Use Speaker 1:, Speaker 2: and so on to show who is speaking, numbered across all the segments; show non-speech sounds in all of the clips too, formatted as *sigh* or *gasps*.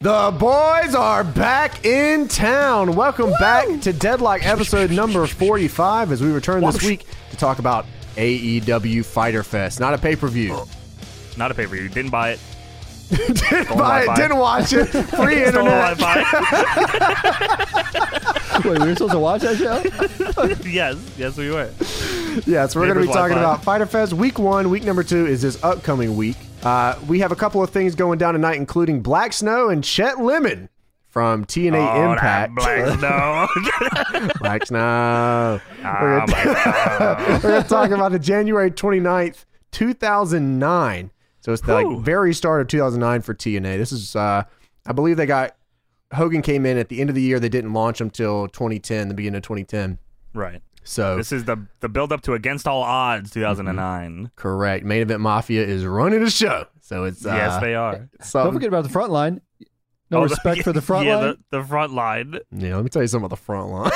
Speaker 1: The boys are back in town. Welcome back to Deadlock episode number 45 as we return this week to talk about AEW Fighter Fest. Not a pay per *laughs* view.
Speaker 2: Not a pay per view. Didn't buy it.
Speaker 1: didn't buy it,
Speaker 2: Wi-Fi.
Speaker 1: didn't watch
Speaker 3: *laughs*
Speaker 1: it. Free
Speaker 2: Stole
Speaker 1: internet.
Speaker 2: Wi-Fi.
Speaker 3: Wait, we were supposed to watch that show?
Speaker 2: yes, yes, we were.
Speaker 1: *laughs* Yes, we're going to be
Speaker 2: Neighbors
Speaker 1: talking
Speaker 2: Wi-Fi.
Speaker 1: about Fighter Fest week one. Week number two is this upcoming week. Uh, we have a couple of things going down tonight, including Black Snow and Chet Lemon from TNA
Speaker 2: Oh, that
Speaker 1: Impact.
Speaker 2: black
Speaker 1: Black
Speaker 2: snow.
Speaker 1: Snow.
Speaker 2: Ah, my God.
Speaker 1: We're going to talk about the January 29th, 2009. So it's the like,
Speaker 2: Whew.
Speaker 1: very start of 2009 for TNA. This is, uh, I believe they got, Hogan came in at the end of the year. They didn't launch him till 2010, the beginning of 2010.
Speaker 2: right.
Speaker 1: So
Speaker 2: This is the the build up to Against All Odds 2009.
Speaker 1: correct. Main Event Mafia is running the show. So it's, uh,
Speaker 2: yes, they are.
Speaker 3: Don't
Speaker 1: something-
Speaker 3: forget about the front line.
Speaker 2: Um,
Speaker 3: No
Speaker 2: Oh, *laughs* the-
Speaker 3: respect for the front
Speaker 2: yeah,
Speaker 3: line.
Speaker 2: the, the front line.
Speaker 1: Yeah, let me tell you something about the front line.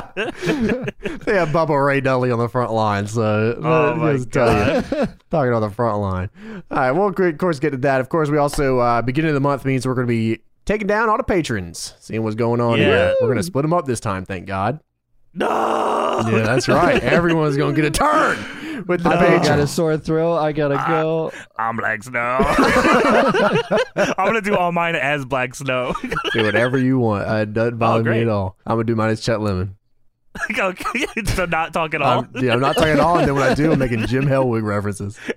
Speaker 1: *laughs* they have Bubba Ray Dudley on the front line, so
Speaker 2: Oh, my
Speaker 1: just tell you. *laughs* talking on the front line. All right, we'll of course get to that. Of course, we also uh, beginning of the month means we're going to be taking down all the patrons, seeing what's going on.
Speaker 2: Yeah.
Speaker 1: here. we're going to split them up this time. Thank God.
Speaker 2: No.
Speaker 1: *laughs* Yeah, that's right. Everyone's going to get a turn with the
Speaker 3: I
Speaker 2: Oh.
Speaker 1: patrons.
Speaker 3: got a sore throat. I gotta
Speaker 2: Ah. *laughs*
Speaker 3: go.
Speaker 2: *laughs* I'm Black Snow. I'm gonna do all mine as Black Snow. *laughs*
Speaker 1: do whatever you want. Uh, It doesn't bother me
Speaker 2: great.
Speaker 1: at all. I'm gonna do mine as Chet Lemon.
Speaker 2: okay, *laughs* so not talk at all.
Speaker 1: I'm, yeah, I'm not talking at all. And then when I do, I'm *laughs* making Jim Hellwig references. *laughs*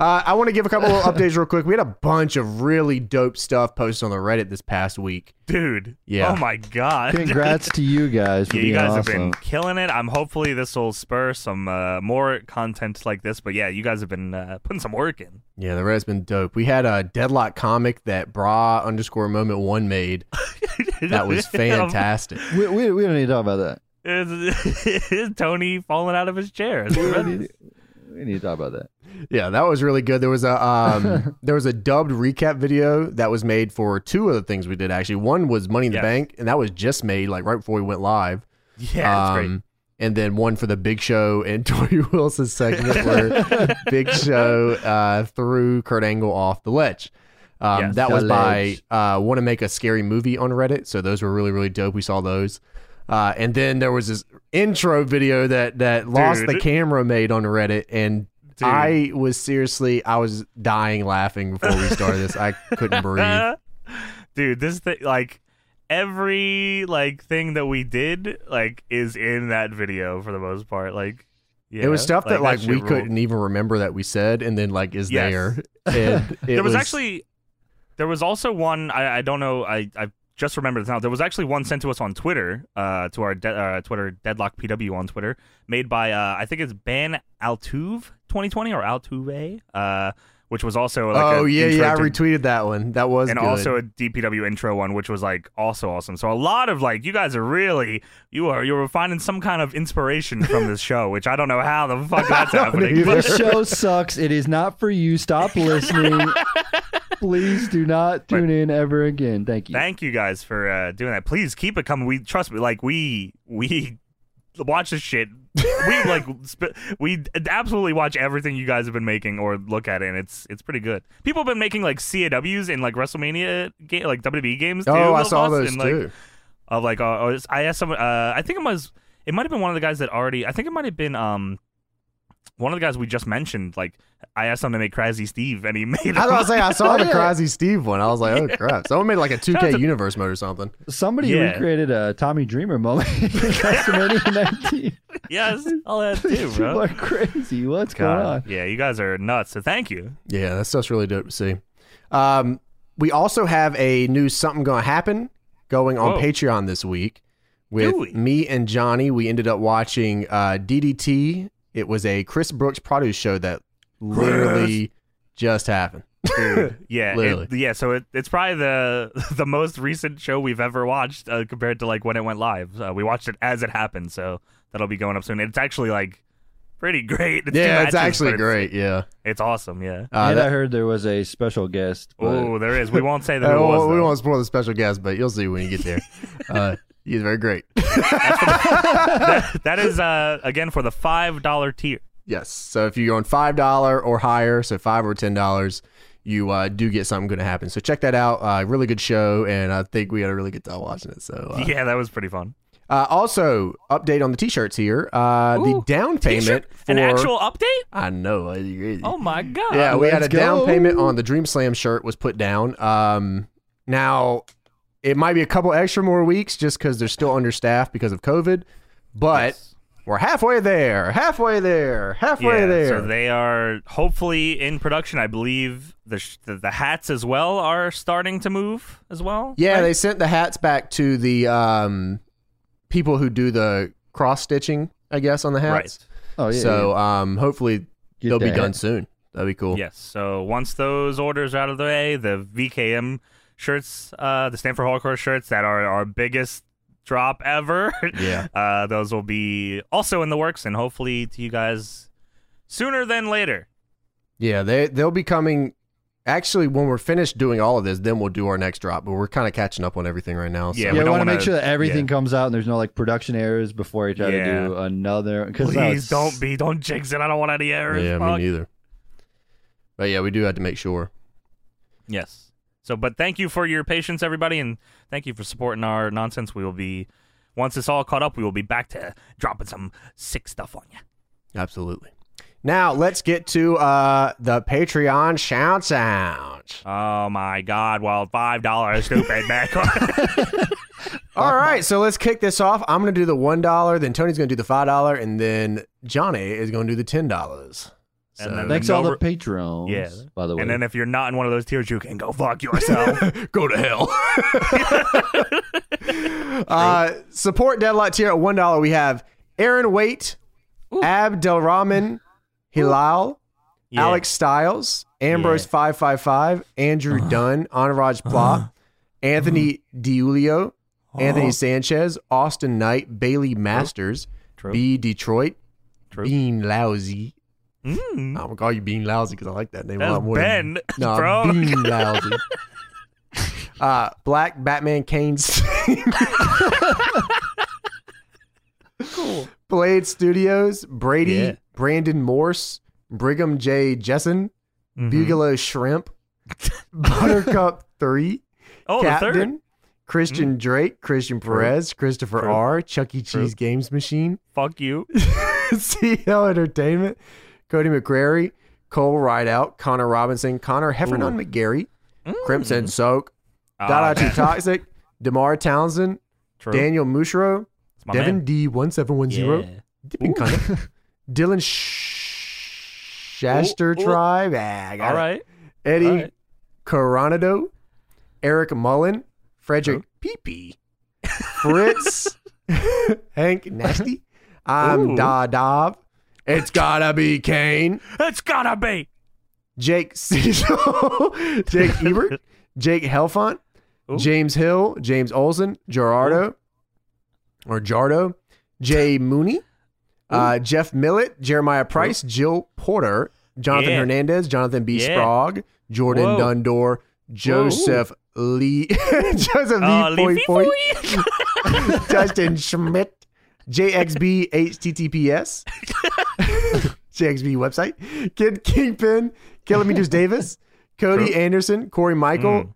Speaker 1: Uh, I want to give a couple of updates real quick. We had a bunch of really dope stuff posted on the Reddit this past week.
Speaker 2: Dude.
Speaker 1: Yeah.
Speaker 2: Oh my god.
Speaker 3: Congrats to you guys for
Speaker 2: Yeah,
Speaker 3: being
Speaker 2: you guys
Speaker 3: awesome.
Speaker 2: have been killing it. I'm hopefully this will spur some uh, more content like this. But yeah, you guys have been uh, putting some work in.
Speaker 1: Yeah, the Reddit's been dope. We had a deadlock comic that bra underscore moment one made. *laughs* That *laughs*
Speaker 2: *laughs*
Speaker 1: was fantastic.
Speaker 3: we, we, we don't need to talk about that.
Speaker 2: It's- *laughs* Tony falling out of his chair.
Speaker 1: *laughs*
Speaker 3: We need, we need to talk about that.
Speaker 1: Yeah, that was really good. There was a *laughs* um, there was a dubbed recap video that was made for two of the things we did actually. One was Money in the
Speaker 2: Yes.
Speaker 1: Bank, and that was just made like right before we went live.
Speaker 2: *laughs* Yeah, it's great.
Speaker 1: Um, And then one for the Big Show and *laughs* Tori Wilson segment
Speaker 2: *laughs*
Speaker 1: where Big Show uh, threw Kurt Angle off the ledge. Um,
Speaker 2: Yes.
Speaker 1: that
Speaker 3: The
Speaker 1: was by
Speaker 3: ledge.
Speaker 1: uh, Want to Make a Scary Movie on Reddit. So those were really, really dope. We saw those. Uh, and then there was this intro video that, that Lost the
Speaker 2: Dude.
Speaker 1: Camera made on Reddit. And
Speaker 2: Dude.
Speaker 1: I was seriously, I was dying laughing before we started this. I couldn't breathe.
Speaker 2: *laughs* Dude, this thing like every like thing that we did like is in that video for the most part. Like yeah,
Speaker 1: it was stuff that like
Speaker 2: shit
Speaker 1: we
Speaker 2: ruled.
Speaker 1: couldn't even remember that we said, and then like is
Speaker 2: Yes. *laughs*
Speaker 1: there? And it
Speaker 2: there was, actually there was also one I, I don't know I, I just remembered this now there was actually one sent to us on Twitter uh to our de- uh, Twitter deadlock PW on Twitter made by uh I think it's Ben Altuve 2020 or Altuve uh which was also like
Speaker 1: oh
Speaker 2: a
Speaker 1: yeah,
Speaker 2: intro
Speaker 1: yeah, I
Speaker 2: to-
Speaker 1: retweeted that one. That was
Speaker 2: and
Speaker 1: good.
Speaker 2: also a DPW intro one which was like also awesome so a lot of like you guys are really you are you were finding some kind of inspiration
Speaker 1: *laughs*
Speaker 2: from this show which I don't know how the fuck that's happening
Speaker 1: either.
Speaker 2: but
Speaker 3: This show sucks. It is not for you.
Speaker 2: *laughs*
Speaker 3: Stop listening. Please do not tune in ever again. Thank you.
Speaker 2: Thank you guys for uh, doing that. Please keep it coming. We trust me. Like we we *laughs* watch this shit. We like *laughs* sp- we absolutely watch everything you guys have been making or look at it, and it's it's pretty good. People have been making like CAWs and like WrestleMania ga- like WWE games. Too,
Speaker 1: oh, I
Speaker 2: of
Speaker 1: saw
Speaker 2: us,
Speaker 1: those
Speaker 2: and, like,
Speaker 1: too.
Speaker 2: Of like, uh, oh, it's- I asked someone. Uh, I think it was it might have been one of the guys that already. I think it might have been um. One of the guys we just mentioned, like I asked him to make Crazy Steve, and he *laughs* made.
Speaker 1: I was about to say I
Speaker 2: *laughs*
Speaker 1: saw the
Speaker 3: Yeah.
Speaker 1: Crazy Steve one. I was like, oh crap! Someone made like a 2K
Speaker 2: That's a-
Speaker 1: universe mode or something.
Speaker 3: Somebody
Speaker 2: Yeah.
Speaker 3: recreated a Tommy Dreamer moment in *laughs* WrestleMania
Speaker 2: *laughs*
Speaker 3: 19.
Speaker 2: yes, all
Speaker 1: *laughs*
Speaker 2: that too,
Speaker 3: These
Speaker 2: bro.
Speaker 3: people are crazy. What's going on?
Speaker 2: God. Yeah, you guys are nuts. So
Speaker 1: *laughs*
Speaker 2: thank you.
Speaker 1: Yeah, that stuff's really dope to see. Um, we also have a new something gonna happen going on
Speaker 2: Whoa.
Speaker 1: Patreon this week with
Speaker 2: Do we?
Speaker 1: me and Johnny. We ended up watching uh, DDT. It was a Chris Brooks produce show that literally just happened.
Speaker 2: Yeah,
Speaker 1: Literally.
Speaker 2: it, yeah. So it, it's probably the *laughs* the most recent show we've ever watched uh, compared to like when it went live. Uh, we watched it as it happened, so that'll be going up soon. It's actually like pretty great. *laughs* It's two
Speaker 1: yeah, it's
Speaker 2: matches,
Speaker 1: actually
Speaker 2: but
Speaker 1: great. yeah.
Speaker 2: It's, it's awesome. Yeah.
Speaker 1: Uh,
Speaker 3: and
Speaker 1: that-
Speaker 3: I heard there was a special guest. but-
Speaker 2: Oh, there is. We
Speaker 1: *laughs*
Speaker 2: won't say that
Speaker 1: Uh,
Speaker 2: it was.
Speaker 1: well, we
Speaker 2: though. *laughs*
Speaker 1: won't spoil the special guest, but you'll see when you get there. uh, he's very great. *laughs*
Speaker 2: That is uh, again for the five dollar tier. *laughs*
Speaker 1: yes. So if you're on five dollar or higher, so five or ten dollars, you uh, do get something going to happen. So check that out. Uh, really good show, and I think we had a really good time watching it. So uh,
Speaker 2: yeah, that was pretty fun.
Speaker 1: uh, also update on the t-shirts here. Uh, the
Speaker 2: Ooh,
Speaker 1: down payment
Speaker 2: T-shirt?
Speaker 1: for
Speaker 2: an actual update?
Speaker 1: I know. I think it's-
Speaker 2: Oh my god!
Speaker 1: yeah, we had a
Speaker 3: Let's
Speaker 1: down
Speaker 3: go.
Speaker 1: payment on the Dream Slam shirt was put down. Um, now it might be a couple extra more weeks just because they're still understaffed because of COVID, but we're halfway there, halfway there, halfway
Speaker 2: Yeah,
Speaker 1: there.
Speaker 2: So they are hopefully in production. I believe the, sh- the the hats as well are starting to move as well.
Speaker 1: yeah,
Speaker 2: right?
Speaker 1: they sent the hats back to the um, people who do the cross stitching, I guess, on the
Speaker 2: right.
Speaker 1: hats.
Speaker 3: Oh yeah.
Speaker 1: so
Speaker 3: yeah.
Speaker 1: Um, hopefully
Speaker 3: Get
Speaker 1: they'll be
Speaker 3: that.
Speaker 1: done soon. That'd be cool.
Speaker 2: Yes. So once those orders are out of the way, the VKM shirts, uh, the Stanford Hardcore shirts that are our biggest drop ever. *laughs*
Speaker 1: Yeah.
Speaker 2: Uh, those will be also in the works and hopefully to you guys sooner than later.
Speaker 1: Yeah, they they'll be coming. Actually, when we're finished doing all of this, then we'll do our next drop. But we're kind of catching up on everything right now. So.
Speaker 2: Yeah,
Speaker 3: Yeah,
Speaker 2: we
Speaker 3: we,
Speaker 2: don't
Speaker 3: want to
Speaker 2: wanna-
Speaker 3: make sure that everything
Speaker 2: yeah.
Speaker 3: comes out and there's no like production errors before you try
Speaker 2: Yeah.
Speaker 3: to do another. Cause that
Speaker 2: Please
Speaker 3: would
Speaker 2: don't be, don't jinx it. I don't want any errors.
Speaker 1: Yeah,
Speaker 2: Fuck.
Speaker 1: me neither. But yeah, we do have to make sure.
Speaker 2: Yes. So, but thank you for your patience, everybody, and thank you for supporting our nonsense. We will be, once it's all caught up, we will be back to dropping some sick stuff on you.
Speaker 1: Absolutely. Now let's get to uh, the Patreon shout out.
Speaker 2: Oh my God! Well, five dollars, stupid man. *laughs*
Speaker 1: All right, so let's kick this off. I'm gonna do the one dollar, then Tony's gonna do the five dollar, and then Johnny is gonna do the ten dollars.
Speaker 2: And then
Speaker 1: So
Speaker 3: Thanks to all
Speaker 2: No-
Speaker 3: the patrons.
Speaker 2: Yeah.
Speaker 3: By the way.
Speaker 2: and then if you're not in one of those tiers, you can go
Speaker 1: *laughs*
Speaker 2: fuck yourself.
Speaker 1: go to hell. *laughs* uh, support Deadlock tier at one dollar. We have Aaron Waite, Abdelrahman Hilal.
Speaker 2: Yeah.
Speaker 1: Alex Stiles, Ambrose
Speaker 2: Yeah. Uh-huh.
Speaker 1: five five five, Andrew Dunn, Anuraj Pla, Anthony Diulio,
Speaker 2: Oh.
Speaker 1: Anthony Sanchez, Austin Knight, Bailey Masters,
Speaker 2: True.
Speaker 1: B Detroit,
Speaker 2: True.
Speaker 1: Bean Lousy.
Speaker 2: Mm,
Speaker 1: I'm gonna call you Bean Lousy because I like that name a
Speaker 2: that's
Speaker 1: lot more. than- *laughs*
Speaker 2: Ben,
Speaker 1: Nah,
Speaker 2: bro.
Speaker 1: Bean
Speaker 2: *laughs*
Speaker 1: Lousy. Uh, Black Batman Kane's
Speaker 2: *laughs*
Speaker 3: cool.
Speaker 1: Blade Studios, Brady,
Speaker 2: Yeah.
Speaker 1: Brandon Morse, Brigham J. Jessen,
Speaker 2: Mhm.
Speaker 1: Bigelow Shrimp, *laughs* Buttercup 3.
Speaker 2: Oh, the
Speaker 1: Captain,
Speaker 2: third. Mm.
Speaker 1: Christian Drake, Christian Perez, Christopher
Speaker 2: True.
Speaker 1: R, Chuck E. Cheese Games Machine, *laughs*
Speaker 2: Fuck you.
Speaker 1: CL Entertainment, Cody McCrary, Cole Rideout, Connor Robinson, Connor Heffernan McGarry, Crimson Soak,
Speaker 2: Mm. Ah,
Speaker 1: Dada
Speaker 2: *laughs* okay.
Speaker 1: Too Toxic, Demar Townsend,
Speaker 2: True.
Speaker 1: Daniel Mushro,
Speaker 2: It's my
Speaker 1: Devin
Speaker 2: man.
Speaker 1: D1710,
Speaker 2: Yeah.
Speaker 1: Dipping Cunt, Dylan Sh- Shaster
Speaker 2: Ooh, ooh.
Speaker 1: Tribe, ah, I got
Speaker 2: All
Speaker 1: it.
Speaker 2: right.
Speaker 1: Eddie
Speaker 2: All right.
Speaker 1: Coronado, Eric Mullen, Frederick Peepee,
Speaker 2: *laughs*
Speaker 1: Fritz, Hank Nasty, I'm
Speaker 2: Ooh.
Speaker 1: Da Dob. It's gotta be Kane,
Speaker 2: It's gotta be.
Speaker 1: Jake Cecil, *laughs* Jake
Speaker 2: *laughs*
Speaker 1: Ebert, Jake Helfont,
Speaker 2: Ooh.
Speaker 1: James Hill, James Olson, Gerardo, or Jardo,
Speaker 2: *laughs*
Speaker 1: Jay Mooney, uh, Jeff Millett, Jeremiah Price, Jill Porter, Jonathan
Speaker 2: Yeah.
Speaker 1: Hernandez, Jonathan B.
Speaker 2: Yeah.
Speaker 1: Sprague, Jordan
Speaker 2: Whoa.
Speaker 1: Dundor, Joseph Lee, *laughs* Joseph
Speaker 2: Oh,
Speaker 1: Lee, Point
Speaker 2: leafy
Speaker 1: Point,
Speaker 2: *laughs* boy.
Speaker 1: *laughs* Justin Schmidt, JXB *laughs* HTTPS, JXB website, Kid Kingpin, Kilometers Davis, Cody
Speaker 2: True.
Speaker 1: Anderson, Corey Michael,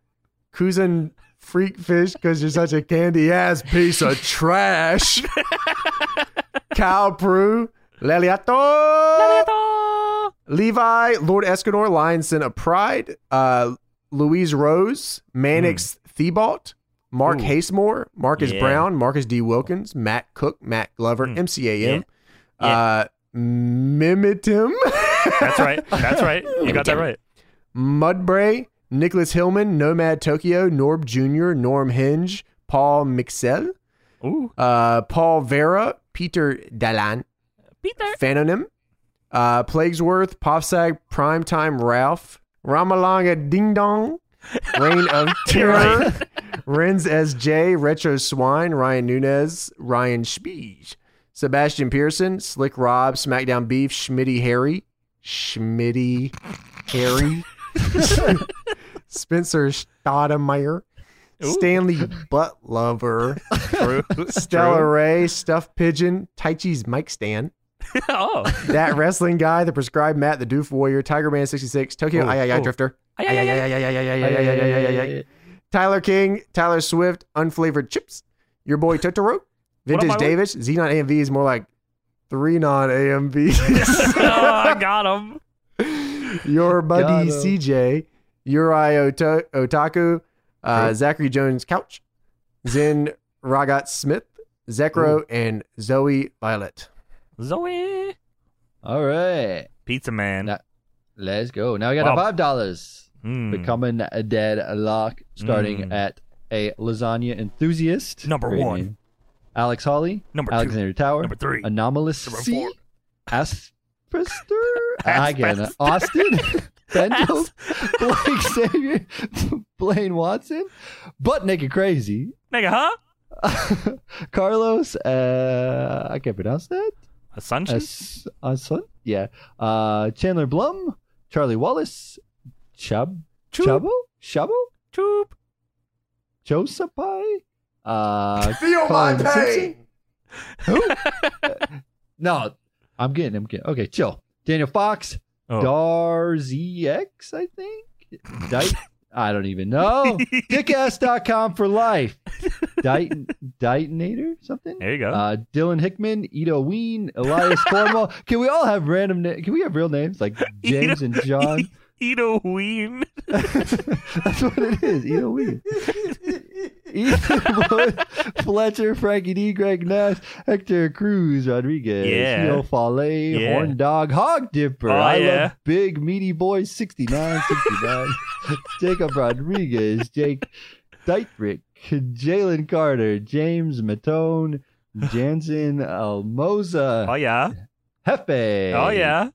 Speaker 1: Kuzan Freakfish, because you're such a candy ass piece of trash, Kyle Prue, Leliato,
Speaker 2: Ta-da!
Speaker 1: Levi, Lord Escanor, Lionson of Pride, uh, Louise Rose, Mannix Thibault, Mark
Speaker 2: Hmm. Ooh.
Speaker 1: Hasemore, Marcus
Speaker 2: Yeah.
Speaker 1: Brown, Marcus D. Wilkins, Matt Cook, Matt Glover,
Speaker 2: Mm.
Speaker 1: MCAM,
Speaker 2: Yeah.
Speaker 1: Uh, Mimitim, *laughs*
Speaker 2: That's right. That's right. You got that right.
Speaker 1: Mudbray, Nicholas Hillman, Nomad Tokyo, Norb Jr., Norm Hinge, Paul Mixel,
Speaker 2: Ooh,
Speaker 1: uh, Paul Vera, Peter Dalan,
Speaker 2: Peter.
Speaker 1: Phanonym, uh, Plaguesworth, Popsag, Primetime Ralph, Ramalanga Ding
Speaker 2: *laughs*
Speaker 1: Dong, Reign of
Speaker 2: You're
Speaker 1: Terror, Renz SJ, Retro Swine, Ryan Nunez, Ryan Spies, Sebastian Pearson, Slick Rob, SmackDown Beef, Schmitty Harry, Schmitty
Speaker 2: *laughs*
Speaker 1: Harry, Spencer Stoudemire,
Speaker 2: Ooh.
Speaker 1: Stanley Buttlover,
Speaker 2: True.
Speaker 1: Stella Ray, Stuffed Pigeon, Taichi's Mike Stan,
Speaker 2: *laughs* oh. *laughs*
Speaker 1: that wrestling guy, the prescribed Matt, the Doof Warrior, Tiger Man 66, Tokyo
Speaker 2: Ooh,
Speaker 1: I I I
Speaker 2: ooh.
Speaker 1: Drifter, *laughs* Tyler King, Tyler Swift, Unflavored Chips, Your Boy Totoro,
Speaker 2: What am I
Speaker 1: Vintage
Speaker 2: with?
Speaker 1: Davis, Xenon AMV is more like three non
Speaker 2: *laughs*
Speaker 1: AMVs.
Speaker 2: Oh, I got him.
Speaker 1: *laughs* Your
Speaker 3: Got
Speaker 1: buddy
Speaker 3: 'em.
Speaker 1: CJ, Uri Ota- Otaku, uh,
Speaker 3: True.
Speaker 1: Zachary Jones Couch, Zen Ragat Smith, Zekro, and Zoe Violet.
Speaker 2: Zoe.
Speaker 3: All right.
Speaker 2: Pizza Man.
Speaker 3: Nah. Let's go. Now we got
Speaker 2: Wow.
Speaker 3: a $5
Speaker 2: Hmm.
Speaker 3: becoming a dead lock starting
Speaker 2: Mm.
Speaker 3: at a lasagna enthusiast.
Speaker 2: Number
Speaker 3: Great
Speaker 2: one.
Speaker 3: name. Alex Hawley.
Speaker 2: Number two.
Speaker 3: Alexander Tower.
Speaker 2: Number three.
Speaker 3: Anomalous
Speaker 2: Number
Speaker 3: C.
Speaker 2: four.
Speaker 3: Asprester. Again,
Speaker 2: Asprester.
Speaker 3: Austin. Bendel.
Speaker 2: Ass-
Speaker 3: *laughs* Blake Xavier. *laughs* Blaine Watson. Butt Naked Crazy. *laughs*
Speaker 2: Nigga, huh?
Speaker 3: Carlos. Uh, I can't pronounce that.
Speaker 2: Assumption.
Speaker 3: As- Asun? Yeah. Uh, Chandler Blum. Charlie Wallace. Chab.
Speaker 2: Choop,
Speaker 3: Chabo? Chabo?
Speaker 2: choop.
Speaker 3: Josepai? Uh,
Speaker 1: Feel
Speaker 3: my Colin pain.
Speaker 1: *laughs*
Speaker 3: Simpson? no, I'm getting, I'm getting. Okay, chill. Daniel Fox,
Speaker 2: Oh.
Speaker 3: DarZX, I think. Dight, I don't even know. Dickass.com for life. Dighton, Dightonator, something.
Speaker 2: There you go.
Speaker 3: Uh, Dylan Hickman, Ito Ween, Elias Cornwall. Can we all have random? Na- can we have real names like James and John?
Speaker 2: *laughs* Eat a ween.
Speaker 3: That's what it is. Ito Ween. Ethan *laughs* Wood, Fletcher, Frankie D, Greg Nash, Hector Cruz, Rodriguez,
Speaker 2: Yeah.
Speaker 3: Leo Fale,
Speaker 2: Yeah.
Speaker 3: Horn Dog, Hog Dipper.
Speaker 2: Oh,
Speaker 3: I
Speaker 2: yeah.
Speaker 3: love big meaty boy 69,
Speaker 2: *laughs*
Speaker 3: 69. Jacob Rodriguez, Jake Dietrich, Jalen Carter, James Matone, Jansen Almoza,
Speaker 2: Oh yeah.
Speaker 3: Hefe.
Speaker 2: Oh yeah.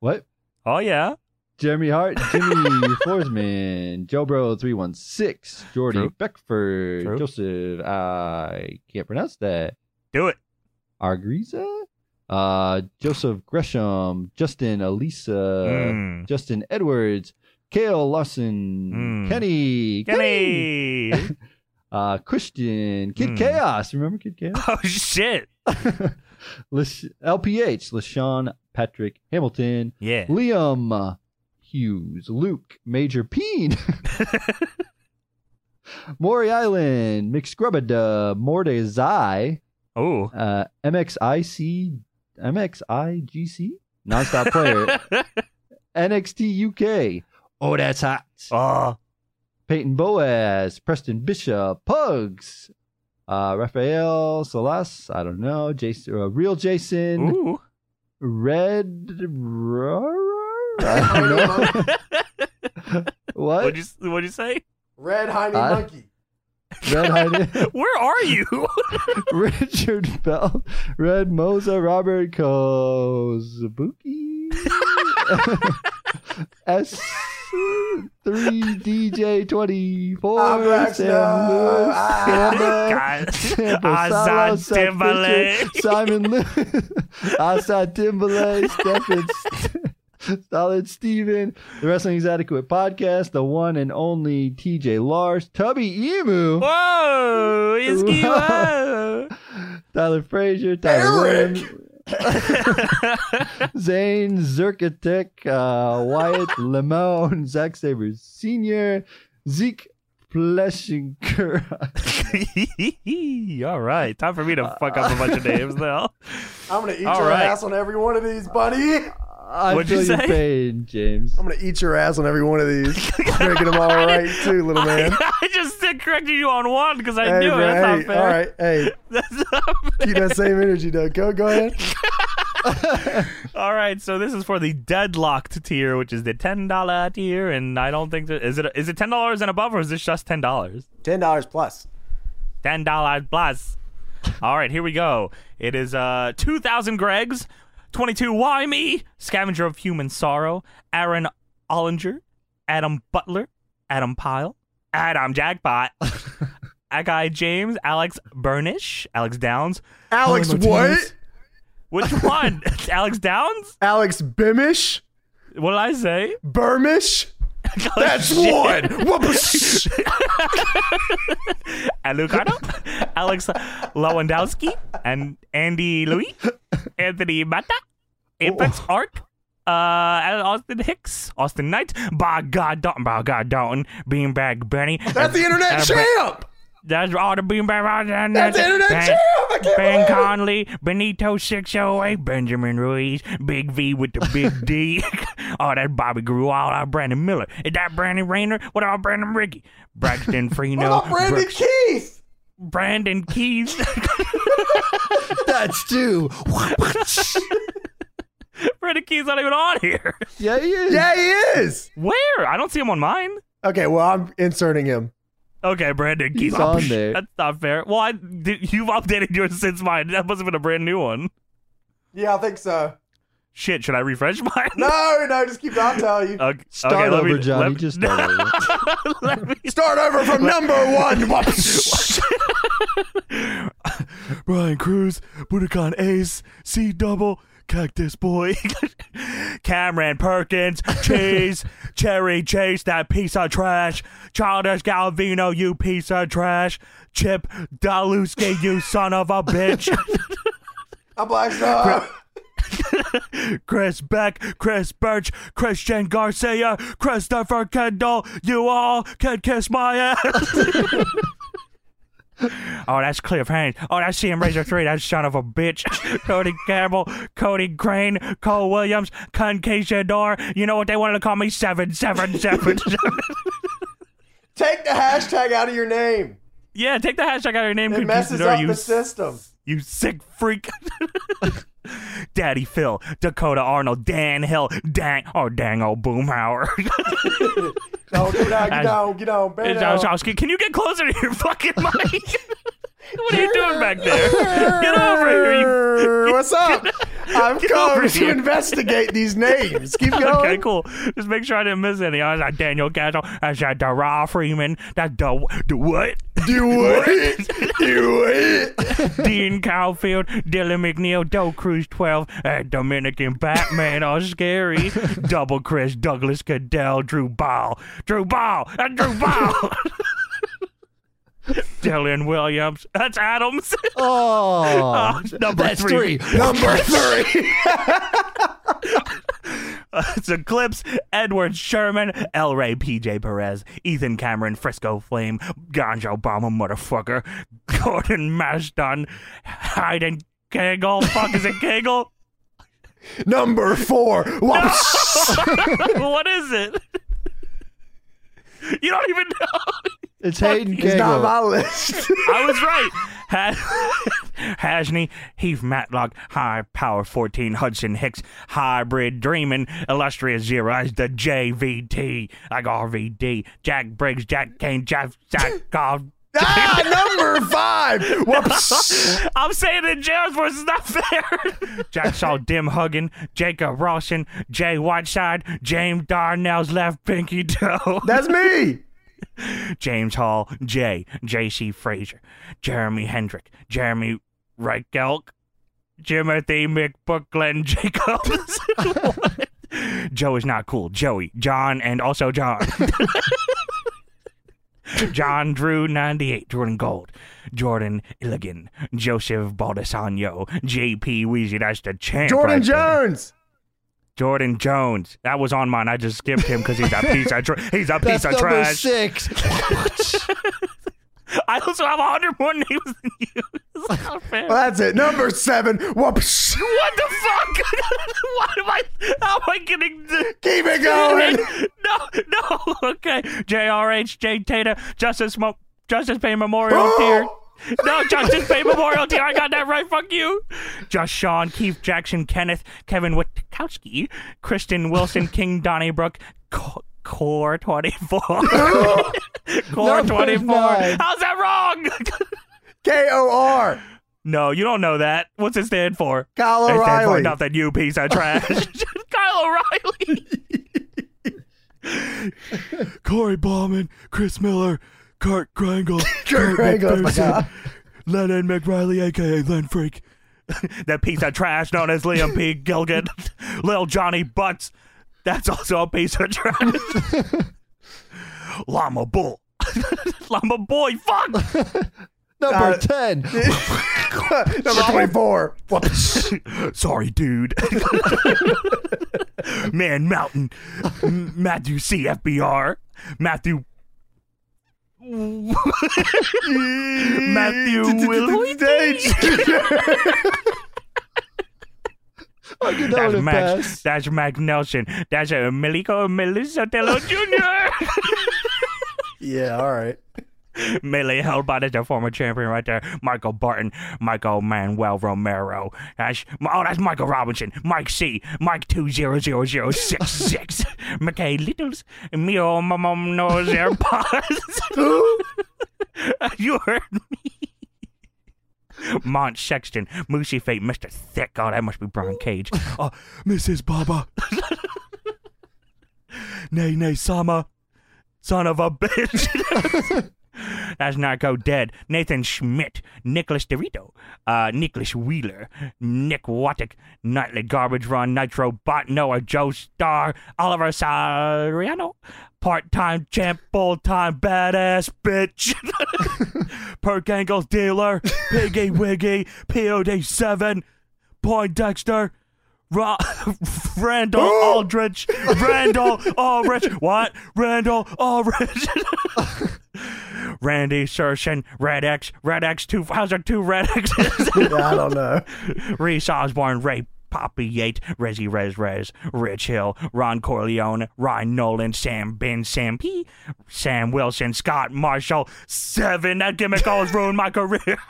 Speaker 3: What?
Speaker 2: Oh yeah.
Speaker 3: Jeremy Hart,
Speaker 2: *laughs*
Speaker 3: Jimmy Forsman, Joe Bro three one six, Jordy
Speaker 2: True.
Speaker 3: Beckford,
Speaker 2: True.
Speaker 3: Joseph. I can't pronounce that.
Speaker 2: Do it.
Speaker 3: Argriza, uh, Joseph Gresham, Justin Elisa,
Speaker 2: Mm.
Speaker 3: Justin Edwards, Kale Larson,
Speaker 2: Mm.
Speaker 3: Kenny,
Speaker 2: Kenny.
Speaker 3: uh, Christian, Kid
Speaker 2: Mm.
Speaker 3: Chaos. Remember
Speaker 2: *laughs*
Speaker 3: Kid Chaos?
Speaker 2: *laughs* oh shit.
Speaker 3: Lash- LPH, LaShawn Patrick Hamilton,
Speaker 2: Yeah.
Speaker 3: *laughs* Liam uh, Hughes, Luke, Major Peen, *laughs* Maury Island, McScrubada, Mordezai,
Speaker 2: Oh.
Speaker 3: uh, MXIC, MXIGC, Nonstop Player, *laughs* NXT UK. Oh, that's hot.
Speaker 2: oh.
Speaker 3: Peyton Boaz, Preston Bishop, Pugs, uh, Rafael Salas, I don't know, Jason, uh, Real Jason,
Speaker 2: Ooh.
Speaker 3: Red. I don't know. *laughs* What?
Speaker 2: What'd you What'd you say?
Speaker 1: Red Heiny
Speaker 3: I-
Speaker 1: *laughs* Monkey.
Speaker 3: Red Hyde,
Speaker 2: Where are you?
Speaker 3: *laughs*
Speaker 2: *laughs*
Speaker 3: Richard Bell, Red Moza, Robert Kozubuki, *laughs* S three DJ twenty four,
Speaker 1: I'm Black
Speaker 3: Sam
Speaker 1: Snow.
Speaker 3: Lewis,
Speaker 1: Ah.
Speaker 3: Samba,
Speaker 2: God.
Speaker 3: Samba,
Speaker 2: Azan
Speaker 3: Salas, Sam
Speaker 2: Ah, Timberlake.
Speaker 3: Fisher, Simon *laughs* Lewis, Asa Timberlake, Stephen. St- Solid Steven, the Wrestling's Adequate Podcast, the one and only TJ Lars, Tubby Emu.
Speaker 2: Whoa. Iski.
Speaker 1: *laughs*
Speaker 2: Whoa.
Speaker 3: Tyler Frazier, Tyler
Speaker 1: Eric!
Speaker 3: Wynn, *laughs* Zane Zerkatek, uh,
Speaker 1: *laughs*
Speaker 3: Wyatt Lemon, Zach Sabers Sr., Zeke Pleshinger,
Speaker 2: All right. Time for me to fuck up a bunch of names now.
Speaker 1: I'm gonna eat
Speaker 2: All
Speaker 1: your
Speaker 2: right.
Speaker 1: ass on every one of these, buddy.
Speaker 3: I
Speaker 2: What'd
Speaker 3: feel
Speaker 2: you
Speaker 3: your
Speaker 2: say?
Speaker 3: pain, James.
Speaker 1: I'm gonna eat your ass on every one of these. Drinking them all right too, little man.
Speaker 2: *laughs* I, just corrected you on one because I
Speaker 1: hey,
Speaker 2: knew it.
Speaker 1: bro,
Speaker 2: That's
Speaker 1: hey,
Speaker 2: not fair.
Speaker 1: all right, hey,
Speaker 2: That's not
Speaker 1: keep that same energy though. Go, go ahead.
Speaker 2: *laughs* All right, so this is for the deadlocked tier, which is the ten dollar tier, and I don't think that is it. Is it ten dollars and above, or is this just ten dollars?
Speaker 1: Ten dollars plus.
Speaker 2: Ten dollars plus. All right, here we go. It is uh two thousand Gregs, twenty two. Why me? E, Scavenger of human sorrow. Aaron Ollinger, Adam Butler, Adam Pyle,
Speaker 1: *laughs*
Speaker 2: Adam Jackpot, Agai James, Alex Burnish, Alex Downs.
Speaker 1: Alex
Speaker 3: Martinez.
Speaker 1: what?
Speaker 2: Which
Speaker 1: *laughs*
Speaker 2: one? Alex Downs?
Speaker 1: Alex Bimish?
Speaker 2: What did I say?
Speaker 1: Burmish? *laughs* That's
Speaker 2: Shit.
Speaker 1: one. *laughs* Whoopsh. *laughs*
Speaker 2: Alucardo, Alex
Speaker 1: Oh.
Speaker 2: Lewandowski, and Andy Louis, Anthony Mata, Apex Arc, Uh, and Austin Hicks, Austin Knight, by God Dalton, by God Dalton, Beanbag Benny.
Speaker 1: That's the internet
Speaker 2: and-
Speaker 1: champ.
Speaker 2: That's all the Beanbag Benny.
Speaker 1: That's the internet champ. I can't
Speaker 2: Ben
Speaker 1: believe it.
Speaker 2: Conley, Benito 608, Benjamin Ruiz, Big V with the big D. *laughs* oh, that's Bobby Grewal, that Brandon Miller. Is that Brandon Rayner? What about Brandon Ricky? Braxton
Speaker 1: *laughs* What
Speaker 2: Freno.
Speaker 1: about Brandon
Speaker 2: Brooks-
Speaker 1: Keith?
Speaker 2: Brandon Keys.
Speaker 3: *laughs*
Speaker 2: *laughs*
Speaker 3: That's
Speaker 1: *laughs*
Speaker 3: two.
Speaker 2: Brandon Keys not even on here.
Speaker 3: yeah, he is.
Speaker 1: Yeah, he is.
Speaker 2: Where? I don't see him on mine.
Speaker 1: Okay, well, I'm inserting him.
Speaker 2: Okay, Brandon Keys.
Speaker 3: He's on there.
Speaker 2: *laughs* That's not fair. Well, I, did, you've updated yours since mine. That must have been a brand new one.
Speaker 1: Yeah, I think so.
Speaker 2: Shit, should I refresh mine?
Speaker 1: No, no, just keep. I'll tell you.
Speaker 2: *laughs* Okay,
Speaker 3: Start
Speaker 2: okay, let
Speaker 3: over,
Speaker 2: me,
Speaker 3: Johnny.
Speaker 2: Let, *laughs*
Speaker 1: *laughs*
Speaker 3: Just start over.
Speaker 2: let me.
Speaker 1: Start over
Speaker 2: *laughs*
Speaker 1: from number one.
Speaker 2: Brian Cruz, Budokan Ace, C Double, Cactus Boy, *laughs* Cameron Perkins, Cheese, *laughs* Cherry Chase, that piece of trash, Childish Galvino, you piece of trash, Chip Daluski, you son of a bitch.
Speaker 1: I'm like, no.
Speaker 2: Chris Beck, Chris Birch, Christian Garcia, Christopher Kendall, you all can kiss my ass. *laughs* oh, that's Cliff Haynes. Oh, that's CM Razor 3, that son of a bitch. *laughs* Cody Campbell, Cody Crane, Cole Williams, Conquistador. You know what they wanted to call me? *laughs* 777.
Speaker 1: Take the hashtag out of your name.
Speaker 2: yeah, take the hashtag out of your name,
Speaker 1: It messes
Speaker 2: Conquistador,
Speaker 1: up
Speaker 2: you
Speaker 1: the system.
Speaker 2: You sick freak. *laughs* Daddy Phil, Dakota Arnold, Dan Hill, dang, oh dang, old Boomhauer.
Speaker 1: No, get down,
Speaker 2: *laughs* I-
Speaker 1: get down, get down. Bear down.
Speaker 2: Zalzowski, can you get closer to your *laughs* fucking mic? what are you doing back there? Get over here. You... *laughs*
Speaker 1: What's up? I've
Speaker 2: over
Speaker 1: come to
Speaker 2: here.
Speaker 1: investigate these names. Keep going.
Speaker 2: *laughs* Okay, cool. Just make sure I didn't miss any. I was like Daniel Castle. I said Dara Freeman. That the the what?
Speaker 1: Do it. Do it.
Speaker 2: Dean Caulfield, Dylan McNeil, Doe Cruz 12, uh, Dominican Batman are scary. Double Chris, Douglas Cadell, Drew Ball, Drew Ball, and Drew Ball. Dylan Williams, that's Adams.
Speaker 3: Oh,
Speaker 2: *laughs* Number
Speaker 3: that's
Speaker 2: three.
Speaker 3: three.
Speaker 1: Number three.
Speaker 2: *laughs* Uh, it's Eclipse, Edward Sherman, El Ray, PJ Perez, Ethan Cameron, Frisco Flame, Ganja Obama, motherfucker, *laughs* Gordon Mashton, Hayden Kegel. Fuck, is it Kegel? *laughs*
Speaker 1: Number four. Whoops.
Speaker 2: what is it? *laughs* You don't even know.
Speaker 3: It's Hayden
Speaker 1: It's not
Speaker 3: Cagle.
Speaker 1: my list. *laughs*
Speaker 2: I was right. *laughs* Ha- *laughs* Hasney, Heath Matlock, High Power 14, Hudson Hicks, Hybrid Dreamin', Illustrious Zero, as the JVT, like RVD, Jack Briggs, Jack Kane, Jeff, *laughs* Jack Goff.
Speaker 1: ah, number five. Whoops.
Speaker 2: *laughs* I'm saying it in jail for it's not fair. *laughs* Jack saw Dim Huggin, Jacob Rawson, Jay Whiteside, James Darnell's left pinky toe.
Speaker 1: That's me.
Speaker 2: James Hall, J, J.C. Fraser, Jeremy Hendrick, Jeremy Reichelt, Timothy McBooklin *laughs* Jacobs. What? Joe is not cool. Joey, John, and also John. *laughs* John Drew 98, Jordan Gold, Jordan Illigan, Joseph Baldessano, JP Weezy, that's the champ.
Speaker 1: Jordan
Speaker 2: right there.
Speaker 1: Jones.
Speaker 2: Jordan Jones. That was on mine. I just skipped him because he's a piece of trash. He's a piece
Speaker 3: That's
Speaker 2: of
Speaker 3: number
Speaker 2: trash.
Speaker 3: six.
Speaker 2: I also have a hundred more names than you. *laughs* It's not fair.
Speaker 1: Well, that's it. Number seven. Whoops.
Speaker 2: What the fuck? *laughs* Why am I? How am I getting? The-
Speaker 1: Keep it going.
Speaker 2: *laughs* no, no. *laughs* Okay. JRH, J Tata, Justice Mo- Justice Pay Memorial tier. No, Justice Pay Memorial tier. I got that right. Fuck you. Josh Sean, Keith Jackson, Kenneth, Kevin Witkowski, Kristen Wilson, King Donnybrook, Co- Core 24. *laughs* Core 24.
Speaker 3: nine.
Speaker 2: How's that wrong?
Speaker 1: K O R.
Speaker 2: No, you don't know that. What's it stand for?
Speaker 1: Kyle
Speaker 2: It stands for
Speaker 1: O'Reilly.
Speaker 2: nothing, you piece
Speaker 1: *laughs*
Speaker 2: of trash. *laughs* Kyle O'Reilly.
Speaker 4: Corey Bauman, Chris Miller, Kurt
Speaker 1: *laughs*
Speaker 4: Krangle,
Speaker 1: Kurt Krangle, my God.
Speaker 4: Lennon McRiley, aka Len Freak,
Speaker 2: *laughs* that piece of trash known as Liam P. Gilgan. *laughs* Lil Johnny Butts. That's also a piece of trash.
Speaker 1: *laughs*
Speaker 2: *laughs* Llama Bull. Llama Boy, fuck.
Speaker 3: Number
Speaker 1: Uh,
Speaker 3: 10.
Speaker 1: Number 24.
Speaker 2: *laughs* Sorry, dude. Man, Mountain. M- Matthew CFBR. Matthew.
Speaker 1: Mm.
Speaker 2: Matthew
Speaker 1: *laughs*
Speaker 2: Will.
Speaker 3: I
Speaker 2: That's
Speaker 3: could that would have
Speaker 2: Max. *laughs*
Speaker 3: passed.
Speaker 2: That's Mac Nelson. That's uh, Milico Melisotelo Jr.
Speaker 1: yeah, all right.
Speaker 2: Melee Hellbot is the former champion right there. Michael Barton, Michael Manuel Romero. That's oh, that's Michael Robinson, Mike C, Mike two zero zero zero six six, *laughs* McKay Littles, Mio Mamom
Speaker 4: *laughs*
Speaker 2: knows AirPods. *laughs* you heard me. Mont Sexton, Moosey Fate, Mr. Thick. Oh, that must be Brian Cage.
Speaker 4: *laughs* Uh, Mrs.
Speaker 2: *laughs*
Speaker 4: Baba. nay, nay, Sama.
Speaker 2: Son of a *laughs* bitch. That's Narco Dead. Nathan Schmidt. Nicholas Dorito. Uh, Nicholas Wheeler. Nick Wattick. Nightly Garbage Run. Nitro Bot. Noah Joe Star. Oliver Sariano. Part time champ. Full time badass bitch. *laughs* Perk Angles Dealer. Piggy Wiggy. POD 7. Poindexter. Ra- *laughs* Randall Aldrich. Randall Aldrich. What? Randall Aldrich. Randy Sershin. Red X. Red X. Two. How's there two Red
Speaker 1: *laughs*
Speaker 2: X's?
Speaker 1: I don't know.
Speaker 2: *laughs* Reese Osborne. Ray Poppy Yate. Rezzy Rez Rez. Rich Hill. Ron Corleone. Ryan Nolan. Sam Ben. Sam P. Sam Wilson. Scott Marshall. Seven. That gimmick always ruined my career. *laughs*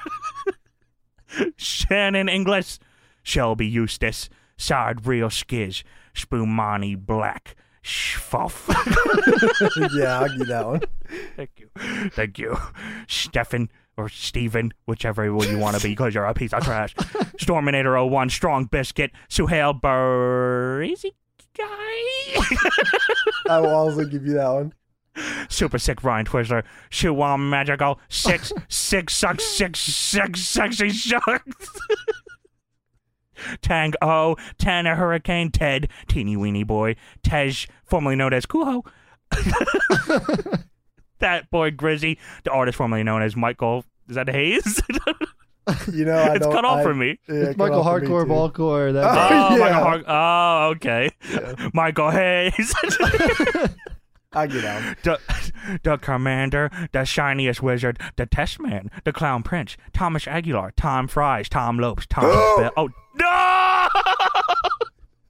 Speaker 2: Shannon Inglis, Shelby Eustace, Sard Real Skiz, Spumani Black, Schfuff.
Speaker 1: yeah, I'll give that one.
Speaker 2: Thank you. Thank you. Stefan or Steven, whichever one you want to be because you're a piece of trash. Storminator 01, Strong Biscuit, Suhail Barizi Guy,
Speaker 1: I will also give you that one.
Speaker 2: Super Sick Ryan Twizzler, Shuwam Magical,
Speaker 1: *laughs*
Speaker 2: Six, Six Sucks, Six, Six Sexy Sharks. Tang O, Tana Hurricane, Ted, Teeny Weeny Boy, Tej, formerly known as
Speaker 1: *laughs*
Speaker 2: Kuho. that boy Grizzy, the artist formerly known as Michael. Is that Hayes?
Speaker 1: You know, I
Speaker 2: *laughs* it's
Speaker 1: don't.
Speaker 2: cut off
Speaker 1: I,
Speaker 2: for me.
Speaker 1: Yeah,
Speaker 3: It's
Speaker 1: cut
Speaker 3: Michael
Speaker 1: off for me,
Speaker 3: Hardcore
Speaker 1: too.
Speaker 3: Ballcore. That
Speaker 1: Oh, *laughs*
Speaker 2: Oh,
Speaker 1: yeah.
Speaker 2: Michael Har- oh okay. Michael *laughs* Hayes.
Speaker 1: I get out.
Speaker 2: the, *laughs* the commander, the shiniest wizard, the test man, the clown prince, Thomas Aguilar, Tom Fries, Tom Lopes, Tom Bell. Oh, no!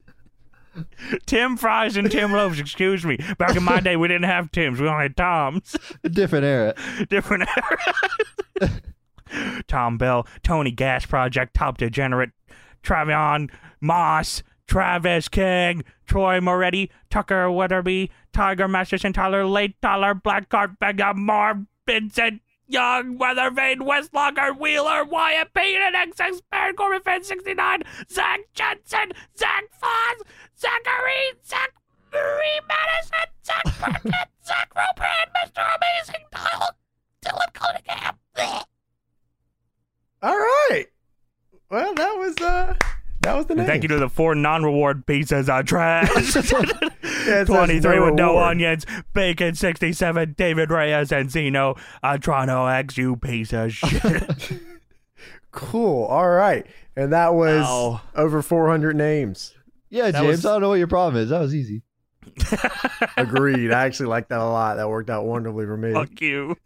Speaker 2: *laughs* Tim Fries and Tim Lopes, excuse me. Back in my day, we didn't have Tims, we only had Toms.
Speaker 3: a
Speaker 2: *laughs*
Speaker 3: different era.
Speaker 2: Different era. *laughs* Tom Bell, Tony Gas Project, Top Degenerate, Travion Moss, Travis King, Troy Moretti, Tucker Weatherby, Tiger Masterson, Tyler Late, Tyler Blackheart, Becca Moore, Vincent Young, Weathervane, Westlocker, Wheeler, Wyatt Payton, XX Baron, Corbin Fan 69, Zach Jensen, Zach Foss, Zachary, Zach Marie Madison, Zach Perkins, *laughs* Zach Ropan, Mr. Amazing, Kyle, Dylan Cunningham.
Speaker 1: All right. Well, that was uh, that was the name.
Speaker 2: Thank you to the four non-reward pizzas I
Speaker 3: *laughs*
Speaker 2: trash.
Speaker 1: Yeah, it says
Speaker 2: 23 with no
Speaker 1: reward.
Speaker 2: onions, bacon 67, David Reyes and Zeno, Atrano X, you piece of
Speaker 3: *laughs*
Speaker 2: shit.
Speaker 1: Cool. All right, and that was
Speaker 2: Ow.
Speaker 1: over 400 names.
Speaker 3: Yeah,
Speaker 2: That
Speaker 3: James,
Speaker 2: was-
Speaker 3: I don't know what your problem is. That was easy.
Speaker 1: Agreed. I actually like that a lot. That worked out wonderfully
Speaker 2: *laughs*
Speaker 1: for me.
Speaker 2: Fuck you.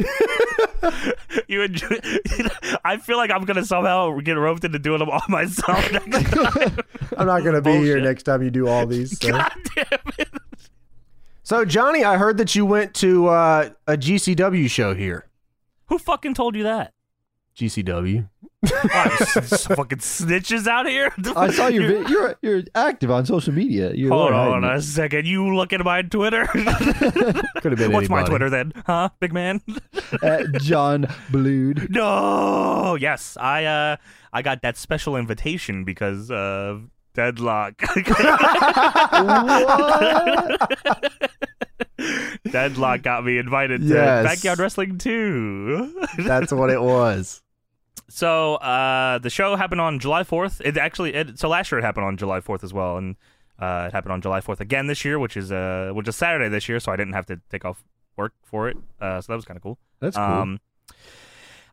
Speaker 2: you enjoy- *laughs* I feel like I'm gonna somehow get roped into doing them all
Speaker 3: *laughs*
Speaker 2: myself. next time.
Speaker 1: I'm not gonna be here
Speaker 2: Bullshit.
Speaker 1: next time you do all these. So,
Speaker 2: *laughs* *laughs* God damn it!
Speaker 1: So, Johnny, I heard that you went to uh, a GCW show here.
Speaker 2: Who fucking told you *laughs* that?
Speaker 1: GCW.
Speaker 2: Oh, s- s- fucking snitches out here.
Speaker 3: I saw
Speaker 2: *laughs*
Speaker 3: your
Speaker 2: You're-
Speaker 3: video. You're you're active on social media. You're
Speaker 2: Hold
Speaker 3: there,
Speaker 2: on
Speaker 3: aren't you?
Speaker 2: a second. You look at my Twitter. *laughs*
Speaker 1: Could have been
Speaker 2: What's my
Speaker 1: anybody.
Speaker 2: Twitter then? Huh, big man? *laughs*
Speaker 3: At John Blued.
Speaker 2: No. Yes, I uh I got that special invitation because of deadlock. *laughs*
Speaker 3: What?
Speaker 2: deadlock got me invited
Speaker 1: Yes.
Speaker 2: to Backyard Wrestling *laughs* too.
Speaker 1: *laughs* That's what it was.
Speaker 2: so uh the show happened on July 4th. It actually it, so last year it happened on July 4th as well and uh it happened on July 4th again this year, which is uh which is Saturday this year, so I didn't have to take off work for it. Uh so that was kind of cool.
Speaker 3: That's cool.
Speaker 2: Um,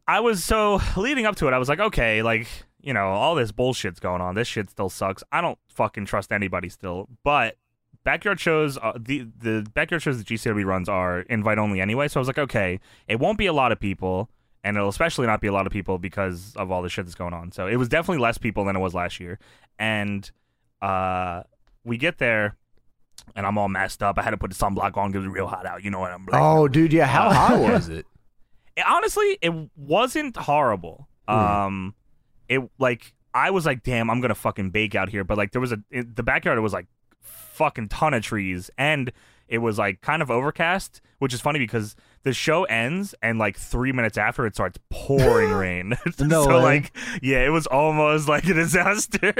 Speaker 2: I was so leading up to it, I was like, okay, like you know, all this bullshit's going on. This shit still sucks. I don't fucking trust anybody still. But backyard shows, uh, the the backyard shows that GCW runs are invite only anyway. So I was like, okay, it won't be a lot of people, and it'll especially not be a lot of people because of all the shit that's going on. So it was definitely less people than it was last year, and uh, we get there. And I'm all messed up. I had to put the sunblock on because it was real hot out. You know what I'm like.
Speaker 1: Oh, dude, yeah. How *laughs* high was it?
Speaker 2: It- honestly, it wasn't horrible.
Speaker 3: Hmm.
Speaker 2: Um, it like I was like, damn, I'm gonna fucking bake out here. But like, there was a in the backyard. It was like fucking ton of trees, and it was like kind of overcast, which is funny because the show ends and like three minutes after it starts
Speaker 3: *gasps*
Speaker 2: pouring rain. *laughs*
Speaker 3: No
Speaker 2: so
Speaker 3: way.
Speaker 2: like, yeah, it was almost like a *laughs* disaster.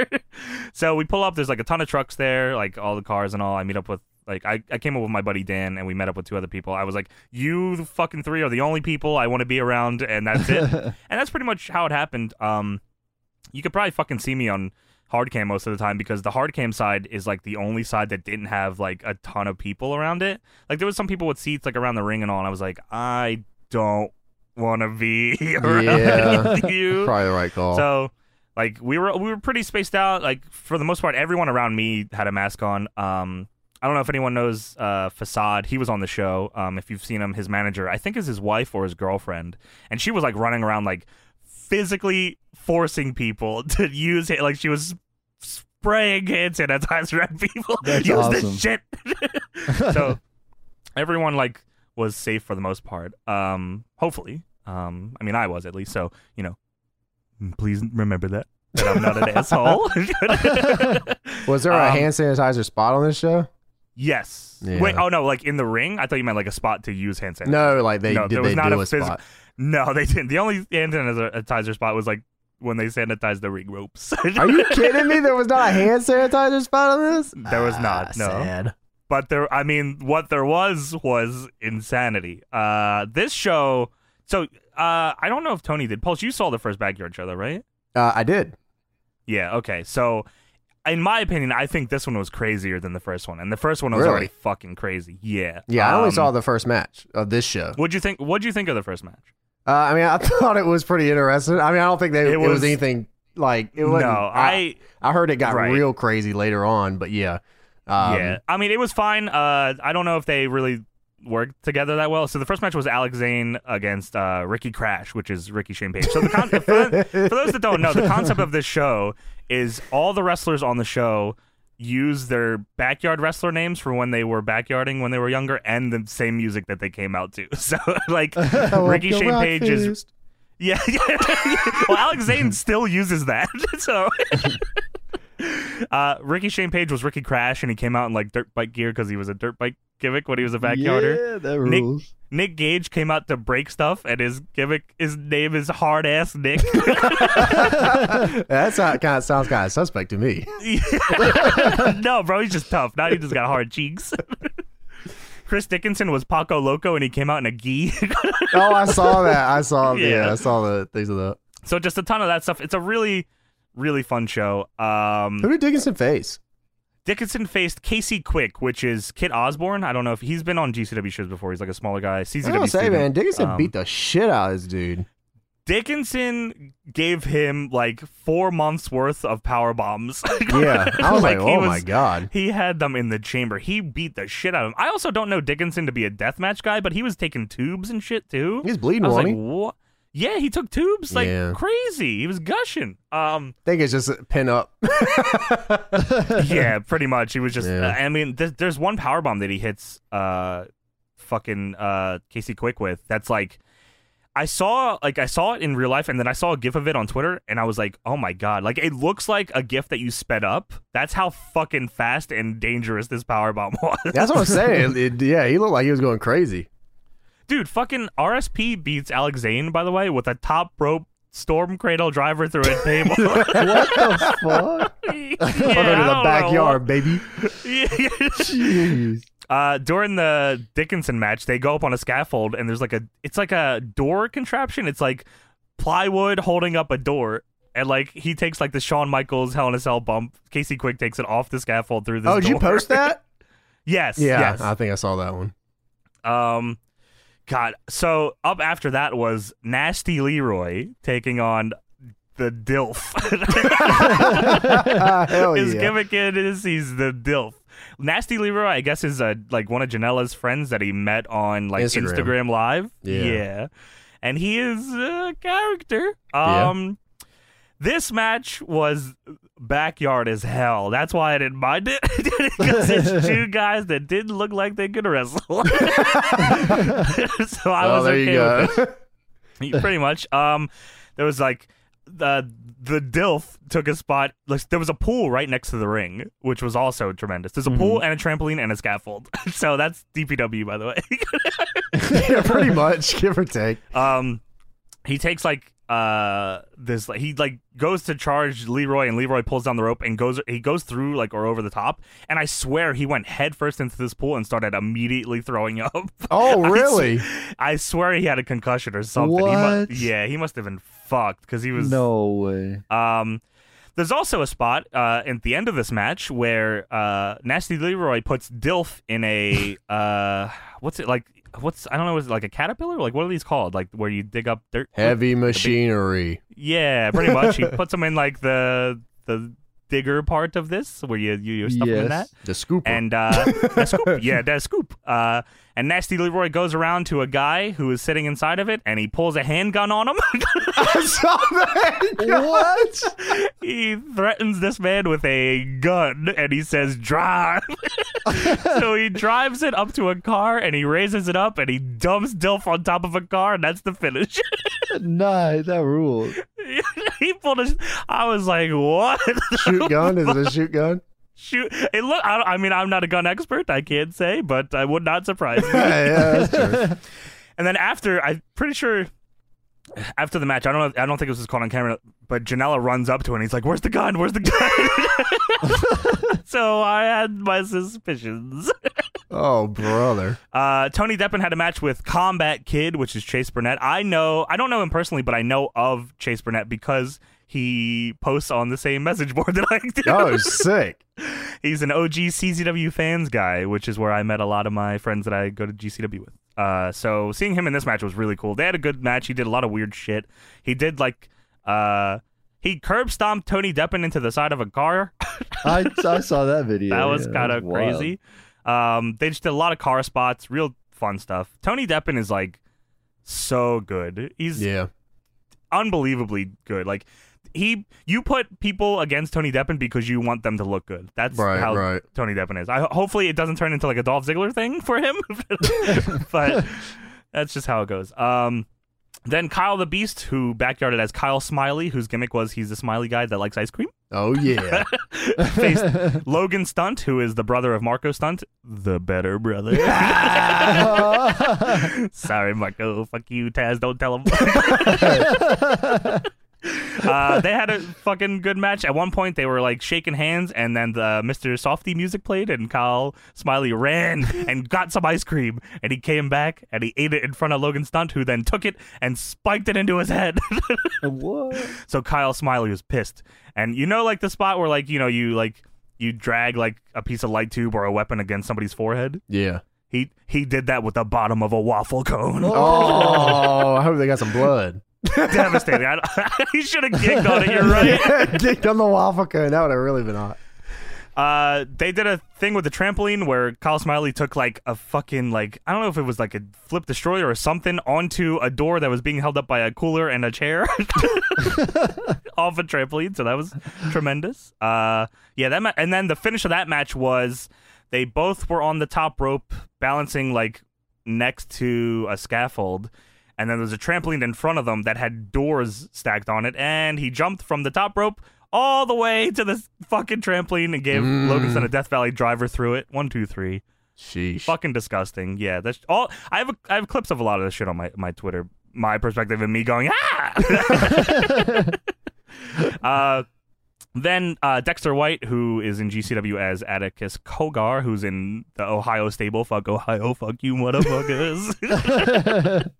Speaker 2: so we pull up. There's like a ton of trucks there, like all the cars and all. I meet up with. Like I, I came up with my buddy Dan and we met up with two other people. I was like, You fucking three are the only people I want to be around and that's
Speaker 3: *laughs*
Speaker 2: it. *laughs* and that's pretty much how it happened. Um, you could probably fucking see me on hard cam most of the time because the hard cam side is like the only side that didn't have like a ton of people around it. Like there was some people with seats like around the ring and all, and I was like, I don't want to be *laughs* around
Speaker 1: Yeah.
Speaker 2: *laughs* you.
Speaker 1: Probably the right call.
Speaker 2: So like we were we were pretty spaced out. Like for the most part, everyone around me had a mask on. Um I don't know if anyone knows uh, Facade. He was on the show. Um, if you've seen him, his manager, I think, is his wife or his girlfriend, and she was like running around, like physically forcing people *laughs* to use it. Like she was spraying hand sanitizer at people. *laughs*
Speaker 3: That's
Speaker 2: use
Speaker 3: awesome.
Speaker 2: this shit. *laughs* so everyone like was safe for the most part. Um, hopefully. Um, I mean, I was at least. So you know, Mm, please remember that that I'm
Speaker 1: *laughs*
Speaker 2: not an asshole.
Speaker 1: was there a
Speaker 2: um,
Speaker 1: hand sanitizer spot on this show?
Speaker 2: *laughs* yes.
Speaker 1: Yeah.
Speaker 2: Wait. Oh no. Like in the ring. I thought you meant like a spot to use hand sanitizer.
Speaker 1: No, like they
Speaker 2: no,
Speaker 1: did
Speaker 2: there was
Speaker 1: they
Speaker 2: not
Speaker 1: do
Speaker 2: a
Speaker 1: a
Speaker 2: physi-
Speaker 1: spot.
Speaker 2: No, they didn't. The only hand sanitizer spot was like when they sanitized the ring ropes.
Speaker 1: Are
Speaker 2: *laughs*
Speaker 1: you kidding me? There was not a hand sanitizer spot on this?
Speaker 2: There was not, no.
Speaker 1: Ah, Sad.
Speaker 2: but there i mean what there was was insanity uh this show so uh i don't know if tony did pulse you saw the first backyard show though right
Speaker 1: Uh, I did.
Speaker 2: yeah okay so in my opinion i think this one was crazier than the first one and the first one was
Speaker 1: Really?
Speaker 2: already fucking crazy yeah
Speaker 1: Yeah, I only
Speaker 2: Um,
Speaker 1: saw the first match of this show.
Speaker 2: what'd you think what'd you think of the first match
Speaker 1: Uh, I *laughs* mean, I thought it was pretty interesting. I mean, I don't think they,
Speaker 2: It
Speaker 1: it, was,
Speaker 2: was-
Speaker 1: anything like it
Speaker 2: no
Speaker 1: was.
Speaker 2: i
Speaker 1: I heard it got
Speaker 2: Right.
Speaker 1: real crazy later on, but yeah, um,
Speaker 2: yeah i mean it was fine uh i don't know if they really worked together that well so the first match was alex zane against uh ricky crash which is ricky shane page so the con- for, for those that don't know the concept of this show is all the wrestlers on the show use their backyard wrestler names for when they were backyarding when they were younger and the same music that they came out to *laughs* so like ricky shane page is yeah. *laughs* well, Alex Zane still uses that. *laughs* so. Uh, Ricky Shane Page was Ricky Crash, and he came out in like dirt bike gear because he was a dirt bike gimmick when he was a backyarder.
Speaker 3: Yeah, that
Speaker 2: Nick-
Speaker 3: rules.
Speaker 2: Nick Gage came out to break stuff, and his gimmick, his name is Hard Ass Nick.
Speaker 1: *laughs*
Speaker 2: *laughs*
Speaker 1: That's not kind of sounds kind of suspect to
Speaker 2: *laughs*
Speaker 1: me.
Speaker 2: no, bro, he's just tough. Now he just got hard cheeks. *laughs* Chris Dickinson was Paco Loco, and he came out in a gi. *laughs*
Speaker 1: Oh, I saw that. I saw. Yeah,
Speaker 2: Yeah.
Speaker 1: I saw the things of the.
Speaker 2: so just a ton of that stuff. It's a really, really fun show. Um,
Speaker 1: Who did Dickinson face?
Speaker 2: Dickinson faced Casey Quick, which is Kit Osborne. I don't know if he's been on GCW shows before. He's like a smaller guy. CZW
Speaker 1: I don't say,
Speaker 2: student.
Speaker 1: man. Dickinson
Speaker 2: Um,
Speaker 1: beat the shit out of this dude.
Speaker 2: Dickinson gave him like four months worth of power bombs. *laughs*
Speaker 1: Yeah, *laughs* I was like,
Speaker 2: he
Speaker 1: oh my
Speaker 2: was-
Speaker 1: god.
Speaker 2: He had them in the chamber. He beat the shit out of him. I also don't know Dickinson to be a deathmatch guy, but he was taking tubes and shit too.
Speaker 1: He's
Speaker 2: I
Speaker 1: bleeding,
Speaker 2: was
Speaker 1: was
Speaker 2: like,
Speaker 1: he?
Speaker 2: what? Yeah, he took tubes like
Speaker 1: Yeah.
Speaker 2: crazy. He was gushing. Um,
Speaker 1: I think it's just a pin up. *laughs*
Speaker 2: yeah, pretty much. He was just.
Speaker 1: Yeah.
Speaker 2: uh, I mean, th- there's one power bomb that he hits, uh, fucking uh, Casey Quick with. That's like, I saw like I saw it in real life, and then I saw a gif of it on Twitter, and I was like, oh my god, like it looks like a gif that you sped up. That's how fucking fast and dangerous this power bomb *laughs* was,
Speaker 1: That's what I'm
Speaker 2: *laughs*
Speaker 1: saying. It- yeah, he looked like he was going crazy.
Speaker 2: dude. Fucking RSP beats Alex Zane by the way with a top rope storm cradle driver through
Speaker 1: *laughs*
Speaker 2: a table. *laughs*
Speaker 3: what the fuck?
Speaker 2: yeah,
Speaker 1: Put it
Speaker 2: I
Speaker 1: in the
Speaker 2: don't know.
Speaker 1: backyard, baby.
Speaker 2: *laughs* Yeah. *laughs*
Speaker 3: Jeez.
Speaker 2: Uh, during the Dickinson match, they go up on a scaffold and there's like a it's like a door contraption. It's like plywood holding up a door. And like he takes like the Shawn Michaels Hell in a Cell bump. Casey Quick takes it off the scaffold through this.
Speaker 1: Oh, did you
Speaker 2: door.
Speaker 1: post that?
Speaker 2: *laughs* Yes.
Speaker 1: Yeah,
Speaker 2: Yes.
Speaker 1: I think I saw that one.
Speaker 2: Um, God. So up after that was Nasty Leroy taking on
Speaker 1: *laughs*
Speaker 2: the *laughs* Dilf.
Speaker 1: Hell
Speaker 2: his
Speaker 1: yeah.
Speaker 2: gimmick it is he's the Dilf. Nasty Leroy, I guess, is uh, like one of Janela's friends that he met on like
Speaker 1: Instagram.
Speaker 2: Instagram, Live.
Speaker 1: Yeah.
Speaker 2: and he is a character.
Speaker 1: Yeah.
Speaker 2: Um, this match was backyard as hell. That's why I didn't mind it *laughs*
Speaker 1: *laughs*
Speaker 2: because it's two guys that didn't look like they could wrestle. *laughs* so I
Speaker 1: Well,
Speaker 2: was
Speaker 1: there
Speaker 2: okay
Speaker 1: you
Speaker 2: with it.
Speaker 1: go. *laughs*
Speaker 2: Yeah, *laughs* pretty much. Um, there was like the the Dilf took a spot. Like there was a pool right next to the ring, which was also tremendous. There's a pool
Speaker 3: Mm-hmm.
Speaker 2: and a trampoline and a scaffold. *laughs* so that's DPW, by the way. *laughs*
Speaker 1: yeah, pretty much, give or take.
Speaker 2: um, he takes like uh this like he like goes to charge Leroy and Leroy pulls down the rope and goes he goes through like or over the top and I swear he went head first into this pool and started immediately throwing up. *laughs*
Speaker 1: Oh,
Speaker 2: I
Speaker 1: really?
Speaker 2: I swear he had a concussion or something. He mu-
Speaker 3: What?
Speaker 2: yeah, he must have been fucked because he was
Speaker 3: No way.
Speaker 2: Um, there's also a spot uh, at the end of this match where uh, Nasty Leroy puts Dilf in a uh, what's it like? What's I don't know, is it like a caterpillar? Like what are these called? Like where you dig up dirt? *laughs*
Speaker 1: Heavy machinery.
Speaker 2: Yeah, pretty much. he puts them in like the the digger part of this where you you you're stuffing in
Speaker 3: Yes.
Speaker 2: that.
Speaker 1: The scooper.
Speaker 2: And uh, the scoop, yeah, the scoop. Uh, and Nasty Leroy goes around to a guy who is sitting inside of it, and he pulls a handgun on him.
Speaker 1: *laughs*
Speaker 2: *laughs*
Speaker 1: I saw that.
Speaker 3: What?
Speaker 2: *laughs* he threatens this man with a gun and he says drive *laughs* so he drives it up to a car and he raises it up and he dumps dilf on top of a car and that's the finish *laughs*
Speaker 3: nah, that ruled.
Speaker 2: he pulled a i was like what *laughs*
Speaker 1: shoot gun? Is it a shoot gun?
Speaker 2: shoot it look I, I mean i'm not a gun expert i can't say but i would not
Speaker 1: *laughs*
Speaker 2: surprise me
Speaker 1: Yeah, yeah, that's true.
Speaker 2: And then after, I'm pretty sure after the match, I don't know, I don't think this was caught on camera, but Janela runs up to him and he's like, "Where's the gun? *laughs* Where's the gun?" so I had my suspicions.
Speaker 1: Oh, brother.
Speaker 2: Uh, Tony Deppen had a match with Combat Kid, which is Chase Burnett. I know, I don't know him personally, but I know of Chase Burnett because he posts on the same message *laughs* board that I do.
Speaker 1: Oh,
Speaker 2: *laughs*
Speaker 1: sick.
Speaker 2: He's an OG CZW fans guy, which is where I met a lot of my friends that I go to GCW with. Uh, so seeing him in this match was really cool. They had a good match. He did a lot of weird shit. He did like uh, he curb stomped Tony Deppen into the side of a car.
Speaker 3: I, I saw that video.
Speaker 2: that was
Speaker 3: Yeah,
Speaker 2: kind of
Speaker 3: wild.
Speaker 2: crazy. Um, they just did a lot of car spots, real fun stuff. Tony Deppen is like so good. He's
Speaker 1: Yeah.
Speaker 2: unbelievably good. Like he, you put people against Tony Deppen because you want them to look good. That's
Speaker 1: Right,
Speaker 2: how
Speaker 1: right.
Speaker 2: Tony Deppen is. I hopefully it doesn't turn into like a Dolph Ziggler thing for him, *laughs* but that's just how it goes. Um, then Kyle the Beast, who backyarded as Kyle Smiley, whose gimmick was he's the smiley guy that likes ice cream, *laughs*
Speaker 1: Oh, yeah.
Speaker 2: faced Logan Stunt, who is the brother of Marco Stunt, the better brother. Sorry, Marco. Fuck you, Taz. Don't tell him. uh, they had a fucking good match. At one point, they were like shaking hands, and then the Mr. Softy music played, and Kyle Smiley ran and got some ice cream, and he came back and he ate it in front of Logan Stunt, who then took it and spiked it into his head. *laughs*
Speaker 3: what?
Speaker 2: so Kyle Smiley was pissed, and you know, like the spot where like you know you like you drag like a piece of light tube or a weapon against somebody's forehead.
Speaker 1: Yeah.
Speaker 2: He he did that with the bottom of a waffle cone.
Speaker 1: Oh, I hope they got some blood.
Speaker 2: *laughs* devastating. I, *laughs* he should have kicked on it. You're
Speaker 1: *laughs*
Speaker 2: right.
Speaker 1: Dick on the waffle cone. That would have really been hot.
Speaker 2: Uh, they did a thing with the trampoline where Kyle Smiley took like a fucking like I don't know if it was like a flip destroyer or something onto a door that was being held up by a cooler and a chair *laughs* off a trampoline. So that was tremendous. Uh, yeah, that ma- and then the finish of that match was they both were on the top rope balancing like next to a scaffold. And then there was a trampoline in front of them that had doors stacked on it, and he jumped from the top rope all the way to this fucking trampoline and gave
Speaker 1: Mm.
Speaker 2: Loganson a Death Valley driver through it. One, two, three.
Speaker 1: Sheesh.
Speaker 2: Fucking disgusting. Yeah, that's all. I have a, I have clips of a lot of this shit on my my Twitter. My perspective and me going ah. *laughs* uh, then uh, Dexter White, who is in GCW as Atticus Kogar, who's in the Ohio stable. Fuck Ohio. Fuck you, motherfuckers.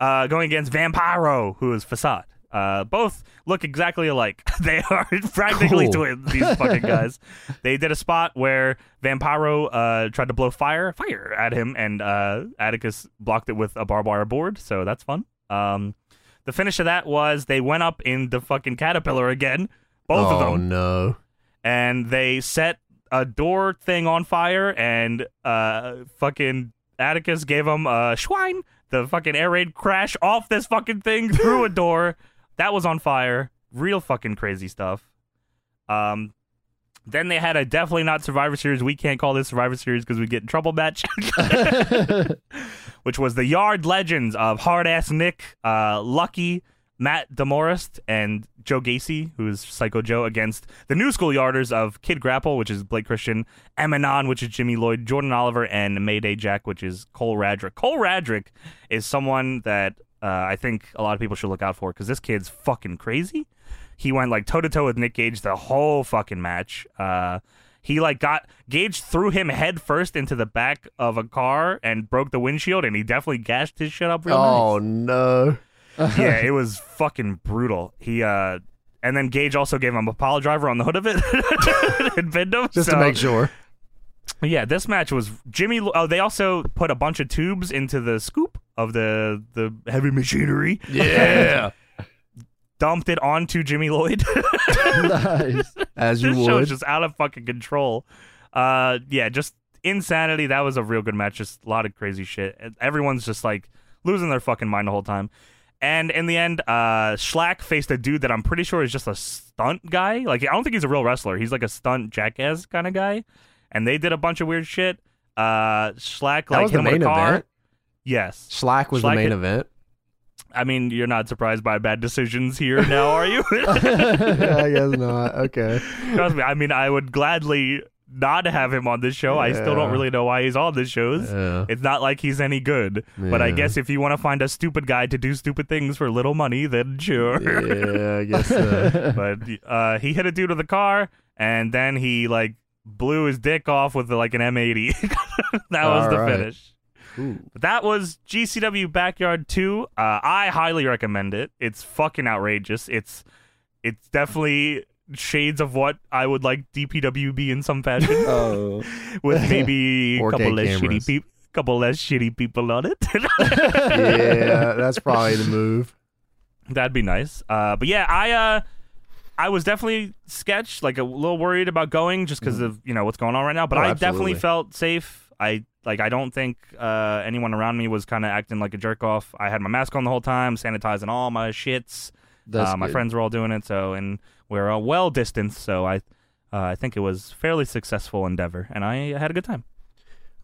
Speaker 2: uh, going against Vampiro, who is Facade. Uh, both look exactly alike. *laughs* they are practically
Speaker 1: Cool.
Speaker 2: twins. These fucking guys. They did a spot where Vampiro uh, tried to blow fire fire at him, and uh, Atticus blocked it with a barbed wire board. So that's fun. Um, the finish of that was they went up in the fucking caterpillar again, both of
Speaker 1: oh,
Speaker 2: them,
Speaker 1: no.
Speaker 2: and they set a door thing on fire, and uh, fucking Atticus gave him a schwein, the fucking air raid crash off this fucking thing through a door that was on fire. Real fucking crazy stuff. Um, then they had a definitely not Survivor Series. We can't call this Survivor Series because we get in trouble *laughs* match. which was the yard legends of hard ass Nick, uh, Lucky, Matt Demorest, and Joe Gacy, who is Psycho Joe, against the new school yarders of Kid Grapple, which is Blake Christian, Eminon, which is Jimmy Lloyd, Jordan Oliver, and Mayday Jack, which is Cole Radrick. Cole Radrick is someone that uh, I think a lot of people should look out for because this kid's fucking crazy. He went like toe to toe with Nick Gage the whole fucking match. Uh, he like got Gage threw him head first into the back of a car and broke the windshield, and he definitely gashed his shit up real
Speaker 1: Oh, no. *laughs*
Speaker 2: nice. yeah, it was fucking brutal. He uh, and then Gage also gave him a pile driver on the hood of it *laughs* and pinned him.
Speaker 1: Just
Speaker 2: so-
Speaker 1: to make sure.
Speaker 2: yeah, this match was Jimmy. Oh, they also put a bunch of tubes into the scoop of the the heavy machinery.
Speaker 1: Yeah.
Speaker 2: Dumped it onto Jimmy Lloyd.
Speaker 3: *laughs*
Speaker 2: *laughs*
Speaker 3: nice.
Speaker 1: *laughs* As you
Speaker 2: this show
Speaker 1: would.
Speaker 2: is just out of fucking control. Uh, yeah, just insanity. That was a real good match. Just a lot of crazy shit. And Everyone's just like losing their fucking mind the whole time. And in the end, uh, Schlack faced a dude that I'm pretty sure is just a stunt guy. Like I don't think he's a real wrestler. He's like a stunt jackass kind of guy. And they did a bunch of weird shit. Uh, Schlack like
Speaker 1: That was
Speaker 2: hit
Speaker 1: the
Speaker 2: him with
Speaker 1: main
Speaker 2: a car.
Speaker 1: event.
Speaker 2: Yes.
Speaker 1: Slack was the
Speaker 2: Slack
Speaker 1: main
Speaker 2: it- *laughs*
Speaker 1: event.
Speaker 2: I mean, you're not surprised by bad decisions here now,
Speaker 1: *laughs*
Speaker 2: are you? *laughs*
Speaker 1: I guess not. Okay.
Speaker 2: Trust me. I mean, I would gladly not have him on this show. I still don't
Speaker 1: Yeah.
Speaker 2: really know why he's on this shows.
Speaker 1: Yeah.
Speaker 2: It's not like he's any good. But I
Speaker 1: Yeah.
Speaker 2: guess if you want to find a stupid guy to do stupid things for little money, then sure.
Speaker 1: yeah, I guess so.
Speaker 2: but uh, he hit a dude with a car, and then he like blew his dick off with like an M80. *laughs* that was
Speaker 1: All
Speaker 2: the
Speaker 1: right.
Speaker 2: finish.
Speaker 1: Ooh.
Speaker 2: But that was GCW Backyard 2. Uh, I highly recommend it. It's fucking outrageous. It's it's definitely shades of what I would like DPW be in some fashion,
Speaker 3: *laughs* Oh.
Speaker 2: with maybe a
Speaker 1: 4K
Speaker 2: couple less
Speaker 1: cameras.
Speaker 2: shitty people. Couple less shitty people on it. *laughs*
Speaker 1: Yeah, that's probably the move.
Speaker 2: That'd be nice. Uh, but yeah, I uh, I was definitely sketched, like a little worried about going just because of you know what's going on right now. But
Speaker 1: Mm-hmm. Oh,
Speaker 2: I
Speaker 1: absolutely.
Speaker 2: definitely felt safe. I like I don't think uh, anyone around me was kind of acting like a jerk off. I had my mask on the whole time, sanitizing all my shits.
Speaker 3: That's
Speaker 1: Ah,
Speaker 2: uh, my
Speaker 3: good.
Speaker 2: friends were all doing it, so and we are all well distanced. So I uh, I think it was fairly successful endeavor, and I had a good time.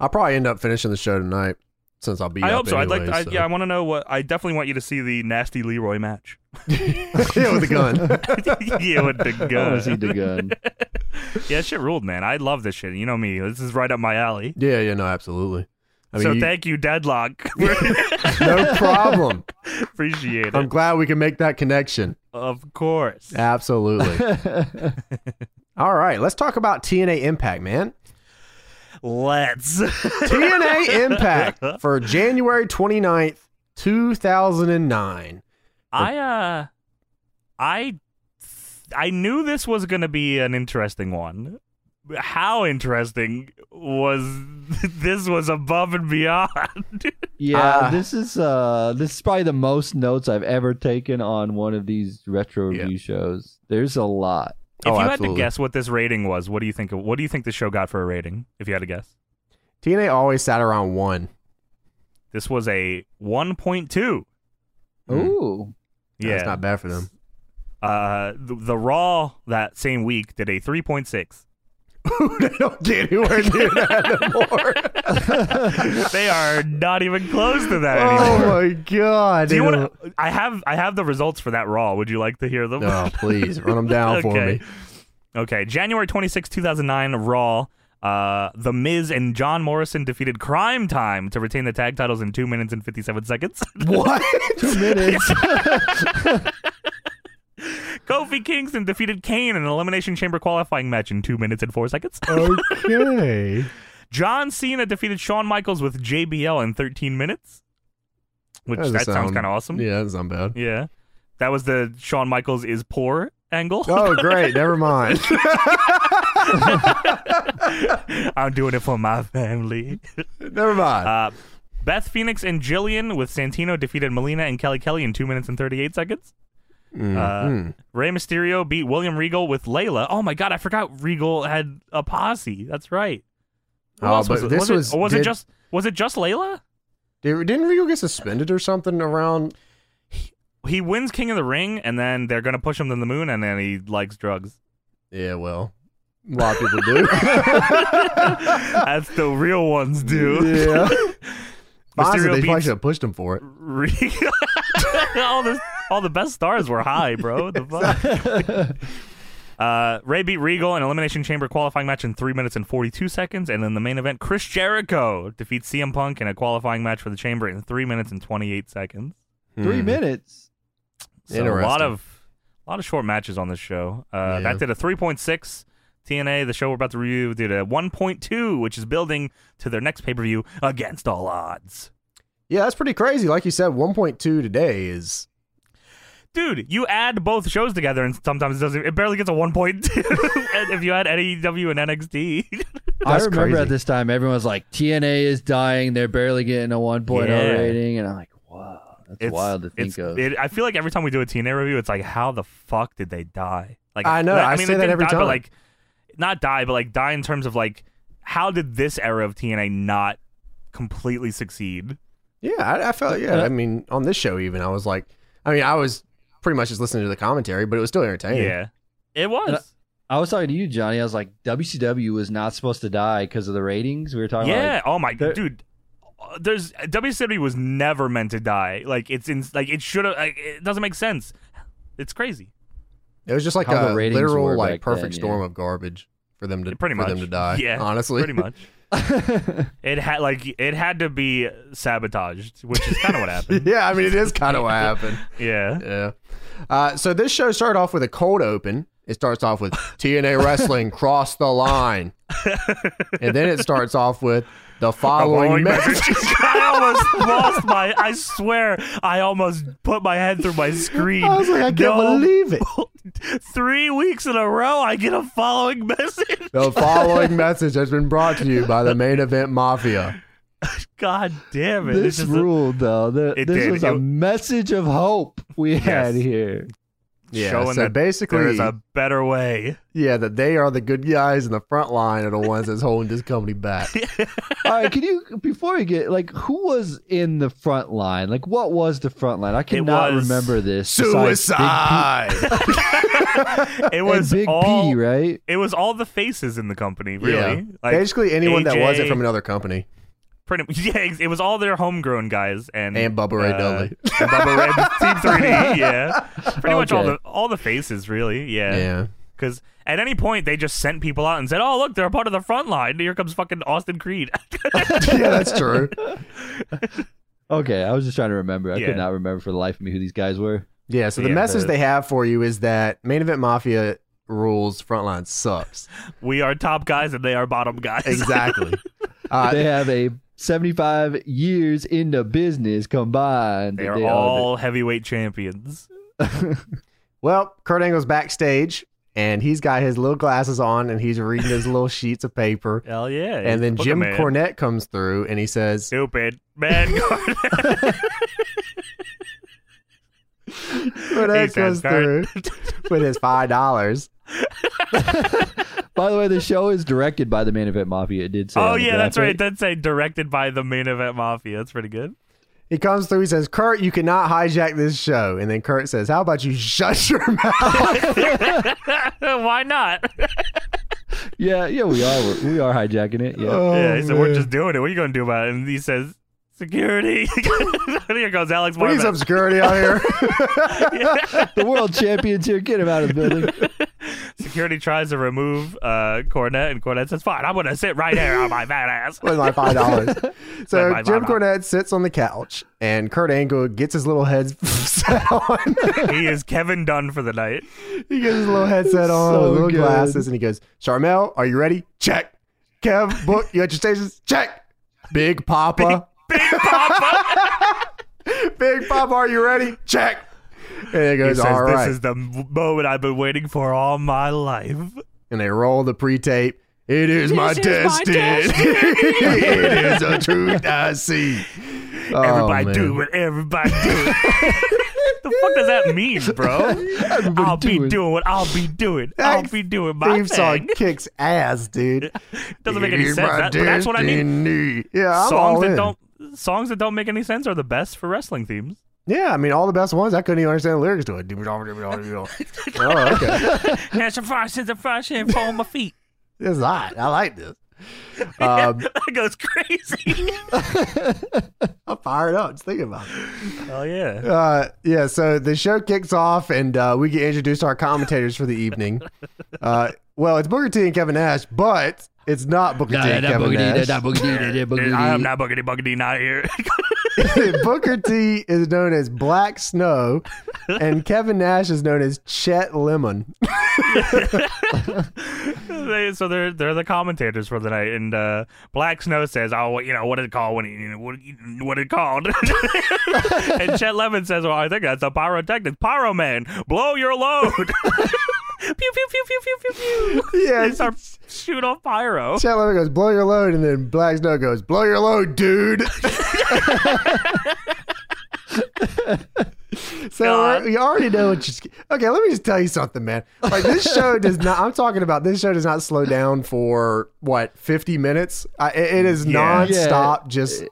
Speaker 1: I'll probably end up finishing the show tonight since I'll be.
Speaker 2: I
Speaker 1: up
Speaker 2: hope so. I'd like.
Speaker 1: anyway,
Speaker 2: To, I,
Speaker 1: so.
Speaker 2: Yeah, I want to know what. I definitely want you to see the nasty Leroy match. *laughs*
Speaker 1: *laughs* yeah, with the gun.
Speaker 2: yeah, with
Speaker 1: *laughs*
Speaker 2: the
Speaker 3: I
Speaker 2: gun.
Speaker 3: want to see the gun.
Speaker 2: Yeah, shit ruled, man. I love this shit. You know me. This is right up my alley.
Speaker 1: Yeah, yeah, no, absolutely. I mean,
Speaker 2: so
Speaker 1: you-
Speaker 2: thank you, Deadlock. *laughs* We
Speaker 1: *laughs*
Speaker 2: *laughs*
Speaker 1: no problem.
Speaker 2: appreciate it.
Speaker 1: I'm glad we can make that connection.
Speaker 2: of course. *laughs*
Speaker 1: Absolutely. All right, let's talk about TNA Impact, man.
Speaker 2: Let's.
Speaker 1: TNA
Speaker 2: *laughs*
Speaker 1: Impact for January 29th, 2009.
Speaker 2: I uh, I, I knew this was gonna be an interesting one. How interesting was *laughs* this? Was above and beyond.
Speaker 3: Yeah,
Speaker 1: Ah.
Speaker 3: this is uh this is probably the most notes I've ever taken on one of these retro
Speaker 1: Yeah.
Speaker 3: review shows. There's a lot.
Speaker 2: if
Speaker 1: Oh,
Speaker 2: you had
Speaker 1: absolutely.
Speaker 2: to guess what this rating was, what do you think? What do you think the show got for a rating? If you had to guess,
Speaker 1: TNA always sat around one.
Speaker 2: this was a one point two.
Speaker 1: Hmm.
Speaker 3: Ooh.
Speaker 2: Yeah,
Speaker 1: That's not bad for
Speaker 2: *laughs*
Speaker 1: them.
Speaker 2: Uh, the, the Raw that same week did a 3.6.
Speaker 1: they don't get anywhere near *laughs* that anymore.
Speaker 2: they are not even close to that
Speaker 1: *laughs*
Speaker 2: anymore.
Speaker 1: Oh my god.
Speaker 2: Do you
Speaker 1: dude.
Speaker 2: want to? I have I have the results for that Raw. Would you like to hear them?
Speaker 1: No, please run them down for
Speaker 2: *laughs*
Speaker 1: me.
Speaker 2: Okay, January 26, 2009, Raw. Uh, the Miz and John Morrison defeated Crime Time to retain the tag titles in 2 minutes and 57 seconds. *laughs*
Speaker 1: What?
Speaker 3: *laughs*
Speaker 1: *laughs*
Speaker 3: Two minutes. *laughs*
Speaker 2: Kofi Kingston defeated Kane in an Elimination Chamber qualifying match in 2 minutes and 4 seconds. *laughs*
Speaker 1: okay.
Speaker 2: John Cena defeated Shawn Michaels with JBL in 13 minutes, which
Speaker 1: doesn't
Speaker 2: that sounds
Speaker 1: sound-
Speaker 2: kind of awesome. *laughs*
Speaker 1: Yeah, that doesn't sound bad.
Speaker 2: Yeah. That was the Shawn Michaels is poor angle.
Speaker 1: Oh, great. Never mind.
Speaker 2: *laughs* I'm doing it for my family.
Speaker 1: Never mind.
Speaker 2: Uh, Beth Phoenix and Jillian with Santino defeated Melina and Kelly Kelly in 2 minutes and 38 seconds. uh,
Speaker 1: Mm, mm.
Speaker 2: Rey Mysterio beat William Regal with Layla. Oh my god, I forgot Regal had a posse. That's right. Who
Speaker 1: Oh,
Speaker 2: else
Speaker 1: but
Speaker 2: was it?
Speaker 1: this
Speaker 2: was, it-
Speaker 1: was-
Speaker 2: or was it
Speaker 1: did-
Speaker 2: just was it just Layla?
Speaker 1: Did, didn't Regal get suspended or something around?
Speaker 2: He wins King of the Ring and then they're gonna push him to the moon and then he likes drugs.
Speaker 1: Yeah, well, a lot of people
Speaker 2: *laughs*
Speaker 1: do. *laughs*
Speaker 2: That's the real ones do. *laughs*
Speaker 1: yeah. Honestly, they
Speaker 2: Mysterio
Speaker 1: probably
Speaker 2: beats-
Speaker 1: should have pushed him for it.
Speaker 2: Regal *laughs* all the all the best stars were high, bro. What the fuck? Uh, Ray beat Regal in Elimination Chamber qualifying match in 3 minutes and 42 seconds. And in the main event, Chris Jericho defeats CM Punk in a qualifying match for the Chamber in 3 minutes and 28 seconds.
Speaker 3: Three
Speaker 1: Mm.
Speaker 3: minutes.
Speaker 2: So a lot
Speaker 1: Interesting.
Speaker 2: of a lot of short matches on this show.
Speaker 1: Yeah.
Speaker 2: Uh, That did a 3.6. TNA, the show we're about to review, did a 1.2, which is building to their next pay per view against all odds.
Speaker 1: Yeah, that's pretty crazy. Like you said, 1.2 today is.
Speaker 2: Dude, you add both shows together, and sometimes it doesn't. It barely gets a 1.2 *laughs* And if you add AEW and NXT.
Speaker 1: That's
Speaker 3: I remember
Speaker 1: crazy.
Speaker 3: at this time, everyone was like, TNA is dying. They're barely getting a 1.0
Speaker 2: Yeah.
Speaker 3: rating. And I'm like, wow, that's
Speaker 2: It's
Speaker 3: wild to think
Speaker 2: it's-
Speaker 3: of.
Speaker 2: It, I feel like every time we do a TNA review, it's like, how the fuck did they die? Like
Speaker 1: I know,
Speaker 2: like,
Speaker 1: I
Speaker 2: mean,
Speaker 1: say
Speaker 2: they
Speaker 1: that
Speaker 2: didn't
Speaker 1: every
Speaker 2: die,
Speaker 1: time.
Speaker 2: But like, not die, but like die in terms of like, how did this era of TNA not completely succeed?
Speaker 1: Yeah, I, I felt. Yeah, I mean, on this show, even, I was like, I mean, I was pretty much just listening to the commentary, but it was still entertaining.
Speaker 2: Yeah, it was.
Speaker 3: I was talking to you, Johnny. I was like, WCW was not supposed to die because of the ratings. We were talking
Speaker 2: yeah.
Speaker 3: about.
Speaker 2: oh my
Speaker 3: there-
Speaker 2: dude. uh, There's WCW was never meant to die. Like it's in like it should have. Like, it doesn't make sense. It's crazy.
Speaker 1: It was just like
Speaker 3: How the
Speaker 1: a
Speaker 3: ratings
Speaker 1: literal,
Speaker 3: were
Speaker 1: like,
Speaker 3: back
Speaker 1: perfect
Speaker 3: then,
Speaker 1: storm of garbage for them to
Speaker 2: Pretty
Speaker 1: for
Speaker 2: much.
Speaker 1: them to die.
Speaker 2: Yeah,
Speaker 1: honestly,
Speaker 3: *laughs*
Speaker 2: Pretty much. it had like it had to be sabotaged, which is kind of what
Speaker 3: *laughs*
Speaker 1: *laughs*
Speaker 2: happened.
Speaker 1: yeah, I mean, it is kind of what
Speaker 2: *laughs*
Speaker 1: happened.
Speaker 2: Yeah.
Speaker 1: Yeah. Uh, so this show started off with a cold open. It starts off with
Speaker 2: *laughs*
Speaker 1: TNA wrestling cross the line, and then it starts off with the following
Speaker 2: Following
Speaker 1: message.
Speaker 2: messages. *laughs* I almost lost my. I swear, I almost put my head through my screen.
Speaker 1: I was like, I can't
Speaker 2: No.
Speaker 1: believe it.
Speaker 2: Three weeks in a row, I get a following *laughs* message.
Speaker 1: The following message has been brought to you by the main event mafia.
Speaker 2: God damn it!
Speaker 3: This
Speaker 2: is
Speaker 3: ruled, though. The-
Speaker 2: It
Speaker 3: this
Speaker 2: did.
Speaker 3: was a
Speaker 2: It-
Speaker 3: message of hope we
Speaker 2: *laughs*
Speaker 3: had here.
Speaker 1: Yeah,
Speaker 2: showing
Speaker 1: so
Speaker 2: that
Speaker 1: basically,
Speaker 2: there is a
Speaker 1: *laughs*
Speaker 2: better way.
Speaker 1: yeah, that they are the good guys in the front line are the ones that's holding this company
Speaker 2: *laughs*
Speaker 1: back.
Speaker 3: All right, can you before we get like who was in the front line? Like what was the front line? I cannot
Speaker 2: was
Speaker 3: remember this. besides Big P- *laughs*
Speaker 1: Suicide.
Speaker 2: It
Speaker 3: and
Speaker 2: was
Speaker 3: Big
Speaker 2: all.
Speaker 3: P, right?
Speaker 2: It was all the faces in the company, really.
Speaker 1: Yeah.
Speaker 2: Like
Speaker 1: basically anyone that wasn't
Speaker 2: AJ
Speaker 1: from another company.
Speaker 2: pretty. *laughs* Yeah, ex- it was all their homegrown guys and
Speaker 1: And Bubba Ray
Speaker 2: uh, *laughs*
Speaker 1: Dudley.
Speaker 2: and Bubba
Speaker 1: *laughs*
Speaker 2: Ray Team 3D. Yeah, pretty much all the
Speaker 3: Okay.
Speaker 2: all the faces, really.
Speaker 1: Yeah. *laughs*
Speaker 2: Because at any point, they just sent people out and said, oh, look, they're a part of the front line. Here comes fucking Austin Creed. *laughs*
Speaker 1: yeah, that's true.
Speaker 3: Okay, I was just trying to remember. I
Speaker 2: Yeah.
Speaker 3: could not remember for the life of me who these guys were.
Speaker 1: Yeah, so the
Speaker 2: Yeah,
Speaker 1: message
Speaker 2: the-
Speaker 1: they have for you is that main event mafia rules frontline
Speaker 2: *laughs*
Speaker 1: sucks.
Speaker 2: we are top guys and they are bottom guys.
Speaker 3: *laughs*
Speaker 1: Exactly. Uh,
Speaker 3: They have a 75 years into business
Speaker 2: *laughs*
Speaker 3: combined.
Speaker 2: they
Speaker 3: that
Speaker 2: are
Speaker 3: own it.
Speaker 2: all heavyweight champions.
Speaker 1: well, Kurt Angle's backstage and he's got his little glasses on and he's reading his little sheets of
Speaker 2: *laughs*
Speaker 1: paper.
Speaker 2: Hell yeah.
Speaker 1: And then
Speaker 2: Book 'em,
Speaker 1: Jim
Speaker 2: man.
Speaker 1: Cornette comes through and he says,
Speaker 2: Stupid.
Speaker 1: *laughs*
Speaker 2: Man, Cornette.
Speaker 1: Cornette
Speaker 2: *laughs* He
Speaker 1: comes
Speaker 2: says,
Speaker 1: through
Speaker 2: *laughs*
Speaker 1: with his five dollars.
Speaker 3: By the way, the show is directed by the Main Event Mafia. It did say.
Speaker 2: oh,
Speaker 3: on the
Speaker 2: yeah, that's right.
Speaker 3: graphic.
Speaker 2: That's a directed by the main event mafia. That's
Speaker 1: *laughs*
Speaker 2: pretty good. *laughs*
Speaker 1: He comes through, he says, Kurt, you cannot hijack this show. And then Kurt says, How about you shut your mouth?
Speaker 2: Why not?
Speaker 3: Yeah, yeah, we are. We're, we are hijacking it. Yeah.
Speaker 2: *laughs* yeah, he said,
Speaker 1: Oh,
Speaker 2: we're
Speaker 1: man.
Speaker 2: just doing it. What are you going to do about it? And he says, security. *laughs* here goes Alex *laughs*
Speaker 1: We need
Speaker 2: Morgan.
Speaker 1: some security out here. *laughs*
Speaker 3: the world champions here. Get him out of the building.
Speaker 2: Security tries to remove uh, Cornette, and Cornette says, "Fine, I'm gonna sit right here on my fat ass."
Speaker 1: with my five dollars. So
Speaker 2: *laughs* With my
Speaker 1: Jim
Speaker 2: $5.
Speaker 1: Cornette sits on the couch, and Kurt Angle gets his little *laughs* headset on.
Speaker 2: *laughs* he is Kevin Dunn for the night.
Speaker 1: he gets his little headset on,
Speaker 3: So
Speaker 1: with little
Speaker 3: good.
Speaker 1: glasses, and he goes, "Charmel, are you ready? Check. Kev, book you at your stations. Check. Big Papa,
Speaker 2: Big Papa,
Speaker 1: *laughs* Big Papa, are you ready? Check. And it
Speaker 2: He
Speaker 1: goes,
Speaker 2: says,
Speaker 1: all
Speaker 2: "This
Speaker 1: right.
Speaker 2: is the m- moment I've been waiting for all my life."
Speaker 1: and they roll the pre-tape. It is my
Speaker 5: is my
Speaker 1: destiny.
Speaker 5: destiny.
Speaker 1: *laughs* it is a truth I see.
Speaker 2: Everybody
Speaker 1: oh,
Speaker 2: do
Speaker 1: man.
Speaker 2: what everybody do. *laughs* the fuck does that mean, bro? I'll
Speaker 3: do
Speaker 2: be
Speaker 3: it.
Speaker 2: doing what I'll be doing.
Speaker 1: That
Speaker 2: I'll be doing my
Speaker 1: Theme song
Speaker 2: thing.
Speaker 1: kicks ass, dude.
Speaker 2: Doesn't make any
Speaker 1: It is
Speaker 2: sense.
Speaker 1: my
Speaker 2: That- but that's what I mean.
Speaker 1: destiny. Yeah, I'm
Speaker 2: songs
Speaker 1: all
Speaker 2: that
Speaker 1: in.
Speaker 2: don't songs that don't make any sense are the best for wrestling themes.
Speaker 1: Yeah, I mean, all the best ones. I couldn't even understand the lyrics to it. *laughs* oh, *laughs* okay.
Speaker 2: *laughs* That's a fire, sends a fire, shit fall on my feet.
Speaker 1: This is hot. I like *laughs* this. Um,
Speaker 2: *laughs* that goes crazy.
Speaker 1: I'm fired up just thinking about it.
Speaker 2: *laughs* oh yeah.
Speaker 1: Uh, yeah, so the show kicks off, and uh, we get introduced to our commentators for the *laughs* evening. Uh, well, it's Booker T and Kevin Nash, but it's not Booker T and Kevin Nash.
Speaker 2: I am not buggity buggity not here. *laughs*
Speaker 1: *laughs* Booker T is known as Black *laughs* Snow, and Kevin Nash is known as Chet Lemon. *laughs*
Speaker 2: They- so they're they're the commentators for the night, and uh, Black Snow says, "Oh, well, you know what it called when it, you know, what it- what it called." *laughs* and Chet Levin says, "Well, I think that's a pyrotechnic, pyro man, blow your load." *laughs* pew pew pew pew pew pew pew.
Speaker 1: Yeah,
Speaker 2: They start shoot
Speaker 1: *laughs*
Speaker 2: off pyro.
Speaker 1: Chet Lemon goes, blow your load, and then Black Snow goes, blow your load, dude. *laughs* so
Speaker 2: God.
Speaker 1: we already know what you're. Okay, let me just tell you something, man. Like this show does not. I'm talking about this show does not slow down for what 50 minutes. I, it, it is
Speaker 2: Yeah.
Speaker 1: nonstop, just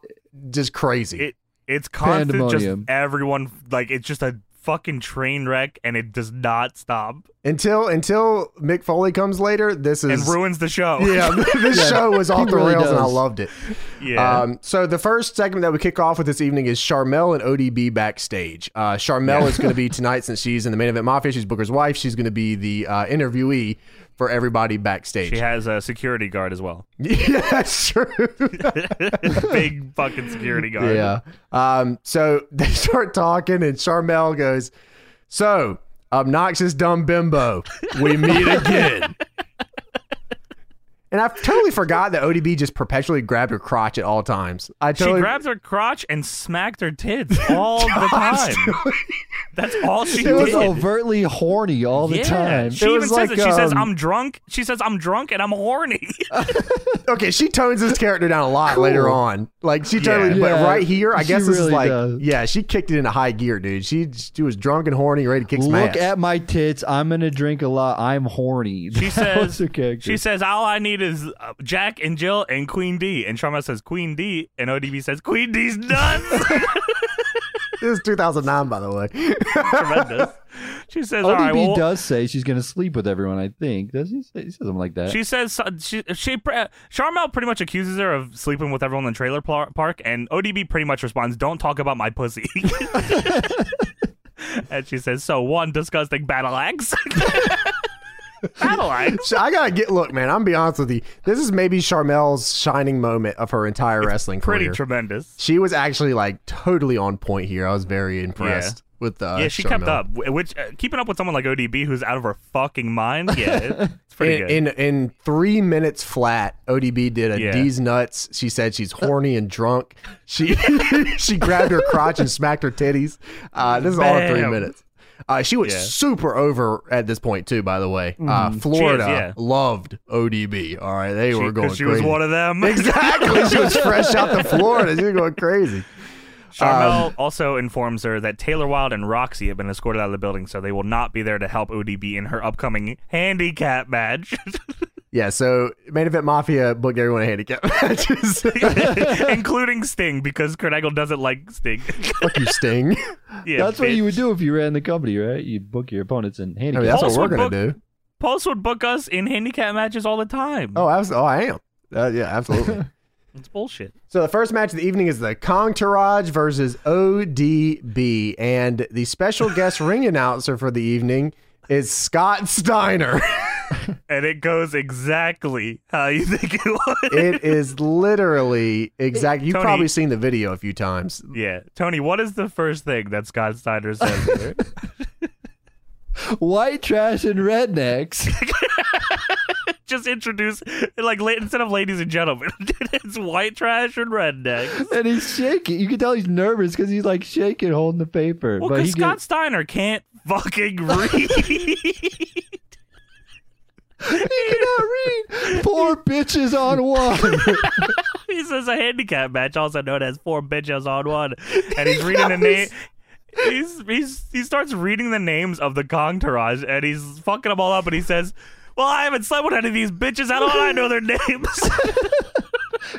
Speaker 1: just crazy.
Speaker 2: It- It's constant, just
Speaker 3: Pandemonium.
Speaker 2: everyone like it's just a fucking train wreck, and it does not stop
Speaker 1: until until Mick Foley comes later. This
Speaker 2: and
Speaker 1: is
Speaker 2: ruins the show.
Speaker 1: yeah. *laughs* This
Speaker 3: Yeah.
Speaker 1: show was
Speaker 3: He
Speaker 1: off the
Speaker 3: really
Speaker 1: rails, and I
Speaker 3: does.
Speaker 1: loved it.
Speaker 2: yeah.
Speaker 1: Um, so the first segment that we kick off with this evening is Charmel and ODB backstage. Uh, Charmel is going
Speaker 2: *laughs*
Speaker 1: to be tonight since she's in the main event mafia. She's Booker's wife. She's going to be the uh, interviewee for everybody backstage. *laughs*
Speaker 2: she has a security guard as well, *laughs*
Speaker 1: yeah, that's true.
Speaker 2: big fucking security guard.
Speaker 1: yeah. Um, so *laughs* they start talking, and Charmel goes, "So obnoxious dumb bimbo, we meet
Speaker 2: *laughs*
Speaker 1: again." And I totally forgot that ODB just perpetually grabbed her crotch at all times. I
Speaker 2: She
Speaker 1: totally
Speaker 2: grabbed her crotch and smacked her tits all the time. That's all she
Speaker 3: She
Speaker 2: did.
Speaker 3: was overtly horny all the
Speaker 2: yeah.
Speaker 3: time.
Speaker 2: She
Speaker 1: It
Speaker 2: even
Speaker 1: was
Speaker 2: says
Speaker 1: like,
Speaker 2: it. She says,
Speaker 1: um,
Speaker 2: "I'm drunk." She says, "I'm drunk and I'm horny." *laughs*
Speaker 1: okay, she tones this character down a lot later on. Like she
Speaker 2: Yeah.
Speaker 1: totally, but
Speaker 3: Yeah.
Speaker 1: right here, I
Speaker 3: She
Speaker 1: guess it's
Speaker 3: really
Speaker 1: like,
Speaker 3: does.
Speaker 1: yeah, she kicked it into high gear, dude. She she was drunk and horny, ready to kick some
Speaker 3: Look
Speaker 1: ass.
Speaker 3: at my tits. I'm gonna drink a lot. I'm horny. *laughs*
Speaker 2: She says, "She
Speaker 3: "She
Speaker 2: says all I need is uh, Jack and Jill and Queen D." And Sharma says, "Queen D," and ODB says, "Queen D's nuts."
Speaker 1: *laughs*
Speaker 2: *laughs*
Speaker 1: this is 2009, by the way.
Speaker 2: Tremendous. She says, "All right,
Speaker 3: ODB
Speaker 2: well,
Speaker 3: does say she's gonna sleep with everyone. I think does he say, he says something like that?
Speaker 2: She says so- she she pre- Charmel pretty much accuses her of sleeping with everyone in the trailer pl- park, and ODB pretty much responds, "Don't talk about my pussy." *laughs* and she says, "So one disgusting battle axe." *laughs* battle axe.
Speaker 1: So I gotta get look, man. I'm gonna be honest with you. This is maybe Charmel's shining moment of her entire wrestling
Speaker 2: Pretty
Speaker 1: career.
Speaker 2: tremendous.
Speaker 1: she was actually like totally on point here. I was very impressed with uh,
Speaker 2: yeah, she
Speaker 1: Charmel.
Speaker 2: kept up. wh- Which uh, keeping up with someone like ODB who's out of her fucking mind, yeah, it-
Speaker 1: *laughs*
Speaker 2: it's pretty good.
Speaker 1: in, in in three minutes flat, ODB did a
Speaker 2: Yeah.
Speaker 1: D's nuts. She said she's horny and drunk. She *laughs* she grabbed her crotch and smacked her titties. Uh, this is all in three
Speaker 2: Bam.
Speaker 1: minutes. Uh, she was
Speaker 2: Yeah. Mm-hmm.
Speaker 1: super over at this point too. By the way, uh, Florida
Speaker 2: yeah.
Speaker 1: loved ODB. All right, they were going.
Speaker 2: because she
Speaker 1: crazy.
Speaker 2: was one of
Speaker 1: *laughs*
Speaker 2: them. *laughs*
Speaker 1: Exactly. she was fresh out to Florida. She was going crazy.
Speaker 2: Charmel
Speaker 3: Um,
Speaker 2: also informs her that Taylor Wilde and Roxy have been escorted out of the building, so they will not be there to help ODB in her upcoming handicap match. *laughs*
Speaker 1: Yeah, so Main Event Mafia booked everyone a handicap
Speaker 2: *laughs*
Speaker 1: matches.
Speaker 2: including Sting because Kurt Angle doesn't like Sting. *laughs*
Speaker 1: Fuck you, Sting.
Speaker 2: yeah,
Speaker 3: that's what
Speaker 2: bitch.
Speaker 3: you would do if you ran the company, right? You'd book your opponents in
Speaker 1: I mean,
Speaker 3: handicap.
Speaker 1: that's what
Speaker 2: Also
Speaker 1: we're going to
Speaker 2: booked-
Speaker 1: do.
Speaker 2: Pulse would book us in handicap matches all the time.
Speaker 1: Oh, absolutely. Oh, I am. Uh, yeah, absolutely.
Speaker 2: It's bullshit.
Speaker 1: so the first match of the evening is the Kong Taraj versus ODB. And the special guest ring announcer for the evening is Scott Steiner. *laughs*
Speaker 2: And it goes exactly how you *laughs* think it would.
Speaker 1: it is literally exact. You've
Speaker 2: Tony-
Speaker 1: probably seen the video a few times.
Speaker 2: yeah. Tony, what is the first thing that Scott Steiner says? *laughs* here?
Speaker 3: White trash and rednecks.
Speaker 2: just introduce like la- instead of ladies and gentlemen, *laughs* it's white trash and rednecks.
Speaker 3: and he's shaking. You can tell he's nervous because he's like shaking, holding the paper.
Speaker 2: Well,
Speaker 3: but
Speaker 2: because
Speaker 3: he
Speaker 2: Scott
Speaker 3: gets,
Speaker 2: Steiner can't *laughs* fucking read.
Speaker 3: he cannot
Speaker 2: *laughs*
Speaker 3: read. Four bitches on one.
Speaker 2: *laughs* he says a handicap match, also known as four bitches on one, and
Speaker 3: *laughs*
Speaker 2: he's reading the name. He's, he's he starts reading the names of the Kongtaraj, and he's fucking them all up, and he says. Well, I haven't slept with any of these bitches. How do I know their *laughs* names?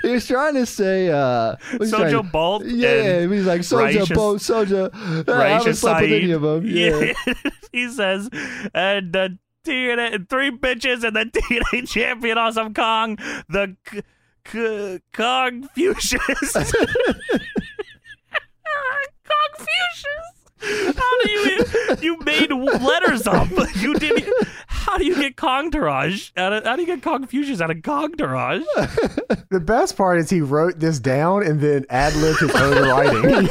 Speaker 3: he was trying to say uh, what he's
Speaker 2: Soja
Speaker 3: trying-
Speaker 2: Bolt
Speaker 3: Yeah,
Speaker 2: and
Speaker 3: he was like Soja
Speaker 2: Raisha-
Speaker 3: Bolt, Soja. Uh, *laughs* I haven't
Speaker 2: Raisha
Speaker 3: slept with any
Speaker 2: Saeed.
Speaker 3: of them. Yeah.
Speaker 2: *laughs* he says, and the TNA, three bitches and the *laughs* TNA champion Awesome Kong, the K- K- Kong Fucius.
Speaker 3: *laughs*
Speaker 2: *laughs* Confucius. How do you you made letters up? *laughs* You didn't. How do you get Kongtaraj? Out of, how do you get Confucius out of *laughs*
Speaker 3: *laughs*
Speaker 2: Kongtaraj?
Speaker 1: The best part is he wrote this down and then ad libbed his *laughs* own writing.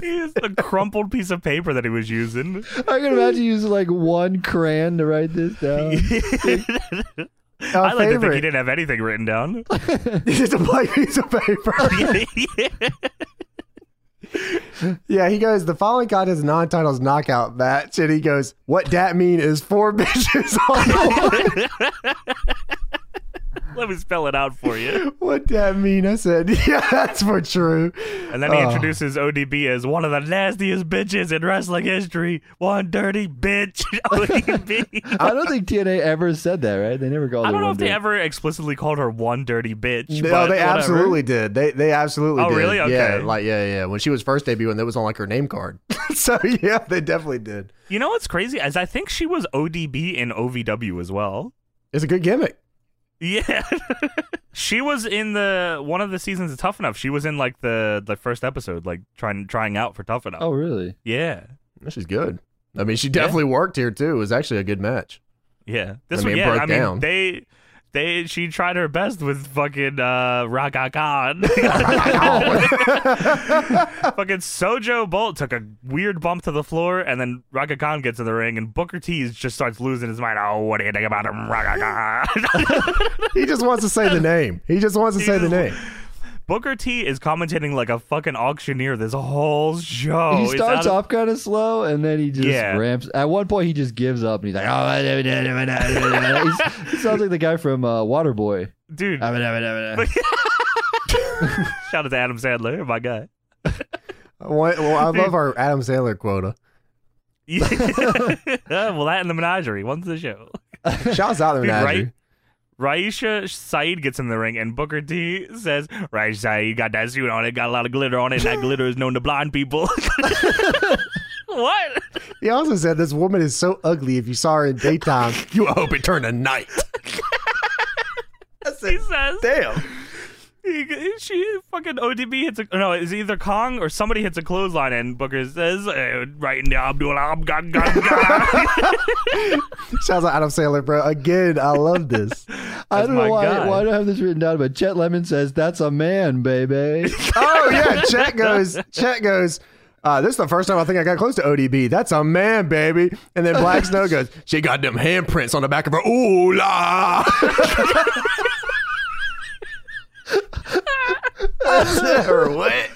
Speaker 2: He's the crumpled piece of paper that he was using.
Speaker 3: I can imagine using like one crayon to write this
Speaker 2: *laughs*
Speaker 3: down.
Speaker 1: Our
Speaker 2: I like to think he
Speaker 1: favorite.
Speaker 2: didn't have anything written down.
Speaker 1: *laughs* It's a blank piece of *laughs* paper. Yeah, he goes, the following got his non titles knockout match. And he goes, what that mean is four *laughs* bitches on one.
Speaker 2: Let me spell it out for you.
Speaker 1: What that mean? I said, *laughs* yeah, that's for true.
Speaker 2: And then he
Speaker 1: Oh.
Speaker 2: introduces ODB as one of the nastiest bitches in wrestling history. One dirty bitch, *laughs* ODB.
Speaker 3: I don't think TNA ever said that, right? They never called
Speaker 2: I
Speaker 3: her
Speaker 2: don't know
Speaker 3: one
Speaker 2: if they
Speaker 3: dude.
Speaker 2: ever explicitly called her one dirty bitch.
Speaker 1: No,
Speaker 2: but
Speaker 1: they
Speaker 2: whatever.
Speaker 1: absolutely did. They they absolutely
Speaker 2: Oh,
Speaker 1: did.
Speaker 2: really?
Speaker 1: Yeah,
Speaker 2: Okay.
Speaker 1: like, yeah, yeah. When she was first debuting, that was on like her name card. *laughs* so, yeah, they definitely did.
Speaker 2: You know what's crazy? As I think she was ODB in OVW as well.
Speaker 1: It's a good gimmick.
Speaker 2: Yeah, *laughs* she was in the one of the seasons of Tough Enough. She was in like the the first episode, like trying trying out for Tough Enough.
Speaker 3: Oh, really?
Speaker 2: Yeah,
Speaker 1: She's good. I mean, she definitely worked here too. It was actually a good match.
Speaker 2: Yeah, this
Speaker 1: I mean,
Speaker 2: one.
Speaker 1: it
Speaker 2: Yeah,
Speaker 1: broke
Speaker 2: I mean,
Speaker 1: down.
Speaker 2: they, they, she tried her best with fucking uh, Raka Khan. *laughs* fucking Sojo Bolt took a weird bump to the floor, and then Raka Khan gets in the ring, and Booker T just starts losing his mind. Oh, what do you think about him, Raka Khan?
Speaker 1: He just wants to say the name. *laughs* He just wants to say the name.
Speaker 2: *laughs* Booker T is commentating like a fucking auctioneer this whole show.
Speaker 3: he
Speaker 2: Oh, It's out
Speaker 3: starts
Speaker 2: of-
Speaker 3: off kind of slow and then he just
Speaker 2: Yeah.
Speaker 3: ramps. At one point, he just gives up and he's like, oh, he's, *laughs* he sounds like the guy from uh,
Speaker 2: *laughs*
Speaker 3: Waterboy.
Speaker 2: dude.
Speaker 3: Uh.
Speaker 2: shout out to Adam Sandler, my guy. *laughs*
Speaker 1: What- Well, I love our Adam Sandler quota.
Speaker 2: Yeah. well, that and the menagerie. Once the show.
Speaker 1: Shouts out to *laughs*
Speaker 2: Dude,
Speaker 1: Menagerie.
Speaker 2: right? Raisha Saeed gets in the ring, and Booker T says, Raisha Saeed got that suit on it, got a lot of glitter on it, and that glitter is known to blind people. *laughs* what?
Speaker 1: He also said this woman is so ugly. If you saw her in daytime, *laughs* you would hope it turned to night. *laughs* I
Speaker 2: He
Speaker 1: said,
Speaker 2: says,
Speaker 1: damn.
Speaker 2: he- she fucking ODB hits a, no, it's either Kong or somebody hits a clothesline, and Booker says, "Eh, right now I'm doing, I'm gone, gone, gone."
Speaker 1: Shouts out Adam Sandler, bro. Again, I love *laughs* this.
Speaker 3: I don't know
Speaker 2: my
Speaker 3: why,
Speaker 2: guy.
Speaker 3: why I don't have this written down, but Chet Lemon says, that's a man,
Speaker 2: *laughs*
Speaker 3: baby. *laughs*
Speaker 1: Oh yeah, Chet goes. Chet goes. Uh, this is the first time I think I got close to ODB. That's a man, baby. And then Black Snow goes. She got them handprints on the back of her. Ooh *laughs* la. I said, what?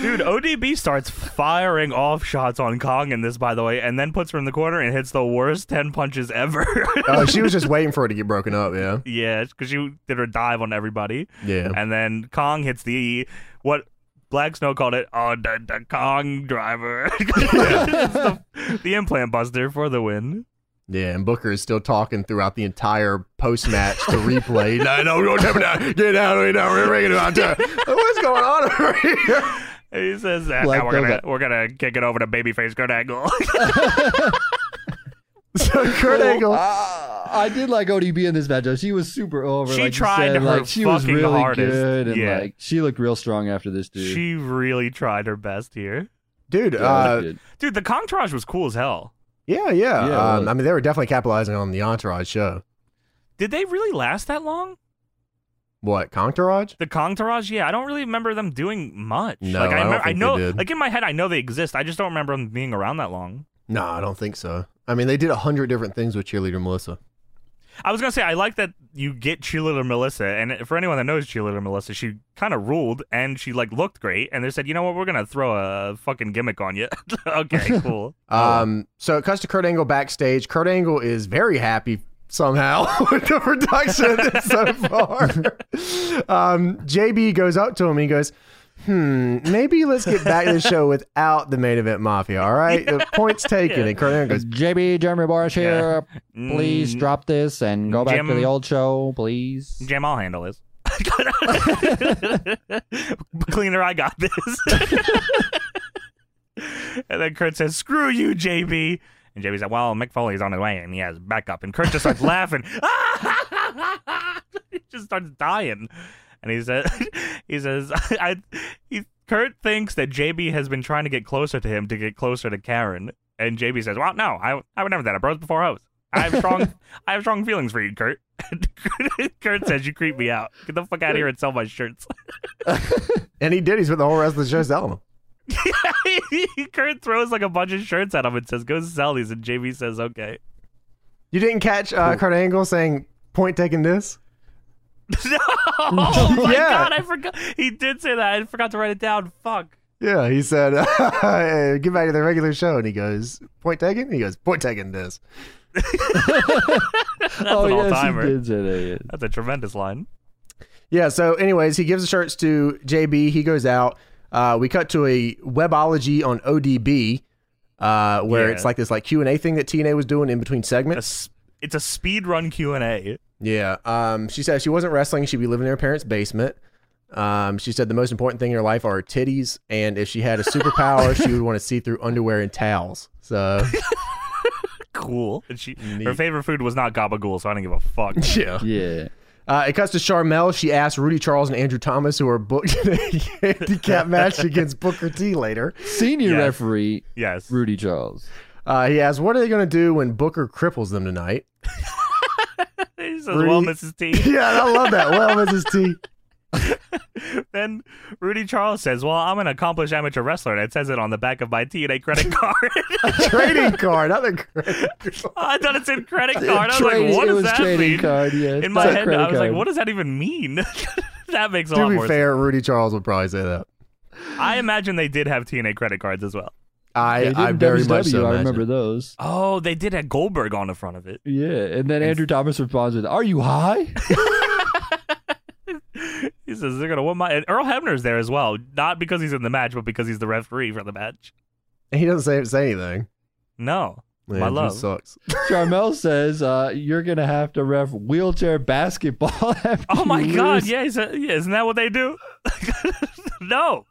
Speaker 2: Dude, ODB starts firing off shots on Kong in this, by the way, and then puts her in the corner and hits the worst 10 punches ever. *laughs*
Speaker 1: Oh, she was just waiting for it to get broken up. Yeah,
Speaker 2: yeah, because she did her dive on everybody.
Speaker 1: yeah.
Speaker 2: And then Kong hits the what Black Snow called it, oh the, the Kong driver. *laughs* It's the, the implant buster for the win.
Speaker 1: Yeah, and Booker is still talking throughout the entire post match to replay. *laughs* no, no, don't tell me that. Get out of here. No, we're ringing about time. *laughs* What's going on over here?
Speaker 2: And he says that
Speaker 3: Black
Speaker 2: now we're gonna
Speaker 3: Velvet.
Speaker 2: we're gonna kick it over to babyface Kurt *laughs* Angle.
Speaker 1: So *laughs* Kurt Angle.
Speaker 3: Uh, I did like ODB in this match. though. She was super over.
Speaker 2: She
Speaker 3: like you
Speaker 2: tried
Speaker 3: said.
Speaker 2: her
Speaker 3: like, she was
Speaker 2: fucking
Speaker 3: really
Speaker 2: hardest.
Speaker 3: good, and
Speaker 2: Yeah.
Speaker 3: like she looked real strong after this dude.
Speaker 2: she really tried her best here.
Speaker 1: Dude,
Speaker 3: Yeah,
Speaker 1: uh,
Speaker 3: she did.
Speaker 2: Dude, the Kong Taraj was cool as hell.
Speaker 1: yeah, yeah.
Speaker 3: Yeah, it
Speaker 1: um,
Speaker 3: was.
Speaker 1: I mean, they were definitely capitalizing on the Entourage show.
Speaker 2: Did they really last that long?
Speaker 1: What, Contourage?
Speaker 2: The Kong Taraj? Yeah, I don't really remember them doing much.
Speaker 1: No,
Speaker 2: like
Speaker 1: I don't
Speaker 2: remember,
Speaker 1: think
Speaker 2: I
Speaker 1: they
Speaker 2: know
Speaker 1: did.
Speaker 2: like in my head I know they exist. I just don't remember them being around that long.
Speaker 1: No, I don't think so. I mean, they did a hundred different things with cheerleader Melissa.
Speaker 2: I was gonna say I like that you get cheerleader Melissa, and for anyone that knows cheerleader Melissa, she kind of ruled and she like looked great, and they said, you know what, we're gonna throw a fucking gimmick on you. *laughs* okay, cool.
Speaker 1: Um, so it cuts to Kurt Angle backstage. Kurt Angle is very happy somehow *laughs* with the production *laughs* so far. *laughs* um, JB goes up to him. He goes, "Hmm, maybe let's get back to the show without the main event mafia. All right, the points taken." And Kurt Angle goes,
Speaker 5: JB Jeremy Boris
Speaker 2: Yeah.
Speaker 5: here. Please
Speaker 2: Mm,
Speaker 5: drop this and go back to
Speaker 2: Jim-
Speaker 5: the old show, please.
Speaker 2: Jam, I'll handle this. *laughs* Cleaner, I got this. *laughs* and then Kurt says, "Screw you, JB." And JB's like, "Well, Mick Foley's on his way, and he has backup." And Kurt just starts laughing. *laughs* he just starts dying, and he says, *laughs* "He says, I." He, Kurt thinks that JB has been trying to get closer to him to get closer to Karen, and JB says, "Well, no, I, I would never do that. I bros before hoes. I have strong, I have strong feelings for you, Kurt." *laughs* Kurt says, "You creep me out. Get the fuck out of here and sell my shirts." *laughs*
Speaker 1: and he did. He's with the whole rest of the show selling them.
Speaker 2: Kurt throws like a bunch of shirts at him and says, "Go sell these." And JB says, "Okay." *laughs*
Speaker 1: You didn't catch uh, Kurt Angle saying, "Point taken this."
Speaker 2: no! Oh my
Speaker 1: Yeah.
Speaker 2: god, I forgot. He did say that. I forgot to write it down. Fuck.
Speaker 1: Yeah, he said, *laughs* "Hey, "Get back to the regular show," and he goes, "Point taken." And he goes, "Point taken this."
Speaker 2: That's
Speaker 3: oh
Speaker 2: an
Speaker 3: yes,
Speaker 2: all-timer.
Speaker 3: he did say that.
Speaker 2: That's a tremendous line.
Speaker 1: Yeah. So, anyways, he gives the shirts to JB. He goes out. Uh, we cut to a webology on ODB, uh, where
Speaker 2: Yeah.
Speaker 1: it's like this like Q and A thing that TNA was doing in between
Speaker 2: A
Speaker 1: segments.
Speaker 2: s- it's a speed run Q and A.
Speaker 1: Yeah. Um, she said she wasn't wrestling. She'd be living in her parents' basement. Um, she said the most important thing in her life are her titties, and if she had a superpower, she would want to see through underwear and towels. So,
Speaker 2: Cool. And she, her
Speaker 1: Neat.
Speaker 2: favorite food was not gabagool, so I don't give a
Speaker 3: *laughs*
Speaker 2: fuck.
Speaker 1: *laughs* yeah.
Speaker 3: Yeah.
Speaker 1: Uh, it cuts to Charmel. She asks Rudy Charles and Andrew Thomas, who are booked in a *laughs* handicap match against Booker T later.
Speaker 3: Senior
Speaker 2: Yes.
Speaker 3: referee
Speaker 2: Yes.
Speaker 3: Rudy Charles.
Speaker 1: Uh, he asks, "What are they going to do when Booker cripples them tonight?" *laughs*
Speaker 2: He says,
Speaker 1: Rudy-
Speaker 2: "Well, Mrs.
Speaker 3: *laughs*
Speaker 2: T."
Speaker 1: yeah, I love that. Well, Mrs. T. *laughs*
Speaker 2: then Rudy Charles says, "Well, I'm an accomplished amateur wrestler, and it says it on the back of my TNA
Speaker 3: *laughs*
Speaker 2: credit card." *laughs*
Speaker 1: Trading card. Other credit.
Speaker 2: I thought it said credit card. I was
Speaker 3: Trading-
Speaker 2: like, "What
Speaker 3: it
Speaker 2: does
Speaker 3: was
Speaker 2: that
Speaker 3: trading
Speaker 2: mean?"
Speaker 3: card. Yes.
Speaker 2: In my
Speaker 3: It's a
Speaker 2: head,
Speaker 3: credit
Speaker 2: I was like,
Speaker 3: card.
Speaker 2: "What does that even mean?" *laughs* that makes a
Speaker 1: To
Speaker 2: lot
Speaker 1: be
Speaker 2: more
Speaker 1: fair, Rudy Charles would probably say that.
Speaker 2: sense. I imagine they did have TNA credit cards as well.
Speaker 1: I,
Speaker 3: They did
Speaker 1: I very
Speaker 3: WCW,
Speaker 1: much so.
Speaker 3: E, I
Speaker 1: imagine.
Speaker 3: remember those.
Speaker 2: Oh, they did have Goldberg on the front of it. *laughs*
Speaker 3: Yeah, and then Andrew Thomas responds with, "Are you high?"
Speaker 2: He says they're gonna win my. And Earl Hebner's there as well, not because he's in the match, but because he's the referee for the match.
Speaker 1: He doesn't say say anything.
Speaker 2: No,
Speaker 1: Man,
Speaker 2: My
Speaker 1: he
Speaker 2: love.
Speaker 1: sucks.
Speaker 3: Charmel says, uh, "You're gonna have to ref wheelchair basketball." *laughs* After
Speaker 2: oh my
Speaker 3: you
Speaker 2: god,
Speaker 3: lose."
Speaker 2: yeah, he said- yeah, isn't that what they do? *laughs* no,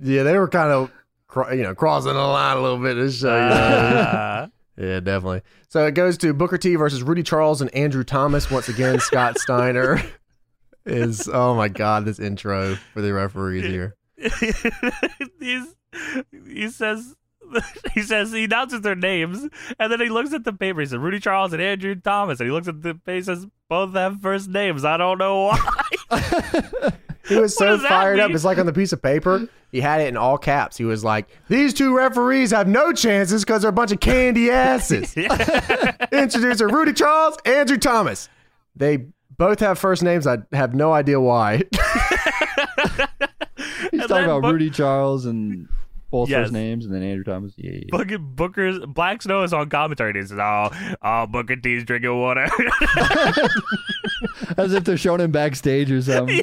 Speaker 1: Yeah, they were kind of cro- you know crossing the line a little bit. This show,
Speaker 2: *laughs*
Speaker 1: you know.
Speaker 2: Uh,
Speaker 1: yeah, definitely. So it goes to Booker T versus Rudy Charles and Andrew Thomas once again. Scott Steiner *laughs* is oh my god, this intro for the referees here.
Speaker 2: he's, he says *laughs* he says he announces their names and then he looks at the paper. He says Rudy Charles and Andrew Thomas, and he looks at the paper. He says both have first names. I don't know why.
Speaker 1: He was
Speaker 2: What
Speaker 1: so
Speaker 2: does that
Speaker 1: fired up.
Speaker 2: mean?
Speaker 1: It's like on the piece of paper. He had it in all caps. He was like, "These two referees have no chances because they're a bunch of candy
Speaker 2: *laughs*
Speaker 1: asses." Introducer Rudy Charles, Andrew Thomas. They both have first names. I have no idea why.
Speaker 3: He's
Speaker 2: And
Speaker 3: talking
Speaker 2: then
Speaker 3: about
Speaker 2: Book-
Speaker 3: Rudy Charles and both
Speaker 2: Yes.
Speaker 3: first names, and then Andrew Thomas. Yeah, yeah,
Speaker 2: Fucking Booker's Black Snow is on commentary. And he says, "Oh, oh, Booker T's drinking water." *laughs*
Speaker 3: yeah. as if they're showing him
Speaker 2: *laughs*
Speaker 3: backstage or something.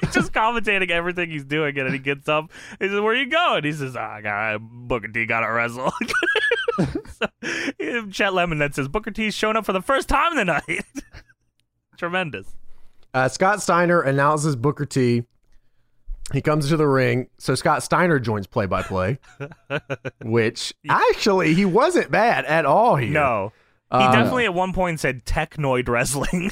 Speaker 2: he's *laughs* just commentating everything he's doing, and then he gets up. He says, "Where you going?" He says, "Ah, God, Booker T got to wrestle." *laughs* so, *laughs* Chet Lemon then says, "Booker T's showing up for the first time tonight." *laughs* Tremendous.
Speaker 1: Uh, Scott Steiner announces Booker T. He comes into the ring, so Scott Steiner joins play by
Speaker 2: *laughs*
Speaker 1: play, which actually he wasn't bad at all here.
Speaker 2: No. He
Speaker 1: Uh,
Speaker 2: definitely at one point said technoid wrestling. *laughs*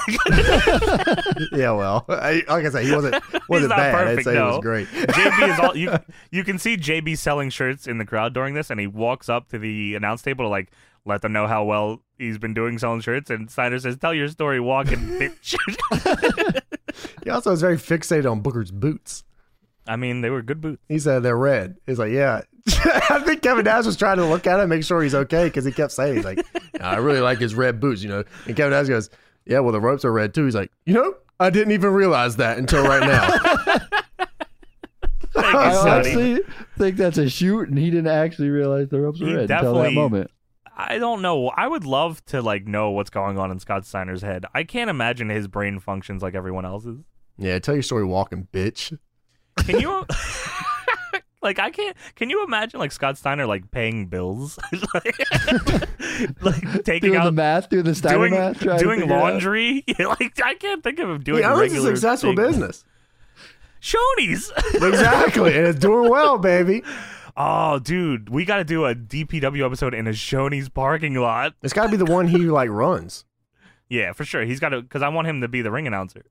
Speaker 1: Yeah, well, *laughs* I, like I said, he
Speaker 2: *laughs*
Speaker 1: wasn't wasn't
Speaker 2: not
Speaker 1: bad. I'd
Speaker 2: perfect,
Speaker 1: say he was
Speaker 2: no.
Speaker 1: great. *laughs*
Speaker 2: JB is all you you can see JB selling shirts in the crowd during this and he walks up to the announce table to like let them know how well he's been doing selling shirts and Steiner says, Tell your story walking, bitch. *laughs*
Speaker 1: He also was very fixated on Booker's boots.
Speaker 2: I mean, they were
Speaker 1: *laughs*
Speaker 2: good boots.
Speaker 1: He said they're *laughs* red. He's like, yeah. I think Kevin Nash was trying to look at him, make sure he's okay, because he kept saying he's like, I really like his red boots, you know. And Kevin Nash goes, Yeah, well, the ropes are red too. He's like, You know, I didn't even realize that until right now.
Speaker 2: Thank you,
Speaker 3: I
Speaker 2: Sonny.
Speaker 3: honestly think that's a shoot, and he didn't actually realize the ropes were
Speaker 2: He
Speaker 3: red until that
Speaker 2: definitely-
Speaker 3: moment.
Speaker 2: I don't know. I would love to like know what's going on in Scott Steiner's head. I can't imagine his brain functions like everyone else's.
Speaker 1: yeah, tell your story walking, bitch. *laughs*
Speaker 2: Can you? like I can't. Can you imagine like Scott Steiner like paying bills, *laughs* like, like, taking
Speaker 3: Doing the
Speaker 2: out
Speaker 3: math, doing the Steiner
Speaker 2: doing
Speaker 3: math, trying to
Speaker 2: doing
Speaker 3: figure it out.
Speaker 2: laundry? *laughs* like I can't think of him doing
Speaker 1: He owns a
Speaker 2: regular
Speaker 1: successful
Speaker 2: things.
Speaker 1: business.
Speaker 2: Shoney's.
Speaker 1: *laughs* exactly. And it's doing well, baby.
Speaker 2: oh, dude, we got to do a DPW episode in a Shoney's parking lot.
Speaker 1: It's got to be the one he like runs.
Speaker 2: Yeah, for sure. He's got to because I want him to be the ring announcer.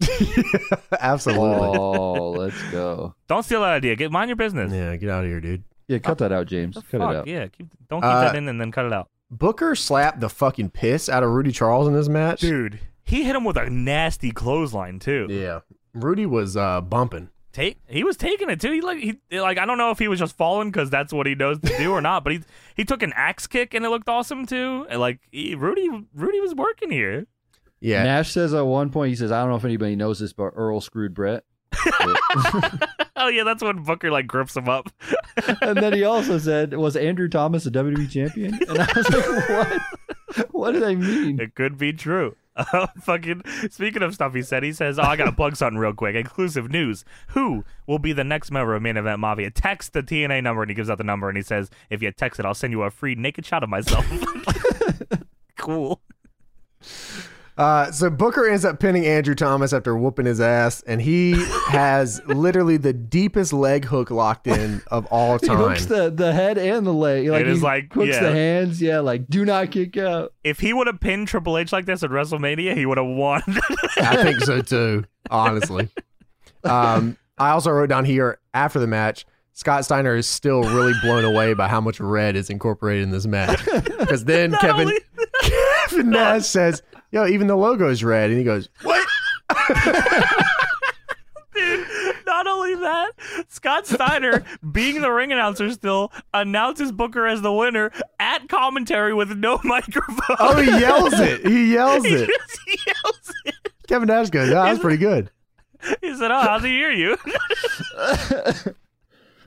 Speaker 1: *laughs* Absolutely.
Speaker 3: Oh, let's go.
Speaker 2: don't steal that idea. Get mind your business.
Speaker 1: yeah, get out of here, dude.
Speaker 3: Yeah, cut that out, James.
Speaker 2: The
Speaker 3: Cut
Speaker 2: fuck?
Speaker 3: it out.
Speaker 2: Yeah, keep, don't keep
Speaker 1: Uh,
Speaker 2: that in and then cut it out.
Speaker 1: Booker slapped the fucking piss out of Rudy Charles in this match.
Speaker 2: Dude, he hit him with a nasty clothesline too.
Speaker 1: Yeah. Rudy was uh, bumping.
Speaker 2: Take he was taking it too. He like he like I don't know if he was just falling because that's what he knows to do or not, but he he took an axe kick and it looked awesome too. And like he, Rudy Rudy was working here. *laughs*
Speaker 1: Yeah.
Speaker 3: Nash says at one point, he says, I don't know if anybody knows this, but Earl screwed Brett. *laughs*
Speaker 2: Oh yeah, that's when Booker like grips him up.
Speaker 3: and then he also said, Was Andrew Thomas a WWE champion? *laughs* And I was like, What? What did I mean?
Speaker 2: It could be true. *laughs* Uh, fucking speaking of stuff he said, he says, "Oh, I gotta plug something real quick. Exclusive news: Who will be the next member of Main Event Mafia? Text the TNA number, and he gives out the number, and he says, "If you text it, I'll send you a free naked shot
Speaker 1: *laughs*
Speaker 2: of myself." cool.
Speaker 1: Uh, so Booker ends up pinning Andrew Thomas after whooping his ass, and *laughs* he has literally the deepest leg hook locked in of all
Speaker 3: He
Speaker 1: time.
Speaker 3: hooks the, the head and the leg. Like,
Speaker 2: It is
Speaker 3: he
Speaker 2: like,
Speaker 3: hooks
Speaker 2: yeah.
Speaker 3: the hands. Yeah, like, do not kick out.
Speaker 2: If he would have pinned Triple H like this at WrestleMania, he would have won. *laughs*
Speaker 1: I think so too, honestly. Um, I also wrote down here after the match, Scott Steiner is still really blown away by how much red is incorporated in this match. Because then
Speaker 2: Not
Speaker 1: Kevin
Speaker 2: only-
Speaker 1: Kevin Nash says, "Yo, even the logo is red," and he goes, "What?"
Speaker 2: Not only that, Scott Steiner, being the ring announcer still, announces Booker as the winner at commentary with no *laughs* microphone.
Speaker 1: Oh, he yells it. He yells
Speaker 2: He *laughs*
Speaker 1: it.
Speaker 2: just yells it.
Speaker 1: Kevin Nash goes, "Ah, "That's pretty good."
Speaker 2: He said, "Oh, how's he hear you?" *laughs*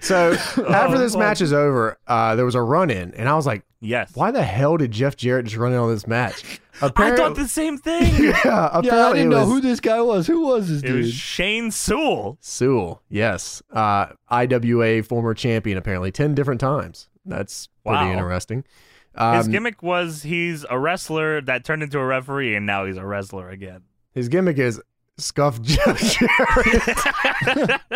Speaker 1: So after this
Speaker 2: fuck.
Speaker 1: match is over, uh, there was a run in, and I was like,
Speaker 2: yes.
Speaker 1: why the hell did Jeff Jarrett just run in on this match?
Speaker 2: I
Speaker 1: Apparently,
Speaker 2: thought the same thing.
Speaker 1: *laughs* yeah, apparently
Speaker 3: Yeah, I didn't
Speaker 1: it
Speaker 3: know
Speaker 1: was
Speaker 3: who this guy was. Who was this
Speaker 2: it
Speaker 3: dude?
Speaker 2: was Shane Sewell.
Speaker 1: Sewell. Yes, uh, IWA former champion. Apparently, ten different times. That's pretty
Speaker 2: Wow.
Speaker 1: interesting.
Speaker 2: His
Speaker 1: Um,
Speaker 2: gimmick was he's a wrestler that turned into a referee, and now he's a wrestler again.
Speaker 1: his gimmick is scuff Jeff Jarrett.
Speaker 2: *laughs*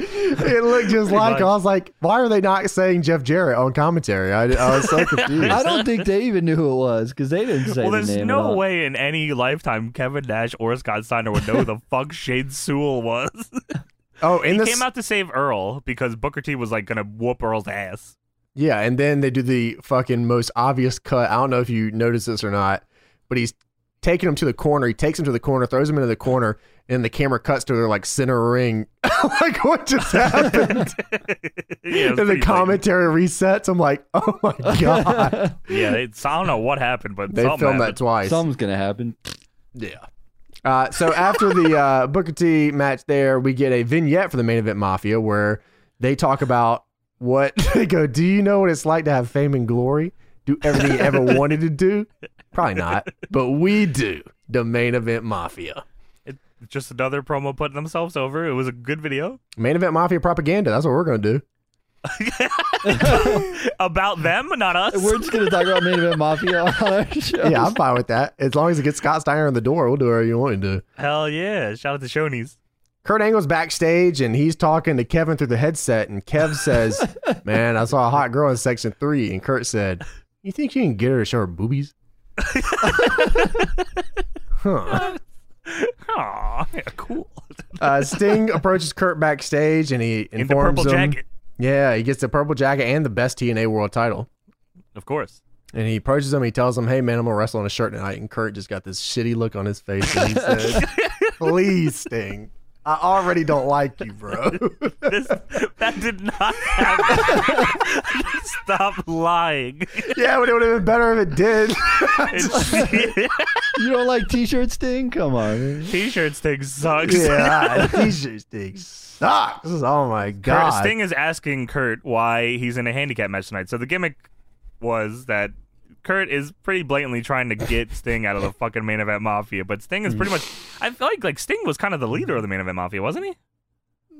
Speaker 1: it looked just like
Speaker 2: much.
Speaker 1: I was like, why are they not saying Jeff Jarrett on commentary? I, I was
Speaker 2: *laughs*
Speaker 1: so confused.
Speaker 3: I don't think they even knew who it was because they didn't say
Speaker 2: well,
Speaker 3: the
Speaker 2: there's
Speaker 3: name. at
Speaker 2: no
Speaker 3: all.
Speaker 2: way in any lifetime Kevin Nash or Scott Steiner would know who the fuck Shane Sewell was.
Speaker 1: oh, *laughs* in
Speaker 2: he
Speaker 1: this,
Speaker 2: came out to save Earl because Booker T was like gonna whoop Earl's ass. *laughs*
Speaker 1: yeah, and then they do the fucking most obvious cut. I don't know if you noticed this or not, but he's taking him to the corner. He takes him to the corner, throws him into the corner, and the camera cuts to their like center ring. *laughs* like what
Speaker 2: *laughs*
Speaker 1: just happened?
Speaker 2: yeah, it was
Speaker 1: and the
Speaker 2: pretty blatant.
Speaker 1: commentary resets. I'm like, oh
Speaker 2: *laughs*
Speaker 1: my god,
Speaker 2: Yeah, it's, I don't know what happened, but
Speaker 1: they
Speaker 2: something
Speaker 1: filmed that
Speaker 2: happened.
Speaker 1: twice.
Speaker 3: Something's gonna happen.
Speaker 1: Yeah. Uh, so after the uh, Booker T match, there we get a vignette for the main event Mafia where they talk about what *laughs* they go. Do you know what it's like to have fame and glory? Do everything you ever wanted to do? Probably not, but we do. The main event Mafia.
Speaker 2: It's Just another promo putting themselves over. It was a good video
Speaker 1: Main event Mafia propaganda. That's what we're gonna do.
Speaker 2: about them, not us.
Speaker 3: We're just gonna talk about main event mafia on our show.
Speaker 1: *laughs* Yeah, I'm fine with that. As long as it gets Scott Steiner in the door, we'll do whatever you want to do.
Speaker 2: Hell yeah! Shout out to Shoney's.
Speaker 1: Kurt Angle's backstage and he's talking to Kevin through the headset. And
Speaker 2: *laughs*
Speaker 1: Kev says, Man, I saw a hot girl in section three. And Kurt said, You think you can get her to show her
Speaker 2: *laughs*
Speaker 1: boobies? huh.
Speaker 2: Aw, yeah, cool.
Speaker 1: Uh, Sting approaches Kurt backstage and he
Speaker 2: In the purple
Speaker 1: informs him.
Speaker 2: jacket,
Speaker 1: Yeah, he gets the purple jacket and the best TNA world title.
Speaker 2: of course.
Speaker 1: And he approaches him. He tells him, Hey, man, I'm going to wrestle in
Speaker 2: *laughs*
Speaker 1: a shirt tonight. And Kurt just got this shitty look on his face. And he said, Please, Sting. I already don't like you,
Speaker 2: *laughs*
Speaker 1: bro.
Speaker 2: This, that did not happen. *laughs* Stop lying.
Speaker 1: yeah, but it would have been better if it
Speaker 2: *laughs*
Speaker 1: did.
Speaker 2: It's-
Speaker 3: *laughs* You don't like t-shirt sting? Come on. man.
Speaker 2: T-shirt Sting sucks. *laughs*
Speaker 1: yeah, *laughs* t-shirt thing sucks. Oh my
Speaker 2: Kurt,
Speaker 1: god.
Speaker 2: Sting is asking Kurt why he's in a handicap match tonight. So the gimmick was that Kurt is pretty blatantly trying to get Sting out of the fucking main event mafia, but Sting is
Speaker 1: Hmm.
Speaker 2: pretty much. I feel like like Sting was kind of the leader of the main event mafia, wasn't he?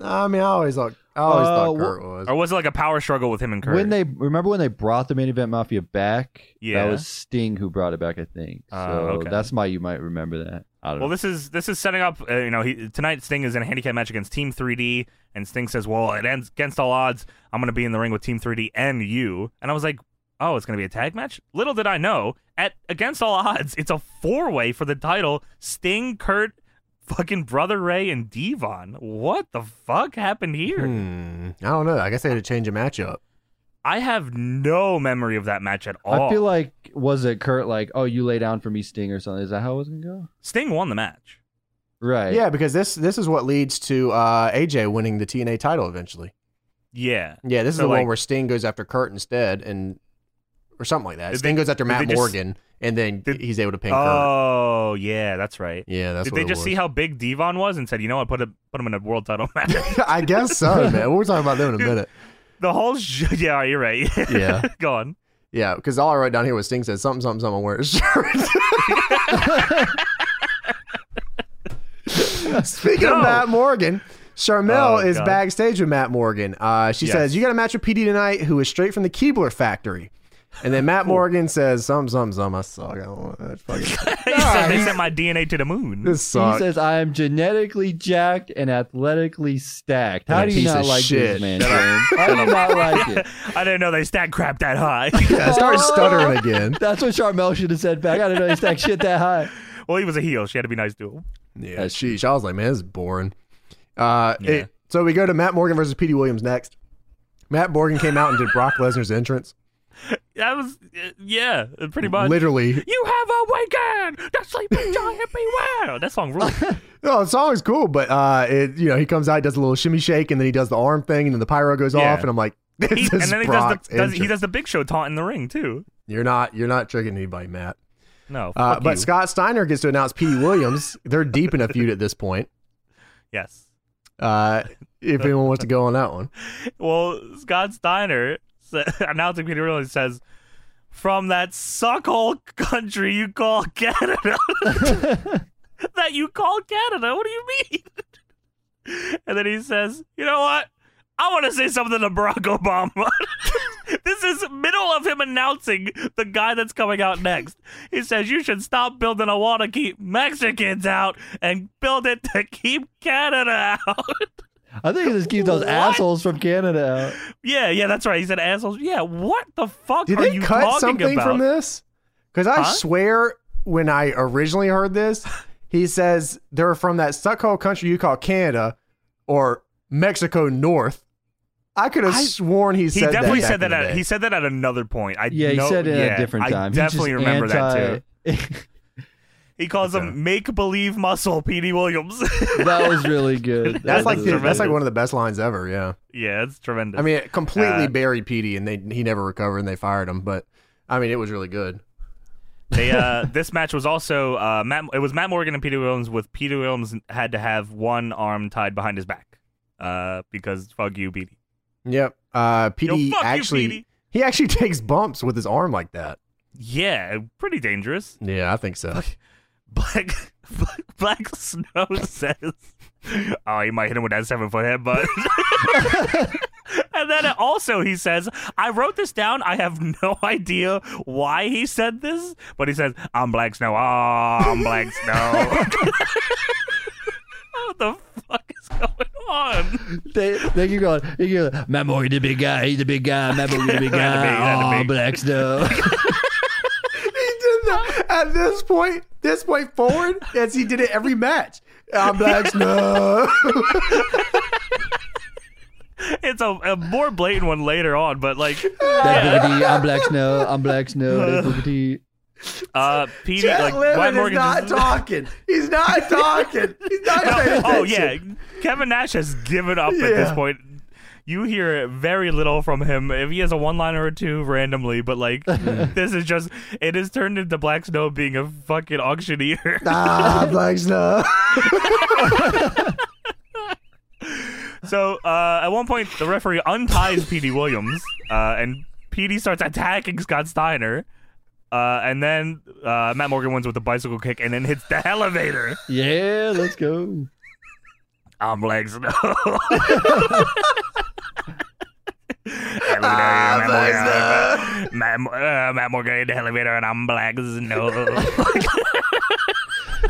Speaker 1: I mean, I always thought, I always
Speaker 3: Uh,
Speaker 1: thought
Speaker 3: wh-
Speaker 1: Kurt was.
Speaker 2: Or was it like a power struggle with him and Kurt?
Speaker 3: When they remember when they brought the main event mafia back,
Speaker 2: Yeah.
Speaker 3: that was Sting who brought it back, I think. So
Speaker 1: Ah,
Speaker 2: Oh, okay.
Speaker 3: that's why you might remember that. I don't
Speaker 2: well,
Speaker 3: know.
Speaker 2: this is this is setting up. Uh, you know, he, tonight Sting is in a handicap match against Team 3D, and Sting says, "Well, it ends against all odds. I'm going to be in the ring with Team 3D and you." And I was like, "Oh, it's going to be a tag match." Little did I know, at against all odds, it's a four way for the title: Sting, Kurt, fucking brother Ray, and Devon. What the fuck happened here?
Speaker 1: Hmm, I don't know. I guess they had to change a matchup.
Speaker 2: I have no memory of that match at all.
Speaker 3: I feel like was it Kurt like, oh, you lay down for me, Sting, or something? Is that how it was gonna go?
Speaker 2: Sting won the match.
Speaker 3: Right.
Speaker 1: Yeah, because this this is what leads to uh, AJ winning the TNA title eventually.
Speaker 2: Yeah.
Speaker 1: Yeah, this is
Speaker 2: So,
Speaker 1: the
Speaker 2: like-
Speaker 1: one where Sting goes after Kurt instead, and or something like that.
Speaker 2: Did
Speaker 1: Sting
Speaker 2: they-
Speaker 1: goes after
Speaker 2: did
Speaker 1: Matt
Speaker 2: they just-
Speaker 1: Morgan, and then
Speaker 2: Did-
Speaker 1: he's able to pin Kurt.
Speaker 2: Oh, yeah, that's right.
Speaker 1: Yeah, that's
Speaker 2: Did
Speaker 1: what
Speaker 2: they
Speaker 1: it
Speaker 2: just
Speaker 1: was. *laughs*
Speaker 2: see how big Devon was and said, you know what, put him put him in a world title *laughs* match?
Speaker 1: I guess so, man. We're talking about them in a minute.
Speaker 2: the whole sh- yeah, you're right.
Speaker 1: Yeah.
Speaker 2: *laughs* Go on.
Speaker 1: Yeah, because all I wrote down here was Sting says something, something, something. I'm wearing a shirt. *laughs* Speaking
Speaker 2: No.
Speaker 1: of Matt Morgan, Charmel
Speaker 2: Oh,
Speaker 1: is
Speaker 2: God.
Speaker 1: backstage with Matt Morgan. Uh, she
Speaker 2: Yes.
Speaker 1: says, "You got a match with PD tonight, who is straight from the Keebler factory." And then Matt Morgan says, "Some, some, some. I suck. I don't want that
Speaker 2: *laughs*
Speaker 1: fucking. *laughs*
Speaker 2: He said they sent my DNA to the moon.
Speaker 1: This
Speaker 3: He
Speaker 1: sucks.
Speaker 3: says, "I am genetically jacked and athletically stacked. How
Speaker 1: And a
Speaker 3: do you
Speaker 1: piece
Speaker 3: not
Speaker 1: of
Speaker 3: like
Speaker 1: shit.
Speaker 3: this man? James? How do you not like it?
Speaker 2: I didn't know they stacked crap that high. *laughs*
Speaker 1: yeah, start stuttering again.
Speaker 3: That's what Charmel should have said back. I didn't know he stacked shit that high.
Speaker 2: well, he was a heel. She had to be nice to him.
Speaker 1: Yeah, sheesh. I was like, man, this is boring. Uh, it-
Speaker 2: Yeah.
Speaker 1: so we go to Matt Morgan versus Petey Williams next. Matt Morgan came out and did Brock Lesnar's entrance.
Speaker 2: That was uh, yeah, pretty much.
Speaker 1: Literally.
Speaker 2: You have awakened. The sleeping giant beware. That song
Speaker 1: *laughs*
Speaker 2: rules.
Speaker 1: No, the song is cool, but uh, it, you know, he comes out, does a little shimmy shake, and then he does the arm thing, and then the pyro goes
Speaker 2: Yeah.
Speaker 1: off, and I'm like, *laughs* this
Speaker 2: He,
Speaker 1: is
Speaker 2: and then he does,
Speaker 1: Brock's
Speaker 2: the, does he
Speaker 1: entrance.
Speaker 2: does the big show taunt in the ring too.
Speaker 1: You're not, you're not tricking anybody, Matt.
Speaker 2: No,
Speaker 1: Uh,
Speaker 2: fuck
Speaker 1: but
Speaker 2: you.
Speaker 1: Scott Steiner gets to announce Petey Williams. They're deep in a feud at this point.
Speaker 2: yes.
Speaker 1: Uh, if anyone wants to go on that one,
Speaker 2: *laughs* Well, Scott Steiner sa- *laughs* announcing Peter Williams says, "From that suckhole country you call *laughs* Canada, that you call Canada. What do you mean?" *laughs* And then he says, "You know what? I want to say something to Barack Obama." *laughs* this is middle of him announcing the guy that's coming out next. He says, "You should stop building a wall to keep Mexicans out and build it to keep Canada out." *laughs*
Speaker 3: I think this keeps those
Speaker 2: What?
Speaker 3: assholes from Canada out.
Speaker 2: Yeah, yeah, that's right. He said assholes. Yeah, what the fuck
Speaker 1: did
Speaker 2: are
Speaker 1: they
Speaker 2: you
Speaker 1: cut
Speaker 2: talking
Speaker 1: something
Speaker 2: about?
Speaker 1: from this? Because I
Speaker 2: Huh?
Speaker 1: swear, when I originally heard this, he says they're from that suckhole country you call Canada or Mexico North. I could have
Speaker 2: I-
Speaker 1: sworn he
Speaker 2: He
Speaker 1: said
Speaker 2: definitely
Speaker 1: that.
Speaker 2: said that.
Speaker 1: back in the
Speaker 2: At,
Speaker 1: day.
Speaker 2: he said that at another point. I
Speaker 3: Yeah, he
Speaker 2: know-
Speaker 3: said it
Speaker 2: yeah,
Speaker 3: at a different time.
Speaker 2: I definitely remember that too.
Speaker 3: that
Speaker 2: He calls
Speaker 1: Okay.
Speaker 2: him make believe muscle, *laughs* P.D.
Speaker 1: *laughs*
Speaker 2: Williams.
Speaker 3: too. *laughs* that was
Speaker 2: *laughs*
Speaker 3: really good. That
Speaker 1: that's
Speaker 3: was
Speaker 1: like
Speaker 3: really
Speaker 1: the, that's like
Speaker 3: good.
Speaker 1: one of the best lines ever. Yeah,
Speaker 2: yeah, it's tremendous.
Speaker 1: I mean, it completely
Speaker 2: Uh,
Speaker 1: buried Petey, and they he never recovered, and they fired him. But I mean, it was really good.
Speaker 2: they uh, *laughs* this match was also uh, Matt. It was Matt Morgan and Peter Williams. With Peter Williams had to have one arm tied behind his back, uh, because fuck you, P.D.
Speaker 1: Yep. Uh,
Speaker 2: Yo,
Speaker 1: Petey
Speaker 2: fuck
Speaker 1: actually
Speaker 2: you, P.D.
Speaker 1: he actually *laughs* takes bumps with his arm like that.
Speaker 2: Yeah, pretty dangerous.
Speaker 1: Yeah, I think *laughs* so.
Speaker 2: Black Black, Black Snow says, "Oh, you might hit him with that seven foot headbutt." *laughs* and then also he says, "I wrote this down. I have no *laughs* idea why he said this, but he says I'm Black Snow. Oh, I'm Black Snow." *laughs* what the fuck is going on?
Speaker 3: They, they keep going. They keep going. Matt Morgan, the big guy. He's the big guy. Matt
Speaker 2: *laughs*
Speaker 3: Morgan, the big
Speaker 2: Had to be, had to
Speaker 3: guy. Oh,
Speaker 2: be.
Speaker 3: black snow.
Speaker 2: *laughs*
Speaker 1: He did that at this point, this point forward, as he did it every match. I'm Black Snow.
Speaker 2: It's a, a more blatant one later on, but like,
Speaker 3: That's Booker T. I'm black snow. I'm black snow. That's Booker T.
Speaker 2: uh, PD, like,
Speaker 1: Jack
Speaker 2: why
Speaker 1: Lemmon is
Speaker 2: Morgan
Speaker 1: not
Speaker 2: just-
Speaker 1: *laughs* talking. He's not talking. He's not paying
Speaker 2: Oh
Speaker 1: attention.
Speaker 2: yeah, Kevin Nash has given up at this
Speaker 1: Yeah.
Speaker 2: point. You hear very little from him. If he has a one-liner or two randomly, but like this is just it has turned into Black Snow being a fucking auctioneer. *laughs*
Speaker 1: ah, Black Snow.
Speaker 2: So uh, at one point, the referee unties Petey Williams, uh, and Petey starts attacking Scott Steiner. Uh, and then uh, Matt Morgan wins with a bicycle kick, and then hits the elevator.
Speaker 3: Yeah, let's go.
Speaker 2: I'm Black Snow. *laughs* Matt, Morgan, Matt, Mo- uh, Matt Morgan in the elevator, and I'm Black Snow.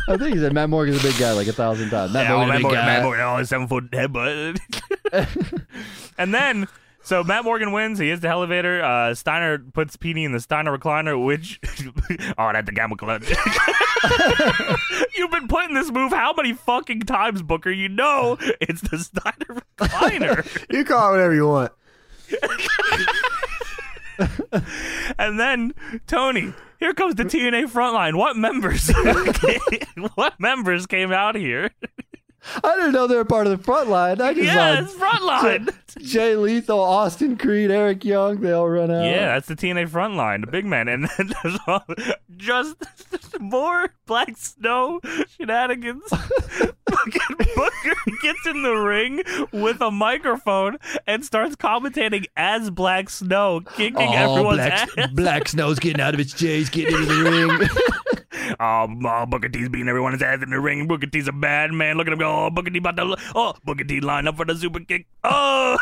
Speaker 3: I think he said Matt Morgan's a big guy, like a thousand times. Matt
Speaker 2: Yeah, oh, Matt
Speaker 3: Morgan's a big
Speaker 2: Morgan,
Speaker 3: guy.
Speaker 2: Matt Morgan, oh, seven foot dead, but. and then, so Matt Morgan wins. He is the elevator. Uh, Steiner puts Petey in the Steiner recliner, which. *laughs* oh, that's the gamble clutch. *laughs* You've been putting this move how many fucking times, Booker? You know it's the Steiner recliner.
Speaker 1: You call it whatever you want.
Speaker 2: and then, Tony, here comes the TNA frontline. What members? what members came out here?
Speaker 3: I didn't know they were part of the front line. I just
Speaker 2: Yes,
Speaker 3: saw
Speaker 2: frontline.
Speaker 3: Jay Lethal, Austin Creed, Eric Young. They all run out.
Speaker 2: Yeah, that's the TNA front line, the big man, and then there's all, just more Black Snow shenanigans. Fucking Booker gets in the ring with a microphone and starts commentating as Black Snow, kicking everyone's *laughs*
Speaker 3: Black,
Speaker 2: ass.
Speaker 3: Black Snow's getting out of its chains, getting
Speaker 2: *laughs*
Speaker 3: into the ring.
Speaker 2: Oh, oh, Booker T's beating everyone's ass in the ring. Booker T's a bad man. Look at him go. Oh, Booker T about to. Oh, Booker T lined up for the super kick. Oh,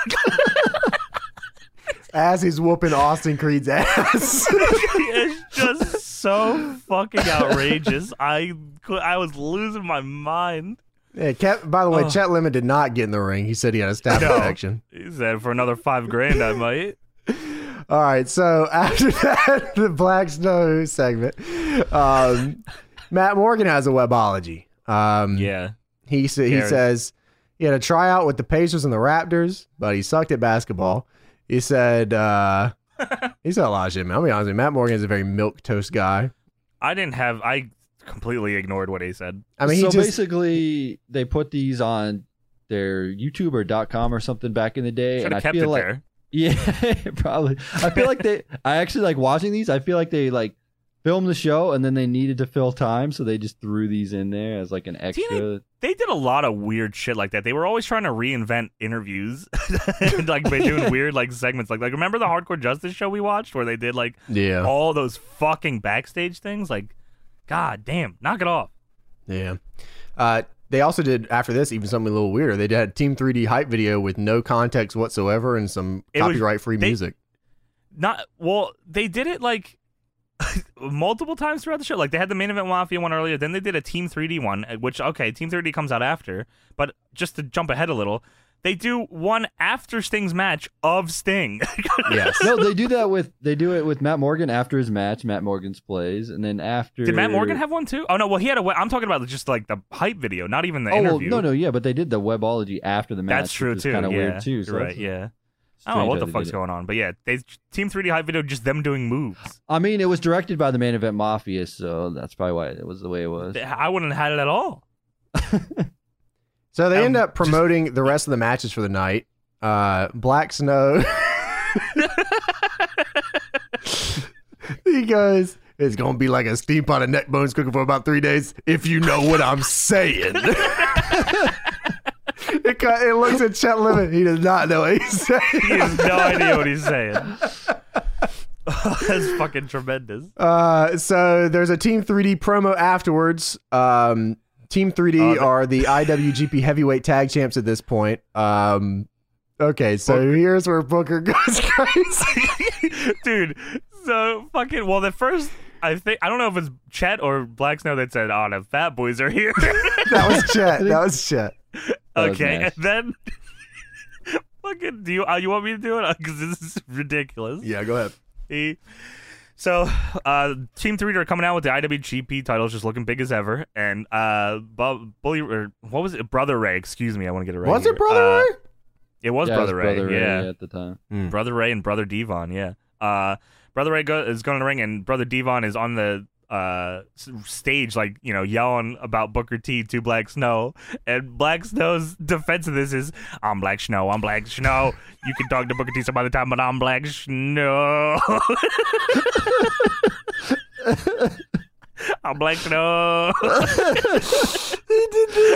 Speaker 2: *laughs*
Speaker 1: As he's whooping Austin Creed's
Speaker 2: *laughs*
Speaker 1: ass.
Speaker 2: it's just so fucking outrageous. I cou- I was losing my mind.
Speaker 1: yeah, Kev, by the way,
Speaker 2: Oh.
Speaker 1: Chet Lemon did not get in the ring. He said he had a staff
Speaker 2: No.
Speaker 1: infection.
Speaker 2: He said for another five grand, I might.
Speaker 1: All right, so after *laughs* that, the Black Snow segment, um, Matt Morgan has a webology.
Speaker 3: Mm.
Speaker 1: Um,
Speaker 2: Yeah.
Speaker 1: He sa- he
Speaker 2: Garrett.
Speaker 1: says he had a tryout with the Pacers and the Raptors, but he sucked at basketball. He said
Speaker 2: *laughs*
Speaker 1: uh, he said a lot of shit. Man, I'll be honest with you. Matt Morgan is a very milk toast guy.
Speaker 2: I didn't have. I completely ignored what he said.
Speaker 1: I mean,
Speaker 3: so
Speaker 1: he just
Speaker 3: basically, they put these on their YouTube or dot .com or something back in the day.
Speaker 2: Should
Speaker 3: and I
Speaker 2: have kept
Speaker 3: feel
Speaker 2: it
Speaker 3: like,
Speaker 2: there.
Speaker 3: *laughs* Yeah, probably. I feel like they. I actually like watching these. I feel like they like filmed the show and then they needed to fill time, so they just threw these in there as like an extra.
Speaker 2: They did a lot of weird shit like that. They were always trying to reinvent interviews, *laughs* And, like by
Speaker 3: *laughs*
Speaker 2: doing weird like segments. Like like remember the Hardcore Justice show we watched where they did like
Speaker 1: yeah
Speaker 2: all those fucking backstage things. Like, god damn, knock it off.
Speaker 1: yeah. Uh, they also did after this even something a little weirder. They did a Team 3D hype video with no context whatsoever and some
Speaker 2: It was-
Speaker 1: copyright free
Speaker 2: they- *laughs*
Speaker 1: music.
Speaker 2: not well they did it like *laughs* multiple times throughout the show like they had the main event mafia one earlier then they did a team 3d one uh, which okay team 3d comes out after but just to jump ahead a little they do one after sting's match of sting *laughs*
Speaker 1: yes.
Speaker 3: *laughs* no, they do that with they do it with Matt Morgan after his match. Matt Morgan's plays, and then after
Speaker 2: did matt morgan have one too oh no well he had a we- i'm talking about just like the hype video not even the
Speaker 3: Oh well,
Speaker 2: interview
Speaker 3: no, no, yeah, but they did the webology after the match.
Speaker 2: that's true too
Speaker 3: Kind of
Speaker 2: yeah
Speaker 3: weird too.
Speaker 2: you're
Speaker 3: So
Speaker 2: right
Speaker 3: that's
Speaker 2: yeah I don't
Speaker 3: strange
Speaker 2: know
Speaker 3: how
Speaker 2: what the
Speaker 3: they
Speaker 2: fuck's
Speaker 3: did it.
Speaker 2: going on, but yeah, they Team 3D hype video just them doing moves.
Speaker 3: I mean, it was directed by the main event Mafia, so that's probably why it was the way it was.
Speaker 2: I wouldn't have had it at all.
Speaker 1: So they end
Speaker 2: Um,
Speaker 1: up promoting the rest of the matches for the night. Uh, Black Snow. *laughs* he goes, it's going to be like a steam pot of neck bones cooking for about three days if you know what I'm saying. *laughs* it, cut- it looks at Chet Lemon. He does not know what he's saying.
Speaker 2: He has no
Speaker 1: *laughs*
Speaker 2: idea what he's saying. *laughs* That's
Speaker 1: *laughs*
Speaker 2: fucking tremendous.
Speaker 1: Uh, so there's a Team 3D promo afterwards. Um, Team 3D
Speaker 2: Oh, the-
Speaker 1: are the IWGP Heavyweight Tag Champs at this point. Um, okay, so here's where Booker goes *laughs* crazy.
Speaker 2: Dude, so fucking well the first I think I don't know if it's Chet or Black Snow that said, Oh the fat boys are here.
Speaker 1: that was Chet. That was Chet.
Speaker 2: *laughs*
Speaker 3: That was
Speaker 2: okay.
Speaker 3: nice.
Speaker 2: And then fucking do you uh, you want me to do it? *laughs* Because this is ridiculous.
Speaker 1: Yeah, go ahead.
Speaker 2: He- so uh Team Three are coming out with the IWGP titles just looking big as ever. And uh Bu- Bully or what was it? Brother Ray, excuse me, I want to get it right.
Speaker 1: Was
Speaker 2: here.
Speaker 1: it Brother
Speaker 2: Uh,
Speaker 1: Ray?
Speaker 2: It was
Speaker 3: Yeah, it
Speaker 2: Brother Ray.
Speaker 3: Brother
Speaker 2: yeah.
Speaker 3: at the time.
Speaker 2: Brother Ray and Brother Devon, yeah. Uh, Brother Ray go- is going to ring, and Brother Devon is on the uh s- stage like you know yelling about Booker T to Black Snow and Black Snow's defense of this is I'm Black Snow I'm Black Snow you can talk to Booker T some other time but I'm Black Snow *laughs* I'm Black Snow *laughs*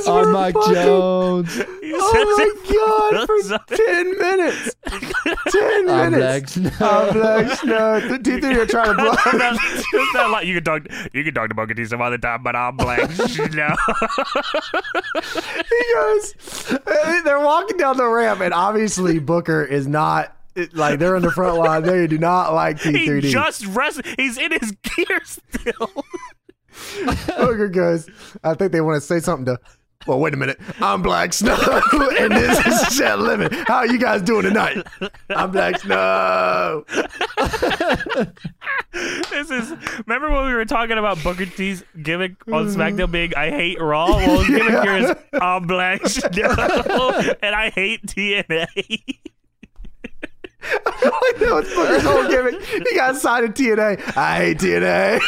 Speaker 5: I'm Mike
Speaker 2: *laughs*
Speaker 5: Jones.
Speaker 2: He says *laughs* it-
Speaker 1: *laughs* Oh my god!
Speaker 2: That's
Speaker 1: For
Speaker 2: something.
Speaker 1: ten minutes, ten
Speaker 5: I'm Black
Speaker 1: minutes. I'm
Speaker 5: Snow.
Speaker 1: Black Snow. Do you think you're trying to
Speaker 2: It's
Speaker 1: block?
Speaker 2: not- it's not like you can talk you can talk to Booker T some other time but I'm Black *laughs* Snow
Speaker 1: He goes. uh, They're walking down the ramp, and obviously Booker is not it- like they're in the front line. They do not like
Speaker 2: he
Speaker 1: T3D.
Speaker 2: just rest he's in his *laughs* gear still
Speaker 1: Booker goes. I think they want to say something to. Well, wait a minute. I'm Black Snow, *laughs* and this is Chet Lemon. How you guys doing tonight? I'm Black Snow.
Speaker 2: This is. Remember when we were talking about Booker T's gimmick on SmackDown being "I hate Raw"? Well, his gimmick here is "I'm Black *laughs* Snow" and I hate TNA.
Speaker 1: Like *laughs* that was Booker's whole gimmick. He got signed to TNA. I hate TNA.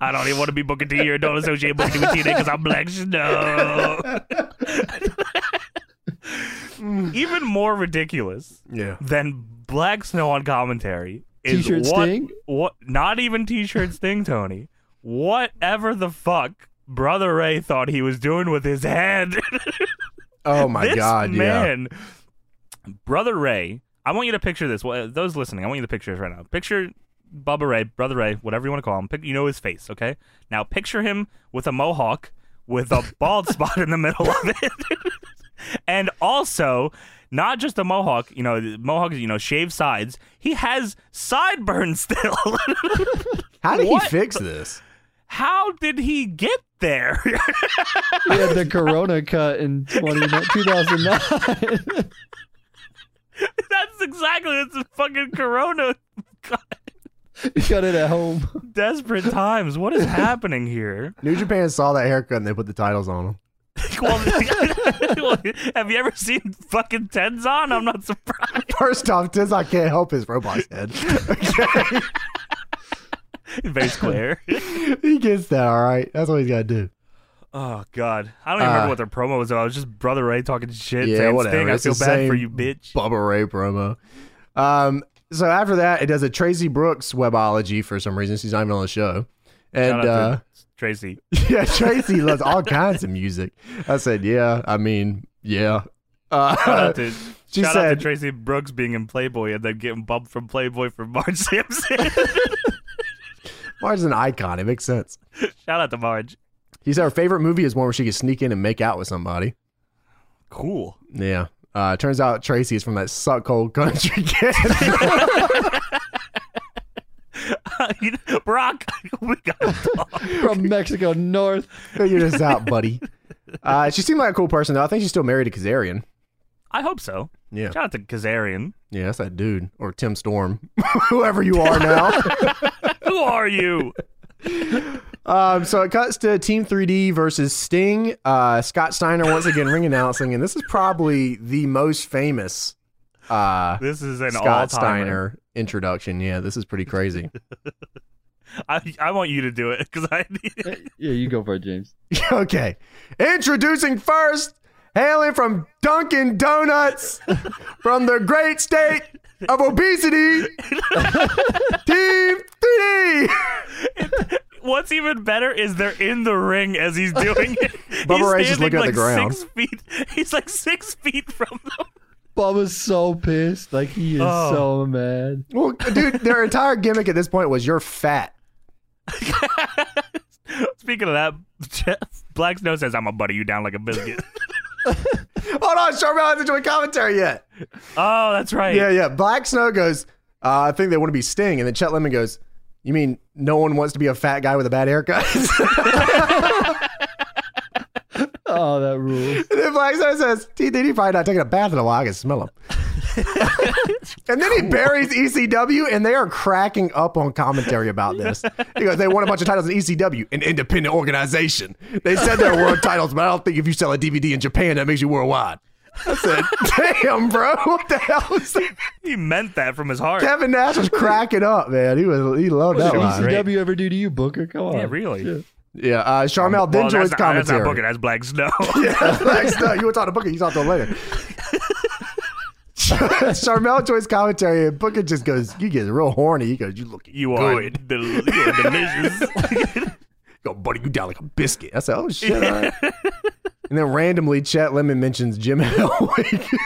Speaker 2: I don't even want to be Booker T here. Don't associate Booker T with TNA because I'm Black Snow. *laughs* Even more ridiculous
Speaker 1: Yeah.
Speaker 2: than Black Snow on commentary is
Speaker 5: T-shirt
Speaker 2: what,
Speaker 5: Sting?
Speaker 2: what? Not even T-shirt Sting, Tony. Whatever the fuck. Brother Ray thought he was doing with his head.
Speaker 1: Oh my
Speaker 2: this
Speaker 1: god, yeah.
Speaker 2: man, brother Ray. I want you to picture this. Well, those listening, I want you to picture this right now. Picture Bubba Ray, brother Ray, whatever you want to call him. Pic- you know his face, okay? Now picture him with a mohawk with
Speaker 1: *laughs*
Speaker 2: a bald spot in the middle of it, *laughs* and also. Not just a mohawk, you know, mohawk, you know, shaved sides. He has sideburns still. *laughs*
Speaker 1: How did
Speaker 2: What?
Speaker 1: he fix this?
Speaker 2: How did he get there? *laughs*
Speaker 3: He had the Corona cut in 20, 2009.
Speaker 2: that's exactly that's a fucking corona
Speaker 3: he cut it at home.
Speaker 2: desperate times. What is happening here?
Speaker 1: New Japan saw that haircut and they put the titles on him.
Speaker 2: Well, well, *laughs* have you ever seen fucking Tenzon? I'm not surprised.
Speaker 1: First off, Tenzai can't help his robot's head.
Speaker 2: *laughs*
Speaker 1: *laughs*
Speaker 2: Very clear.
Speaker 1: he gets that, all right. That's what he's got to do.
Speaker 2: Oh god, I don't even
Speaker 1: Uh,
Speaker 2: remember what their promo was about. It was just Brother Ray talking shit.
Speaker 1: Yeah,
Speaker 2: saying
Speaker 1: whatever.
Speaker 2: Sting, I
Speaker 1: It's
Speaker 2: feel
Speaker 1: the
Speaker 2: bad for
Speaker 1: same
Speaker 2: you, bitch.
Speaker 1: Bubba Ray promo. Um, so after that, it does a Tracy Brooks webology for some reason. She's not even on the show. And
Speaker 2: Shout out
Speaker 1: uh, *laughs*
Speaker 2: to Tracy.
Speaker 1: Yeah, Tracy loves all kinds of music. I said, yeah. I mean, yeah.
Speaker 2: Shout
Speaker 1: Uh,
Speaker 2: out to,
Speaker 1: she
Speaker 2: shout out
Speaker 1: said,
Speaker 2: to Tracy Brooks being in Playboy and then getting bumped from Playboy for Marge *laughs* Simpson.
Speaker 1: Marge's an icon. It makes sense.
Speaker 2: shout out to Marge.
Speaker 1: He said her favorite movie is one where she can sneak in and make out with somebody.
Speaker 2: Cool.
Speaker 1: Yeah. Uh, turns out Tracy is from that suck cold country *laughs* kid.
Speaker 2: *laughs* You know- Brock, *laughs* we got to talk.
Speaker 3: From Mexico North.
Speaker 1: Figure this out, *laughs* buddy. Uh, she seemed like a cool person, though. I think she's still married to Kazarian.
Speaker 2: I hope so.
Speaker 1: Yeah.
Speaker 2: Shout out to Kazarian.
Speaker 1: Yeah, that's that dude. Or Tim *laughs* Storm. Whoever you are *laughs* now.
Speaker 2: Who are
Speaker 1: *laughs*
Speaker 2: you?
Speaker 1: Um, so it cuts to Team 3D versus Sting. Uh, Scott Steiner once again ring announcing, and this is probably the most famous uh,
Speaker 2: This is an all
Speaker 1: Scott
Speaker 2: timer.
Speaker 1: Steiner introduction. Yeah, this is pretty crazy.
Speaker 2: I, I want you to do it *laughs* because I need
Speaker 3: Yeah, you go for it, James.
Speaker 1: *laughs* okay, introducing first, hailing from Dunkin' Donuts, from the great state of obesity, *laughs* Team 3D.
Speaker 2: What's even better is they're in the ring
Speaker 1: *laughs*
Speaker 2: as he's doing it. he's
Speaker 1: Bubba Ray's just looking
Speaker 2: standing,
Speaker 1: at
Speaker 2: like
Speaker 1: the ground.
Speaker 2: Six feet. *laughs* He's like six feet from them.
Speaker 3: Bubba's so pissed. Like, he is
Speaker 2: Oh.
Speaker 3: so mad.
Speaker 1: Well, dude, their entire gimmick at this point was you're fat.
Speaker 2: *laughs* Speaking of that, Jeff Black Snow says, "I'm gonna butter you down like
Speaker 1: *laughs*
Speaker 2: a biscuit."
Speaker 1: Hold on, Sharp, I haven't joined commentary yet.
Speaker 2: oh, that's right.
Speaker 1: Yeah, yeah. Black Snow goes, uh, I think they want to be Sting. And then Chet Lemon goes, You mean no one wants to be a fat guy with a bad haircut? *laughs* and
Speaker 3: Oh, that rules.
Speaker 1: then Black Snow says, T D probably not taking a bath in a while. I can smell him.
Speaker 2: *laughs*
Speaker 1: and then he buries ECW, and they are cracking up on commentary about this. He goes, They won a bunch of titles in ECW, an
Speaker 2: *laughs*
Speaker 1: independent organization. They said they're world titles, but I don't think if you sell a DVD in Japan, that makes you worldwide. I said, damn, bro. What the hell is that?
Speaker 2: He meant that from his heart.
Speaker 1: Kevin Nash was cracking up, man. He was he loved
Speaker 3: What
Speaker 2: E
Speaker 1: that
Speaker 3: did
Speaker 1: line.
Speaker 3: ECW E ever do to you, Booker? Come on.
Speaker 2: Yeah, really.
Speaker 3: Shit.
Speaker 1: Yeah, uh, Charmel
Speaker 2: Well,
Speaker 1: then joins
Speaker 2: that's, not, that's not
Speaker 1: commentary.
Speaker 2: Booker. That's Black Snow.
Speaker 1: *laughs* Yeah, next up, you were talking to Booker. You talked to him later. *laughs* Charmel joins commentary, and Booker just goes, "You get real horny." He goes, "You look, you
Speaker 2: you are del- you
Speaker 1: *laughs*
Speaker 2: are delicious.
Speaker 1: go, buddy, you down like a biscuit." I said, "Oh shit!" all right." And then randomly, Chet Lemon mentions Jim *laughs* Hellwig.
Speaker 2: *laughs*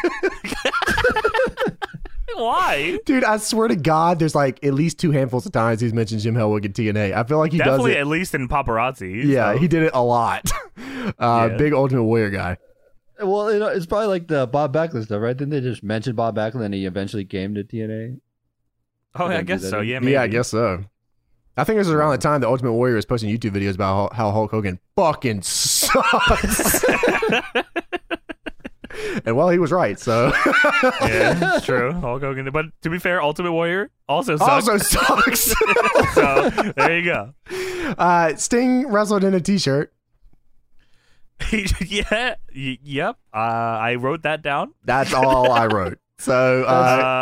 Speaker 2: Why?
Speaker 1: Dude, I swear to God, there's like at least two handfuls of times he's mentioned Jim Hellwig in TNA. I feel like he
Speaker 2: Definitely,
Speaker 1: does it.
Speaker 2: at least in paparazzi.
Speaker 1: Yeah,
Speaker 2: so.
Speaker 1: he did it a lot. *laughs* Uh,
Speaker 2: Yeah.
Speaker 1: Big Ultimate Warrior guy.
Speaker 3: Well, it, it's probably like the Bob Backlund stuff, right? Didn't they just mention Bob Backlund and he eventually came to TNA?
Speaker 2: Oh,
Speaker 3: Did
Speaker 2: I
Speaker 3: they
Speaker 2: guess
Speaker 3: do that
Speaker 2: so.
Speaker 3: in-
Speaker 2: Yeah, maybe.
Speaker 1: Yeah, I guess so. I think this is around the time the Ultimate Warrior was posting YouTube videos about how how Hulk Hogan fucking sucks. *laughs* and well, he was right. So *laughs*
Speaker 2: Yeah, it's true. Hulk Hogan. But to be fair, Ultimate Warrior also sucks.
Speaker 1: also *laughs* sucks.
Speaker 2: so there you go. *laughs*
Speaker 1: uh, Sting wrestled in a T-shirt.
Speaker 2: yeah. Y- yep. Uh, I wrote that down.
Speaker 1: That's all I wrote. So uh,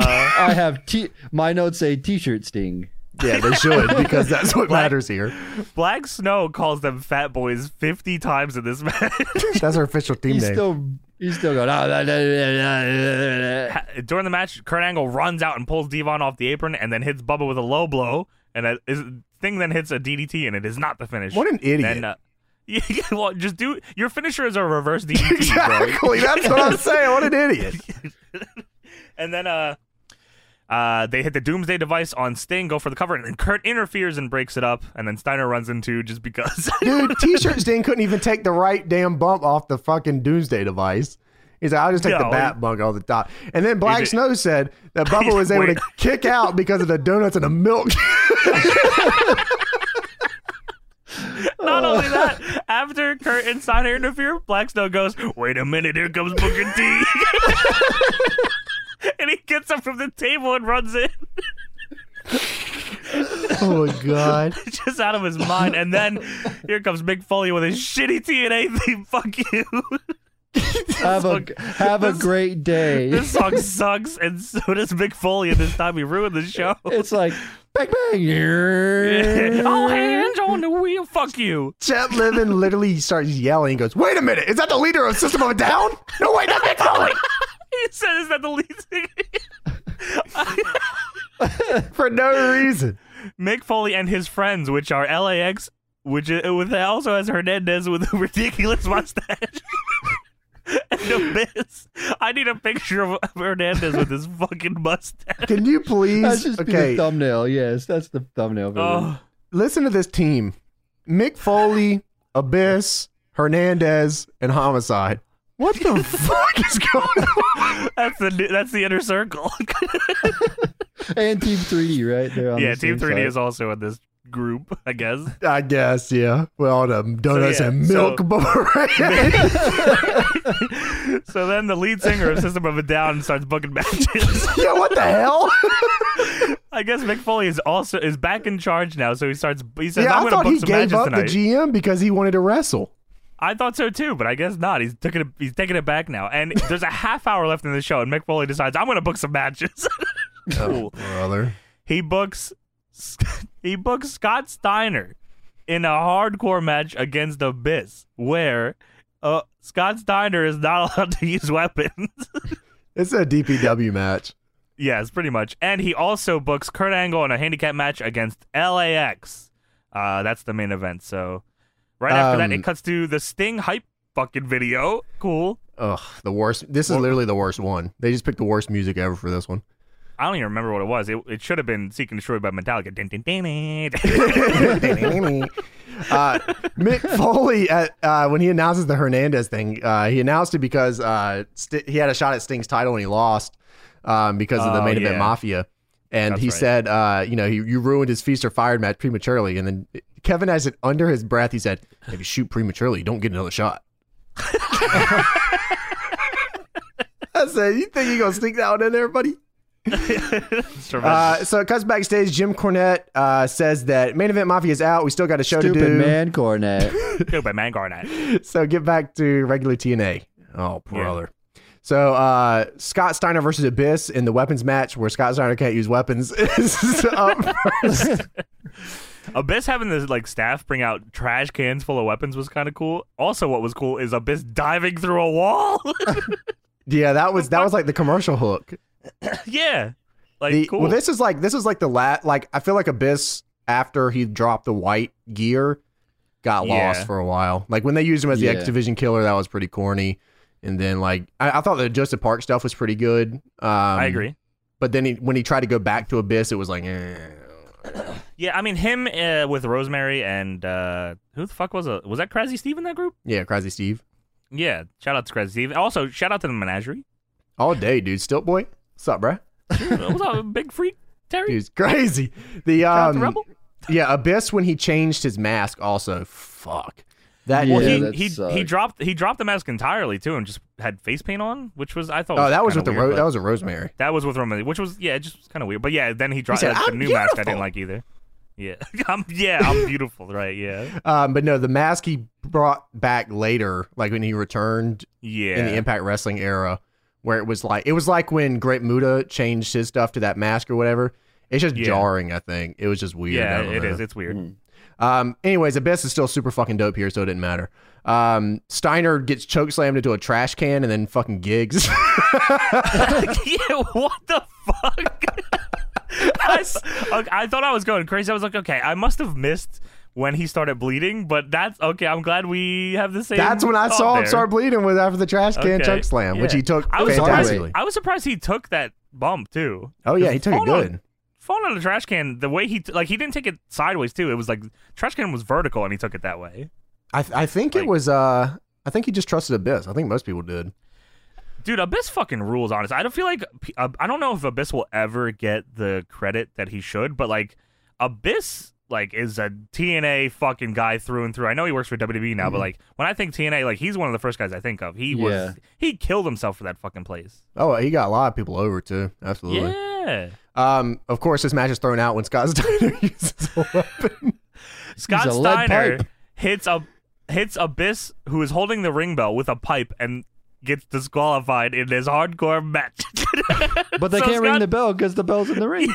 Speaker 2: Uh,
Speaker 3: I have t- my notes say T-shirt sting.
Speaker 1: *laughs* yeah, they should because that's what matters here.
Speaker 2: Black Snow calls them fat boys 50 times in this *laughs* match.
Speaker 1: That's our official team
Speaker 3: He's
Speaker 1: name.
Speaker 3: still he's still going. "Ah, da, da, da, da, da, da."
Speaker 2: During the match, Kurt Angle runs out and pulls Devon off the apron and then hits Bubba with a low blow. And a is, thing then hits a DDT and it is not the finish.
Speaker 1: what an idiot!
Speaker 2: Then, uh, *laughs* yeah, well, just do your finisher is a
Speaker 1: *laughs*
Speaker 2: reverse DDT, bro.
Speaker 1: exactly. That's what I'm saying. What an idiot!
Speaker 2: And then uh, uh, they hit the Doomsday device on Sting, go for the cover, and then Kurt interferes and breaks it up. And then Steiner runs into just because. *laughs*
Speaker 1: Dude, T-shirt Sting couldn't even take the right damn bump off the fucking Doomsday device. He's like, I'll just take the
Speaker 2: No.
Speaker 1: bat bug off the top. And then Black
Speaker 2: did-
Speaker 1: Snow said
Speaker 2: *laughs*
Speaker 1: that Bubba was able
Speaker 2: Wait.
Speaker 1: to kick out because of the donuts and the milk.
Speaker 2: Not only that, after Kurt and Steiner interfere, Black Snow goes, "Wait a minute, here comes Booker T." *laughs* and he gets up from the table and runs in,
Speaker 1: *laughs*
Speaker 2: *laughs*
Speaker 1: oh my god.
Speaker 2: just out of his mind. And then here comes Mick Foley with his shitty TNA theme. *laughs* Fuck you.
Speaker 3: have a have a great day.
Speaker 2: this song sucks, and so does Mick Foley. And this time he ruined the show. *laughs*
Speaker 3: It's like bang bang.
Speaker 1: *laughs*
Speaker 2: oh, hands on the wheel. Fuck you.
Speaker 1: Chet Levin literally starts yelling and goes, Wait a minute, is that the leader of System of a Down? No, wait,
Speaker 2: *laughs*
Speaker 1: that's Mick Foley!
Speaker 2: He says that the lead.
Speaker 1: For no reason.
Speaker 2: *laughs* Mick Foley and his friends, which are LAX, which i- with uh, also has Hernandez with a *laughs* ridiculous mustache. *laughs* and the Miz. I need a picture of Hernandez with his fucking mustache.
Speaker 1: Can you
Speaker 3: That
Speaker 1: please
Speaker 3: should just be
Speaker 1: Okay,
Speaker 3: the thumbnail. Yes, that's the thumbnail. For
Speaker 2: Oh,
Speaker 1: listen to this team. Mick Foley, Abyss, Hernandez, and Homicide. What *laughs* the fuck is going on?
Speaker 2: that's the new- that's the inner circle. *laughs*
Speaker 3: it. And Team 3D, right? They're on
Speaker 2: yeah,
Speaker 3: the
Speaker 2: Team
Speaker 3: same
Speaker 2: 3D
Speaker 3: side.
Speaker 2: is also in this group, I
Speaker 1: *laughs*
Speaker 2: guess.
Speaker 1: I guess, yeah. Well, the donuts
Speaker 2: So, yeah,
Speaker 1: and milk *laughs*
Speaker 2: so- *laughs*
Speaker 1: beret.
Speaker 2: so then the lead singer of System of a Down starts booking matches. *laughs*
Speaker 1: yeah, what the hell?
Speaker 2: I guess Mick Foley is also is back in charge now, so he starts. He says,
Speaker 1: yeah,
Speaker 2: "I'm
Speaker 1: I
Speaker 2: going to
Speaker 1: thought
Speaker 2: book
Speaker 1: he
Speaker 2: some
Speaker 1: gave
Speaker 2: matches
Speaker 1: up
Speaker 2: tonight."
Speaker 1: the GM because he wanted to wrestle.
Speaker 2: I thought so too, but I guess not. He's taking it. He's taking it back now. And there's a half hour left in the show, and Mick Foley decides I'm going to book some matches. *laughs* Cool.
Speaker 1: Brother.
Speaker 2: He books. *laughs* He books Scott Steiner in a hardcore match against Abyss, where uh, Scott Steiner is not *laughs* allowed to use weapons. *laughs*
Speaker 1: It's a DPW match.
Speaker 2: yes, pretty much. And he also books Kurt Angle in a handicap match against LAX. Uh, that's the main event. So right after that,
Speaker 1: Um,
Speaker 2: it cuts to the Sting hype fucking video. Cool.
Speaker 1: Ugh, the worst. This is literally the worst one. They just picked the worst music ever for this one.
Speaker 2: I don't even remember what it was. It, it should have been Seek and Destroy by Metallica. Dun, dun, dun, dun. *laughs*
Speaker 1: *laughs* uh, Mick Foley, at, uh, when he announces the Hernandez thing, uh, he announced it because uh, St- he had a shot at Sting's title and he lost um, because of the
Speaker 2: Oh,
Speaker 1: main event
Speaker 2: yeah.
Speaker 1: Mafia. And
Speaker 2: That's
Speaker 1: he
Speaker 2: right.
Speaker 1: said, uh, you know, he, you ruined his feast or fired match prematurely. And then Kevin has it under his breath. He said, if you shoot prematurely, you don't get another shot. *laughs* I said, you think you're going to sneak that one in there, buddy?
Speaker 2: It's tremendous.
Speaker 1: Uh, so it cuts backstage. Jim Cornette uh, says that main event Mafia is out. We still got a show to
Speaker 3: Stupid
Speaker 1: do. *laughs*
Speaker 2: *laughs*
Speaker 3: man cornet.
Speaker 2: Dude, by Mangarnet.
Speaker 1: So get back to regular TNA. Oh, brother. So uh, Scott Steiner versus Abyss in the weapons match where Scott Steiner can't use weapons *laughs* is up first.
Speaker 2: Abyss having this like staff bring out trash cans full of weapons was kind of cool. Also, what was cool is Abyss diving through a wall. *laughs*
Speaker 1: yeah, that was that was like the commercial hook.
Speaker 2: yeah, like
Speaker 1: The-
Speaker 2: cool.
Speaker 1: Well, this is like this is like the lat like I feel like Abyss after he dropped the white gear got
Speaker 2: Yeah.
Speaker 1: lost for a while. Like when they used him as the
Speaker 3: Yeah.
Speaker 1: Activision killer, that was pretty corny. And then like I, I thought the Joseph Park stuff was pretty good. Um,
Speaker 2: I agree.
Speaker 1: But then he, when he tried to go back to Abyss, it was like, eh.
Speaker 2: Yeah, I mean him uh, with Rosemary and uh, who the fuck was it? Was that Crazy Steve in that group?
Speaker 1: yeah, Crazy Steve,
Speaker 2: Yeah, shout out to Crazy Steve. Also, shout out to the Menagerie.
Speaker 1: all day, dude. Stilt boy, what's up, bruh?
Speaker 2: What's up, big freak Terry?
Speaker 1: Dude's crazy. The
Speaker 2: shout out to
Speaker 1: um,
Speaker 2: Rebel.
Speaker 1: yeah, Abyss when he changed his mask, also fuck that.
Speaker 3: Yeah,
Speaker 2: well,
Speaker 3: that
Speaker 2: he he, he
Speaker 3: sucked.
Speaker 2: dropped he dropped the mask entirely too, and just had face paint on, which was I thought.
Speaker 1: oh, that was with
Speaker 2: kinda
Speaker 1: the
Speaker 2: weird,
Speaker 1: ro-
Speaker 2: but-
Speaker 1: that was a Rosemary.
Speaker 2: That was with Roman, which was yeah, it just was kind of weird. But yeah, then he dropped
Speaker 1: said,
Speaker 2: that's the
Speaker 1: "I'm
Speaker 2: new mask. I
Speaker 1: beautiful."
Speaker 2: didn't like either. Yeah, *laughs* I'm, yeah, I'm beautiful, right? Yeah,
Speaker 1: Um, but no, the mask he brought back later, like when he returned
Speaker 2: yeah.
Speaker 1: in the Impact Wrestling era, where it was like it was like when Great Muda changed his stuff to that mask or whatever. It's just
Speaker 2: Yeah.
Speaker 1: jarring, I think. It was just weird.
Speaker 2: yeah,
Speaker 1: I don't
Speaker 2: it
Speaker 1: know. uh,
Speaker 2: is. It's weird.
Speaker 1: Um, anyways, Abyss is still super fucking dope here, so it didn't matter. Um, Steiner gets choke slammed into a trash can and then fucking gigs.
Speaker 2: *laughs*
Speaker 1: *laughs*
Speaker 2: yeah, what the fuck? *laughs* I, s- okay, I thought I was going crazy. I was like, okay, I must have missed when he started bleeding, but that's okay. I'm glad we have the same.
Speaker 1: That's when I
Speaker 2: thought
Speaker 1: saw him
Speaker 2: there.
Speaker 1: start bleeding with after the trash can
Speaker 2: Okay.
Speaker 1: choke slam, which
Speaker 2: Yeah.
Speaker 1: he took
Speaker 2: I was
Speaker 1: fantastically.
Speaker 2: surprised. I was surprised he took that bump too.
Speaker 1: Oh yeah, he took it
Speaker 2: Hold on.
Speaker 1: good.
Speaker 2: falling on the trash can the way he t- like he didn't take it sideways too it was like trash can was vertical and he took it that way
Speaker 1: I th- I think it
Speaker 2: Like-
Speaker 1: was uh I think he just trusted Abyss. I think most people did.
Speaker 2: dude abyss fucking rules honest i don't feel like P- uh, i don't know if abyss will ever get the credit that he should but like abyss like is a tna fucking guy through and through i know he works for wwe now but like when i think tna like he's one of the first guys i think of he
Speaker 3: Yeah.
Speaker 2: was he killed himself for that fucking place
Speaker 1: Oh, he got a lot of people over too. Absolutely.
Speaker 2: yeah
Speaker 1: Um, of course, this match is thrown out when Scott Steiner *laughs* uses a weapon.
Speaker 2: Scott
Speaker 3: He's a lead
Speaker 2: Steiner
Speaker 3: pipe.
Speaker 2: hits a hits Abyss, who is holding the ring bell with a pipe, and gets disqualified in this hardcore match. *laughs*
Speaker 3: But they
Speaker 2: So
Speaker 3: can't ring
Speaker 2: Scott-
Speaker 3: the bell because the bell's in the ring.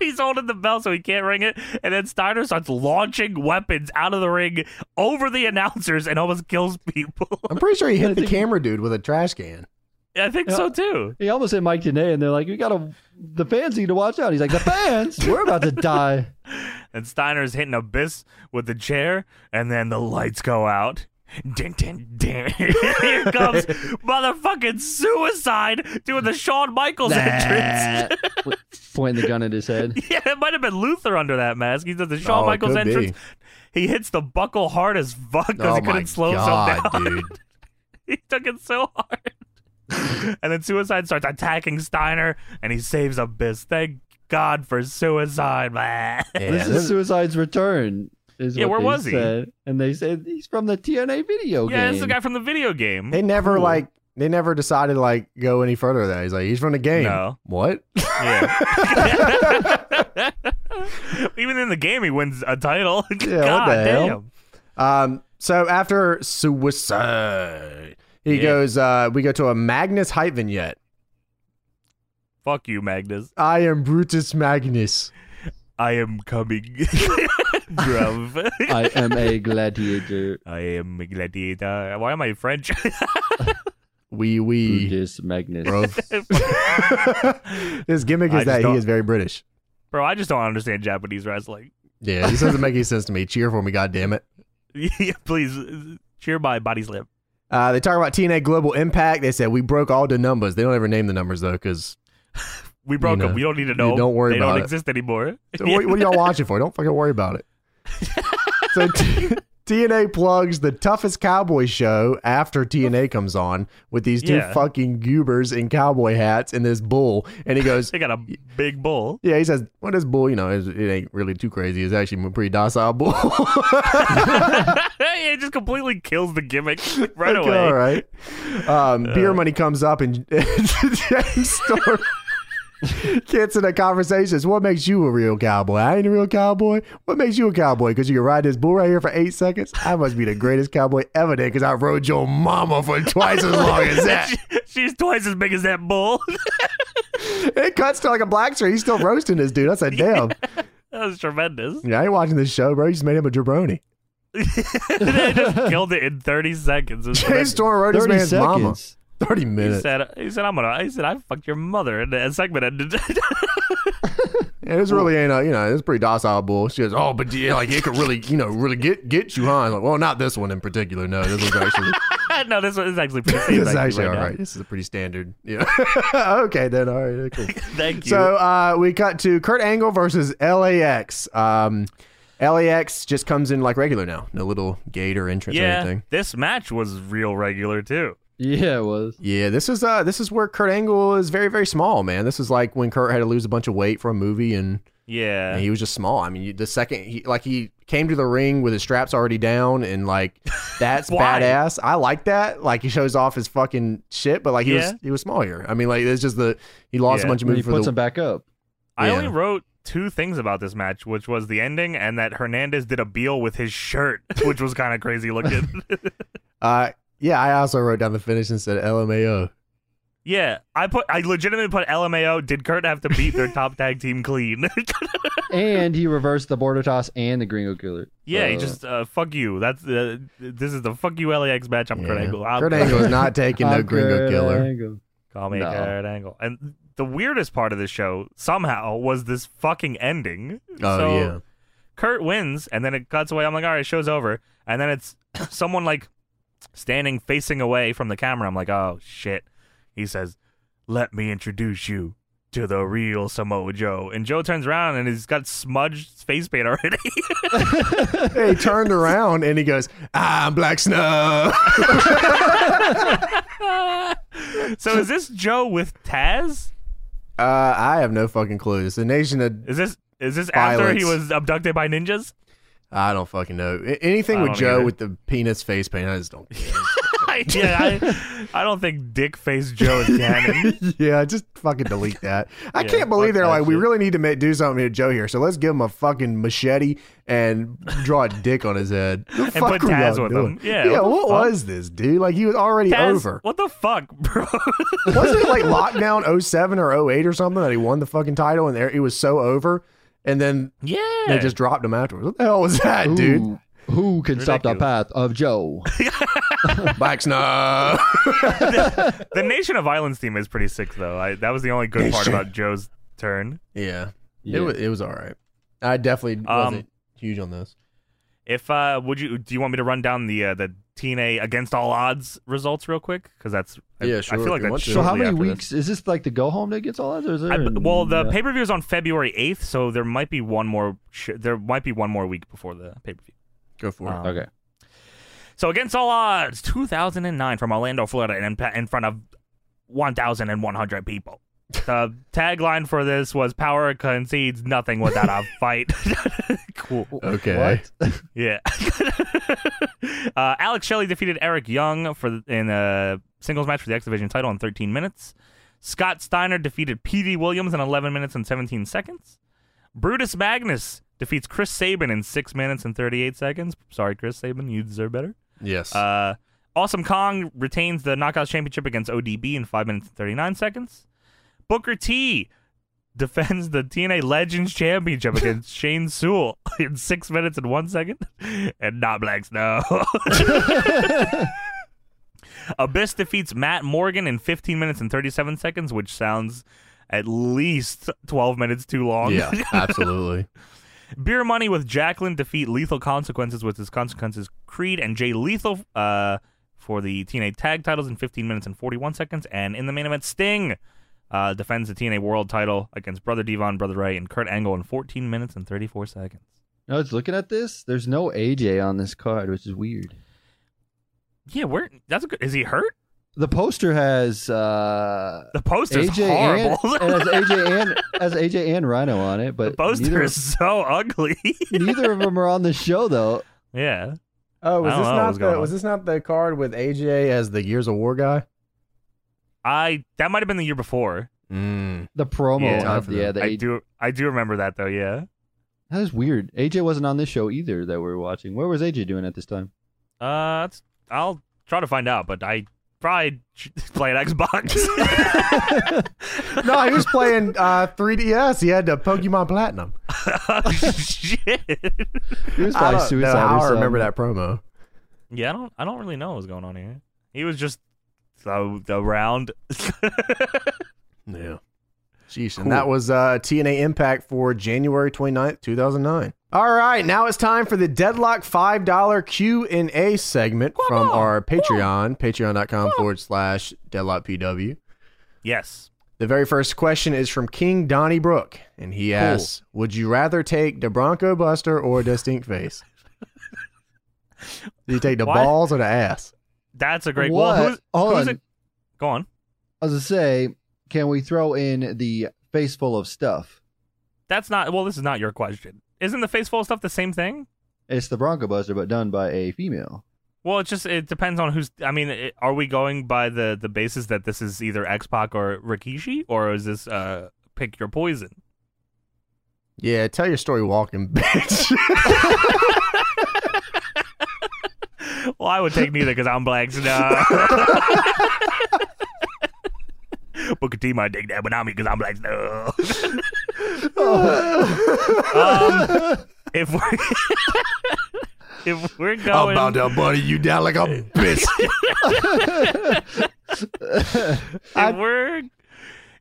Speaker 2: He's holding the bell, so he can't ring it. And then Steiner starts launching weapons out of the ring over the announcers and almost kills people. *laughs*
Speaker 1: I'm pretty sure he hit the camera dude with a trash can.
Speaker 2: I think so too.
Speaker 3: He almost hit Mike Tanay, and they're like, "We gotta, the fans need to watch out." He's like, "The fans, we're about to die."
Speaker 2: And Steiner's hitting Abyss with the chair, and then the lights go out. Ding, ding, ding. *laughs* Here
Speaker 3: *laughs*
Speaker 2: comes motherfucking suicide doing *laughs* the Shawn Michaels entrance.
Speaker 3: *laughs* Pointing the gun at his head.
Speaker 2: *laughs* Yeah, it might have been Luther under that mask. He does the Shawn
Speaker 1: Oh, it
Speaker 2: Michaels
Speaker 1: could be.
Speaker 2: entrance. He hits the buckle hard as fuck because
Speaker 1: oh
Speaker 2: he
Speaker 1: my
Speaker 2: couldn't slow
Speaker 1: god,
Speaker 2: himself down.
Speaker 1: dude!
Speaker 2: *laughs* He took it so hard.
Speaker 1: *laughs*
Speaker 2: and then Suicide starts attacking Steiner, and he saves Abyss. Thank God for Suicide, man.
Speaker 1: Yeah,
Speaker 3: this is Suicide's return. Is
Speaker 2: Yeah,
Speaker 3: what
Speaker 2: where
Speaker 3: they
Speaker 2: was he?
Speaker 3: said. And they said he's from the TNA video game.
Speaker 2: yeah, it's the guy from the video game.
Speaker 1: they never
Speaker 2: Cool.
Speaker 1: like they never decided to, like go any further. than That he's like he's from the game.
Speaker 2: No. *laughs*
Speaker 1: What?
Speaker 2: Yeah. *laughs* Even in the game, he wins a title. *laughs* God
Speaker 1: the hell?
Speaker 2: damn.
Speaker 1: Um, so after suicide, he
Speaker 2: Yeah.
Speaker 1: goes. Uh, we go to a Magnus hype vignette.
Speaker 2: Fuck you, Magnus.
Speaker 1: I am Brutus Magnus.
Speaker 2: I am
Speaker 1: *laughs*
Speaker 2: coming. *laughs* Bruv.
Speaker 3: *laughs* I am a gladiator.
Speaker 2: *laughs* I am a gladiator. Why am I French?
Speaker 1: Wee wee,
Speaker 3: Brutus Magnus. *laughs*
Speaker 1: bro. *laughs* His gimmick
Speaker 2: I
Speaker 1: is
Speaker 2: just
Speaker 1: that he
Speaker 2: don't-
Speaker 1: is very British.
Speaker 2: Bro, I just don't understand Japanese wrestling.
Speaker 1: Yeah, this doesn't make any sense to me. Cheer for me, goddammit.
Speaker 2: *laughs* Yeah, Please cheer my body slip.
Speaker 1: Uh, they talk about TNA Global Impact. They said we broke all the numbers. They don't ever name the numbers though, *laughs* because
Speaker 2: We broke
Speaker 1: know,
Speaker 2: up. We don't need to know.
Speaker 1: don't worry
Speaker 2: They
Speaker 1: about
Speaker 2: don't
Speaker 1: it.
Speaker 2: exist anymore. *laughs*
Speaker 1: what, what are y'all watching for? Don't fucking worry about it. so *laughs* t- TNA plugs the toughest cowboy show after TNA comes on with these two
Speaker 2: Yeah.
Speaker 1: fucking goobers in cowboy hats and this bull, and he *laughs* goes.
Speaker 2: They got a
Speaker 1: *laughs*
Speaker 2: big bull. *laughs*
Speaker 1: Yeah, he says, well, this bull, you know, is- it ain't really too crazy. It's actually a pretty docile bull. *laughs*
Speaker 2: it just completely kills
Speaker 1: *laughs*
Speaker 2: the gimmick right
Speaker 1: Okay, Uh, *laughs*
Speaker 2: away.
Speaker 1: All right. Um, beer money comes up and James Storm Kids in a conversation is what makes you a real cowboy. I ain't a real cowboy. What makes you a cowboy? Because you can ride this bull right here for eight seconds? I must be the greatest cowboy ever then because I rode your mama for twice as long as *laughs*
Speaker 2: *laughs*
Speaker 1: that.
Speaker 2: She's twice as big as that bull. *laughs*
Speaker 1: It cuts to like a black shirt. He's still roasting this dude. I said, *laughs* damn.
Speaker 2: that
Speaker 1: *laughs*
Speaker 2: was tremendous. *laughs*
Speaker 1: Yeah, I ain't watching this show, bro. You just made him a jabroni.
Speaker 2: they just killed it in 30 seconds. It was
Speaker 1: James
Speaker 2: tremendous.
Speaker 1: Storm rode this
Speaker 3: 30
Speaker 1: man's mama.
Speaker 3: seconds.
Speaker 1: 30
Speaker 2: He
Speaker 1: minutes.
Speaker 2: said, he said, I'm gonna, he said, I fucked your mother. And the segment ended. *laughs*
Speaker 1: Yeah, this really ain't a, you know, it's pretty docile bull. She goes, oh, but yeah, like it could really, you know, really get get you, huh? I was like, well, not this one in particular. No, this one's *laughs* actually,
Speaker 2: no, this one is actually
Speaker 1: *laughs*
Speaker 2: pretty safe.
Speaker 1: this is
Speaker 2: Thank you
Speaker 1: actually
Speaker 2: right
Speaker 1: all
Speaker 2: now.
Speaker 1: right. This is a pretty standard. Yeah. *laughs* okay, then. All right. Cool.
Speaker 2: Thank you.
Speaker 1: So uh, we cut to Kurt Angle versus LAX. Um, LAX just comes in like regular now. No little gate or entrance or
Speaker 2: yeah,
Speaker 1: anything.
Speaker 2: this match was real regular too.
Speaker 3: Yeah, it was.
Speaker 1: Yeah, this is uh this is where Kurt Angle is very very small, man. This is like when Kurt had to lose a bunch of weight for a movie and
Speaker 2: Yeah,
Speaker 1: And he was just small. I mean, you, the second he like he came to the ring with his straps already down, and
Speaker 2: *laughs*
Speaker 1: like that's
Speaker 2: Why?
Speaker 1: badass. I like that. Like he shows off his fucking shit, but like he
Speaker 2: Yeah.
Speaker 1: was he was small here. I mean, like it's just the he lost
Speaker 2: Yeah.
Speaker 1: a bunch of
Speaker 3: When he
Speaker 1: moves for
Speaker 3: puts
Speaker 1: the
Speaker 3: him back up.
Speaker 2: I
Speaker 1: Yeah.
Speaker 2: only wrote two things about this match, which was the ending and that Hernandez did a Beal with his *laughs* shirt, which was kind of crazy looking. *laughs*
Speaker 1: uh yeah. I also wrote down the finish and said LMAO.
Speaker 2: yeah, I put, I legitimately put LMAO. Did Kurt have to beat *laughs* their top tag team clean? *laughs*
Speaker 3: And he reversed the border toss and the gringo killer.
Speaker 2: yeah, he
Speaker 3: Uh,
Speaker 2: just uh, fuck you. That's uh, this is the fuck you LAX match. I'm Kurt
Speaker 1: Yeah.
Speaker 2: Angle. I'm
Speaker 1: Kurt Angle is not taking no
Speaker 3: I'm
Speaker 1: gringo
Speaker 3: Kurt
Speaker 1: killer.
Speaker 3: Angle.
Speaker 2: *laughs* Call me
Speaker 3: No.
Speaker 2: Kurt Angle. And the weirdest part of this show somehow was this fucking ending.
Speaker 1: Oh
Speaker 2: so,
Speaker 1: yeah.
Speaker 2: Kurt wins, and then it cuts away. I'm like, all right, show's over. And then it's *coughs* someone like standing facing away from the camera. I'm like, oh shit. He says, "Let me introduce you to the real Samoa Joe." And Joe turns around and he's got smudged face paint already. *laughs*
Speaker 1: he turned around and he goes, "I'm Black
Speaker 2: *laughs*
Speaker 1: Snow." Uh,
Speaker 2: so is this Joe with Taz?
Speaker 1: uh, I have no fucking clue. It's the nation of
Speaker 2: Is this is this after he
Speaker 1: Violence.
Speaker 2: was abducted by ninjas?
Speaker 1: I don't fucking know A- anything
Speaker 2: I
Speaker 1: with
Speaker 2: don't
Speaker 1: Joe
Speaker 2: either.
Speaker 1: with the penis face paint. I just don't.
Speaker 2: yeah, I, I don't think Dick Face Joe is canon.
Speaker 1: yeah, just fucking delete that. I
Speaker 2: Yeah,
Speaker 1: can't believe
Speaker 2: fuck
Speaker 1: they're
Speaker 2: that
Speaker 1: like, we
Speaker 2: shit.
Speaker 1: really need to make, do something to Joe here, so let's give him a fucking machete and draw a dick on his head. The fuck
Speaker 2: put
Speaker 1: were y'all
Speaker 2: Taz with
Speaker 1: doing?
Speaker 2: him. Yeah,
Speaker 1: yeah.
Speaker 2: what the
Speaker 1: What,
Speaker 2: fuck?
Speaker 1: was this, dude? Like he was already
Speaker 2: Taz,
Speaker 1: *laughs* over.
Speaker 2: what the fuck, bro? *laughs*
Speaker 1: Wasn't it like lockdown *laughs* 07 or 08 or something that he won the fucking title and there he was so over, and then
Speaker 2: yeah,
Speaker 1: they just dropped him afterwards. What the hell was that, dude?
Speaker 3: Who, who can stop the path of Joe?
Speaker 1: Black
Speaker 2: *laughs*
Speaker 1: Snow.
Speaker 2: The Nation of Violence theme is pretty sick, though. I, that was the only good part about Joe's turn.
Speaker 1: yeah,
Speaker 3: Yeah.
Speaker 1: it was. It was all right. I definitely
Speaker 2: Um,
Speaker 1: wasn't huge on this.
Speaker 2: If uh, would you do you want me to run down the uh, the TNA Against All Odds results real quick? Because that's I,
Speaker 1: Yeah,
Speaker 2: I
Speaker 1: sure,
Speaker 2: feel
Speaker 1: if you
Speaker 2: like that's
Speaker 1: want to.
Speaker 3: so how
Speaker 2: shortly
Speaker 3: many
Speaker 2: after
Speaker 3: weeks is this like the go home that gets all that? Or is there
Speaker 2: this. I- well, the
Speaker 3: Yeah.
Speaker 2: pay per view is on February eighth, so there might be one more. Sh- there might be one more week before the pay per view.
Speaker 1: Go for
Speaker 2: um,
Speaker 1: it.
Speaker 3: Okay.
Speaker 2: So Against All Odds, 2009 from Orlando, Florida, and in- in front of 1,100 people. The tagline for this was "Power concedes nothing without a fight." cool.
Speaker 1: Okay.
Speaker 3: What?
Speaker 2: Yeah. *laughs* uh, Alex Shelley defeated Eric Young for the, in a singles match for the X Division title in 13 minutes. Scott Steiner defeated P.D. Williams in 11 minutes and 17 seconds. Brutus Magnus defeats Chris Sabin in 6 minutes and 38 seconds. Sorry, Chris Sabin, you deserve better.
Speaker 1: Yes.
Speaker 2: Uh, awesome Kong retains the Knockouts Championship against ODB in 5 minutes and 39 seconds. Booker T *laughs* defends the TNA Legends
Speaker 1: *laughs*
Speaker 2: Championship against Shane Sewell *laughs* in 6 minutes and 1 second. *laughs* And not
Speaker 1: *laughs*
Speaker 2: Black Snow. Abyss defeats Matt Morgan in 15 minutes and 37 seconds, which sounds at least 12 minutes too long. *laughs*
Speaker 1: yeah, absolutely.
Speaker 2: Beer Money with Jacqueline defeat Lethal Consequences with his Consequences Creed and Jay Lethal uh, for the TNA tag titles in 15 minutes and 41 seconds. And in the main event, Sting uh, defends the TNA World title against Brother Devon, Brother Ray, and Kurt Angle in 14 minutes and 34 seconds.
Speaker 3: No, it's looking at this. There's no AJ on this card, which is weird.
Speaker 2: Yeah, where that's a good. Is he hurt?
Speaker 3: The poster has uh,
Speaker 2: The poster's
Speaker 3: AJ
Speaker 2: horrible.
Speaker 3: and *laughs* it has
Speaker 2: *laughs*
Speaker 3: AJ and has AJ and Rhino on it,
Speaker 2: the
Speaker 3: but
Speaker 2: poster
Speaker 3: neither,
Speaker 2: is so ugly. *laughs*
Speaker 3: neither of them are on the show though.
Speaker 2: yeah.
Speaker 1: Oh, was
Speaker 2: I don't
Speaker 1: this
Speaker 2: know what
Speaker 1: not
Speaker 2: was going
Speaker 1: the
Speaker 2: on.
Speaker 1: was this not the card with AJ as the Years of War guy?
Speaker 2: I that might have been the year before.
Speaker 5: Mm.
Speaker 3: the promo
Speaker 2: Yeah.
Speaker 3: of the, uh, the
Speaker 2: I
Speaker 3: AJ.
Speaker 2: do I do remember that though. Yeah.
Speaker 3: That is weird. AJ wasn't on this show either that we were watching. Where was AJ doing at this time?
Speaker 2: Uh, it's, I'll try to find out, but I probably should *laughs* play an
Speaker 3: *laughs*
Speaker 2: Xbox.
Speaker 1: *laughs*
Speaker 2: *laughs*
Speaker 1: No, he was playing uh, 3DS. He had the Pokemon Platinum.
Speaker 2: Shit.
Speaker 3: He was
Speaker 1: I
Speaker 3: probably
Speaker 1: don't know
Speaker 3: suicide.
Speaker 1: how
Speaker 3: or
Speaker 1: I remember
Speaker 3: something.
Speaker 1: that promo.
Speaker 2: Yeah, I don't I don't really know what was going on here. He was just so around.
Speaker 1: Yeah. Jeez,
Speaker 2: Cool.
Speaker 1: and that was uh, TNA Impact for January 29th, 2009. All right, now it's time for the Deadlock $5 Q&A segment from our Patreon, patreon.com forward slash deadlockpw.
Speaker 2: *laughs* yes.
Speaker 1: The very first question is from King Donnie Brook, and he asks, would you rather take the Bronco Buster or the Stink Face? Do you take the
Speaker 2: What?
Speaker 1: balls or the ass?
Speaker 2: That's a great
Speaker 3: What?
Speaker 2: well who's,
Speaker 3: Hold
Speaker 2: who's
Speaker 3: on.
Speaker 2: it go on.
Speaker 3: I was gonna say, can we throw in the face full of stuff?
Speaker 2: That's not well, this is not your question. Isn't the face full of stuff the same thing?
Speaker 3: It's the Bronco Buster, but done by a
Speaker 1: *laughs*
Speaker 3: female.
Speaker 2: Well, it just it depends on who's. I mean, it, are we going by the the basis that this is either X Pac or Rikishi, or is this uh pick your poison?
Speaker 1: Yeah, tell your story walking, bitch. *laughs*
Speaker 2: Well, I would take neither because I'm black. So nah. *laughs* Booker T might take that, but not me because I'm black. No. *laughs* um, if we're if we're going,
Speaker 1: that buddy you down like a bitch.
Speaker 2: if we're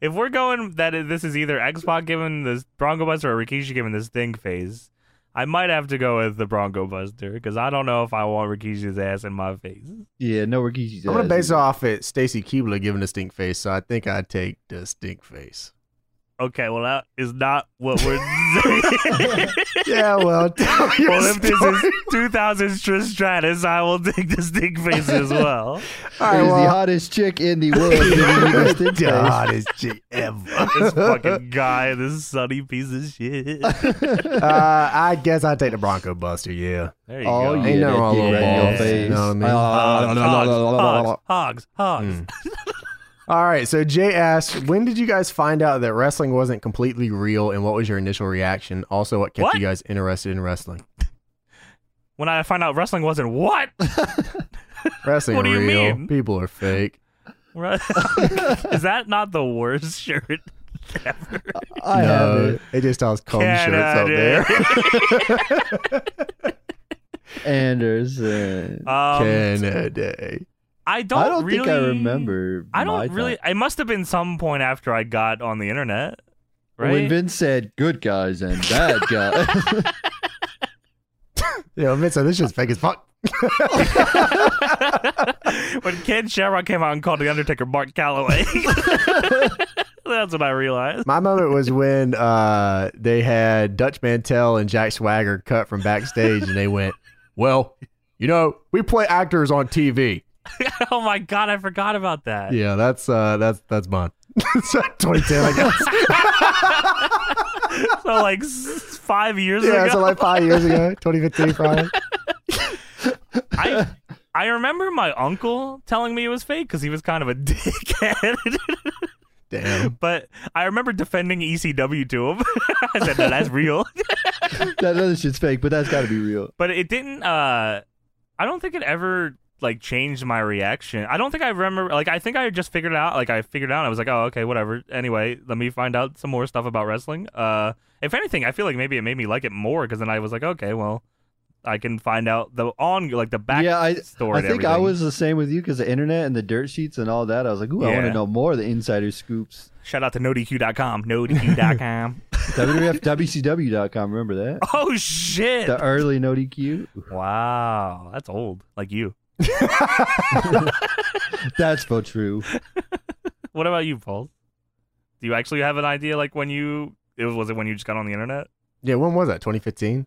Speaker 2: if we're going that i- this is either X Pac given this Bronco Buster or Rikishi given this Sting phase, I might have to go with the Bronco Buster because I don't know if I want Rikishi's ass in my face.
Speaker 3: Yeah, no Rikishi's.
Speaker 1: I'm gonna
Speaker 3: ass
Speaker 1: base it
Speaker 3: either.
Speaker 1: off at Stacy Keebler giving a stink face, so I think I'd take the stink face.
Speaker 2: Okay, well that is not what *laughs* we're saying.
Speaker 1: Yeah,
Speaker 2: *laughs*
Speaker 1: well, tell your
Speaker 2: well, if this
Speaker 1: story.
Speaker 2: is 2000's Tristratus, I will take the Sting face as well.
Speaker 1: All
Speaker 3: It
Speaker 1: right,
Speaker 3: is the
Speaker 1: well,
Speaker 3: hottest chick
Speaker 1: *laughs*
Speaker 3: in the world. giving you the stink
Speaker 1: the
Speaker 3: face.
Speaker 1: hottest chick *laughs* ever.
Speaker 2: This fucking guy, this sunny piece of shit. There
Speaker 1: *laughs*
Speaker 3: *laughs*
Speaker 1: Uh, I guess I'd take the Bronco Buster. Yeah.
Speaker 2: you
Speaker 3: Oh
Speaker 2: go. Uh,
Speaker 3: yeah,
Speaker 1: Ain't nothing wrong with
Speaker 3: that dick right in your
Speaker 2: balls, you
Speaker 3: face.
Speaker 1: know what I mean?
Speaker 2: Hogs, hogs,
Speaker 3: Ah,
Speaker 2: hogs, hogs.
Speaker 1: Hmm. *laughs* All right. So Jay asked, when did you guys find out that wrestling wasn't completely real, and what was your initial reaction? Also, what kept
Speaker 2: What?
Speaker 1: you guys interested in wrestling?
Speaker 2: When I find out wrestling wasn't what?
Speaker 1: Wrestling
Speaker 2: What do you
Speaker 1: real.
Speaker 2: mean?
Speaker 1: People are fake. *laughs*
Speaker 2: Right. Is that not the worst shirt ever?
Speaker 3: I have
Speaker 1: no,
Speaker 3: it.
Speaker 1: they just toss cum
Speaker 2: Can
Speaker 1: shirts
Speaker 2: I
Speaker 1: up
Speaker 2: do
Speaker 1: there. *laughs*
Speaker 3: Anderson.
Speaker 2: Um,
Speaker 1: Canada.
Speaker 2: I don't.
Speaker 3: I don't
Speaker 2: really,
Speaker 3: think I remember.
Speaker 2: I
Speaker 3: my
Speaker 2: don't
Speaker 3: time.
Speaker 2: really. It must have been some point after I got on the internet,
Speaker 3: When
Speaker 2: right?
Speaker 3: Vince said good guys and
Speaker 2: *laughs*
Speaker 3: bad guys. *laughs*
Speaker 1: Yeah, Vince, this shit's fake as fuck.
Speaker 2: *laughs* when Ken Shamrock came out and called the Undertaker Mark Calloway. *laughs* That's when I realized.
Speaker 1: My moment was when uh, they had Dutch Mantel and Jack Swagger cut from backstage, and they went, "Well, you know, we play actors on TV."
Speaker 2: *laughs* oh my god, I forgot about that.
Speaker 1: Yeah, that's uh, that's that's *laughs* mine. It's 2010, I *laughs* guess.
Speaker 2: So like s- five years
Speaker 1: Yeah,
Speaker 2: ago,
Speaker 1: so like five years ago, *laughs* 2015, probably. *laughs*
Speaker 2: I I remember my uncle telling me it was fake because he was kind of a *laughs* dickhead.
Speaker 1: Damn.
Speaker 2: but I remember defending ECW to him. *laughs* I said, no, that's real.
Speaker 3: that other shit's fake, but that's got to be real.
Speaker 2: But it didn't, uh, I don't think it ever, like, changed my reaction. I don't think I remember, like, I think I just figured it out. Like, I figured it out. I was like, oh, okay, whatever. Anyway, let me find out some more stuff about wrestling. Uh, if anything, I feel like maybe it made me like it more because then I was like, okay, well, I can find out the on, like, the back
Speaker 3: Yeah, I-
Speaker 2: story.
Speaker 3: I
Speaker 2: and
Speaker 3: think I
Speaker 2: everything.
Speaker 3: was the same with you because the internet and the dirt sheets and all that. I was like, ooh, I want
Speaker 2: Yeah.
Speaker 3: to know more of the insider scoops.
Speaker 2: Shout out to nodq.com.
Speaker 3: *laughs*
Speaker 2: Nodq.com.
Speaker 3: WWF WCW.com, remember that?
Speaker 2: oh, shit.
Speaker 3: The early no DQ.
Speaker 2: wow. That's old. Like you. *laughs*
Speaker 3: That's so true.
Speaker 2: What about you, Paul? Do you actually have an idea? Like when you it was, was it when you just got on the internet?
Speaker 1: Yeah, when was that? 2015.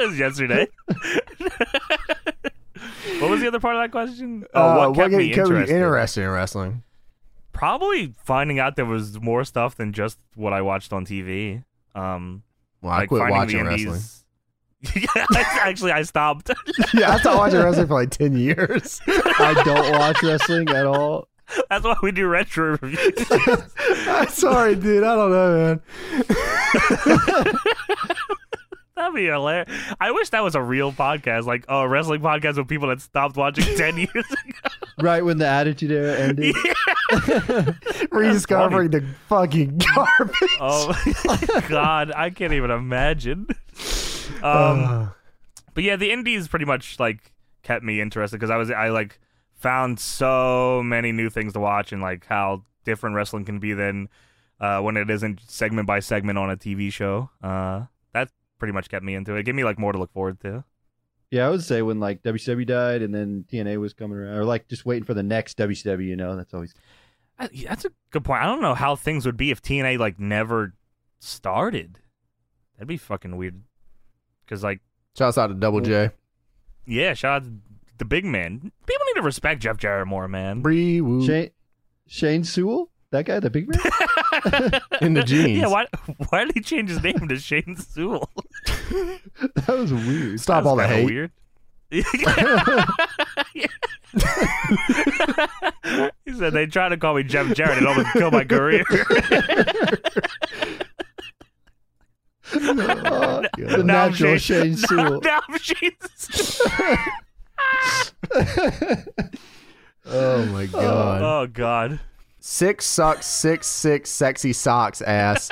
Speaker 2: It was yesterday.
Speaker 1: *laughs*
Speaker 2: *laughs* what was the other part of that question?
Speaker 1: Uh,
Speaker 2: oh, what kept
Speaker 1: got-
Speaker 2: me
Speaker 1: kept you
Speaker 2: interested?
Speaker 1: interested in wrestling?
Speaker 2: Probably finding out there was more stuff than just what I watched on TV. Um,
Speaker 1: Well, I
Speaker 2: like
Speaker 1: quit
Speaker 2: finding
Speaker 1: watching
Speaker 2: the
Speaker 1: wrestling. *laughs*
Speaker 2: indies. *laughs* yeah, I- actually, I stopped. *laughs*
Speaker 1: yeah, I stopped watching wrestling for like 10 years. *laughs*
Speaker 3: I don't watch wrestling at all.
Speaker 2: That's why we do retro reviews. *laughs*
Speaker 1: I'm sorry, dude. I don't know, man.
Speaker 2: That'd be hilarious. I wish that was a real podcast, like a wrestling podcast with people that stopped watching
Speaker 1: *laughs*
Speaker 2: ten years ago.
Speaker 3: right when the Attitude Era ended.
Speaker 1: Rediscovering the
Speaker 2: *laughs*
Speaker 1: fucking garbage. *laughs*
Speaker 2: Oh God, I can't even imagine. Um,
Speaker 1: Uh,
Speaker 2: but yeah, the indies pretty much like kept me interested because I was I like found so many new things to watch and like how different wrestling can be than uh, when it isn't segment by segment on a TV show. Uh, that pretty much kept me into it. Give me like more to look forward to.
Speaker 3: Yeah, I would say when like WCW died and then TNA was coming around, or like just waiting for the next WCW. You know, that's always
Speaker 2: I, that's a good point. I don't know how things would be if TNA like never started. That'd be fucking weird. Because like,
Speaker 1: *sighs* Shouts out to Double J.
Speaker 2: yeah, shout out to the big man. People need to respect Jeff Jarrett more, man.
Speaker 1: Bree woo
Speaker 3: Shane Shane Sewell, that guy,
Speaker 2: *laughs*
Speaker 3: the big man.
Speaker 1: in the jeans. *laughs*
Speaker 2: Yeah, why why did he change his name to Shane Sewell?
Speaker 3: that was weird.
Speaker 1: Stop all the
Speaker 2: Kinda
Speaker 1: hate.
Speaker 2: Weird. *laughs* Yeah. he said they tried to call me Jeff Jarrett and almost killed my career.
Speaker 3: Uh, the
Speaker 2: Now I'm
Speaker 3: natural
Speaker 2: Shane-
Speaker 3: Shane Sewell.
Speaker 2: *laughs* now I'm Shane Sewell.
Speaker 1: Oh my god.
Speaker 2: Oh God.
Speaker 1: Six sucks, six, six sexy socks ass.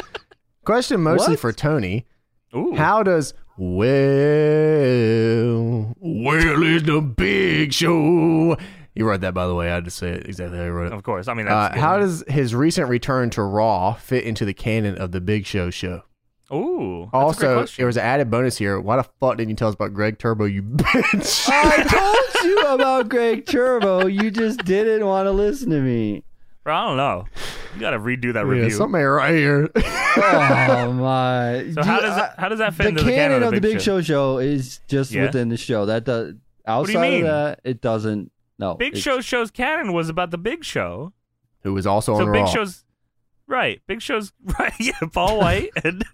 Speaker 1: Question mostly
Speaker 3: What?
Speaker 1: for Tony.
Speaker 2: Ooh.
Speaker 1: How does well well is the big show? You wrote that by the way. I had to say it exactly how you wrote it.
Speaker 2: Of course. I mean,
Speaker 1: Uh,
Speaker 2: Oh, that's good.
Speaker 1: how does his recent return to Raw fit into the canon of the Big Show show?
Speaker 2: Ooh. that's a great
Speaker 1: also,
Speaker 2: question.
Speaker 1: there was an added bonus here. Why the fuck didn't you tell us about Greg Turbo, you *laughs* bitch?
Speaker 3: I told you about Greg Turbo. You just didn't want to listen to me.
Speaker 2: Bro, I don't know. You gotta redo that
Speaker 1: yeah,
Speaker 2: review.
Speaker 1: something right here.
Speaker 3: Oh my!
Speaker 2: so how does that, how does that fit
Speaker 3: uh, the
Speaker 2: into the
Speaker 3: canon,
Speaker 2: canon
Speaker 3: of the Big Show show is just
Speaker 2: Yeah.
Speaker 3: within the show. That does
Speaker 2: do you
Speaker 3: outside
Speaker 2: mean?
Speaker 3: of that, it doesn't. No,
Speaker 2: Big
Speaker 3: it's-
Speaker 2: Show show's canon was about the Big Show.
Speaker 1: Who was also
Speaker 2: so
Speaker 1: on
Speaker 2: Big
Speaker 1: Raw.
Speaker 2: Show's right. Big Show's *laughs* right. Yeah, Paul White and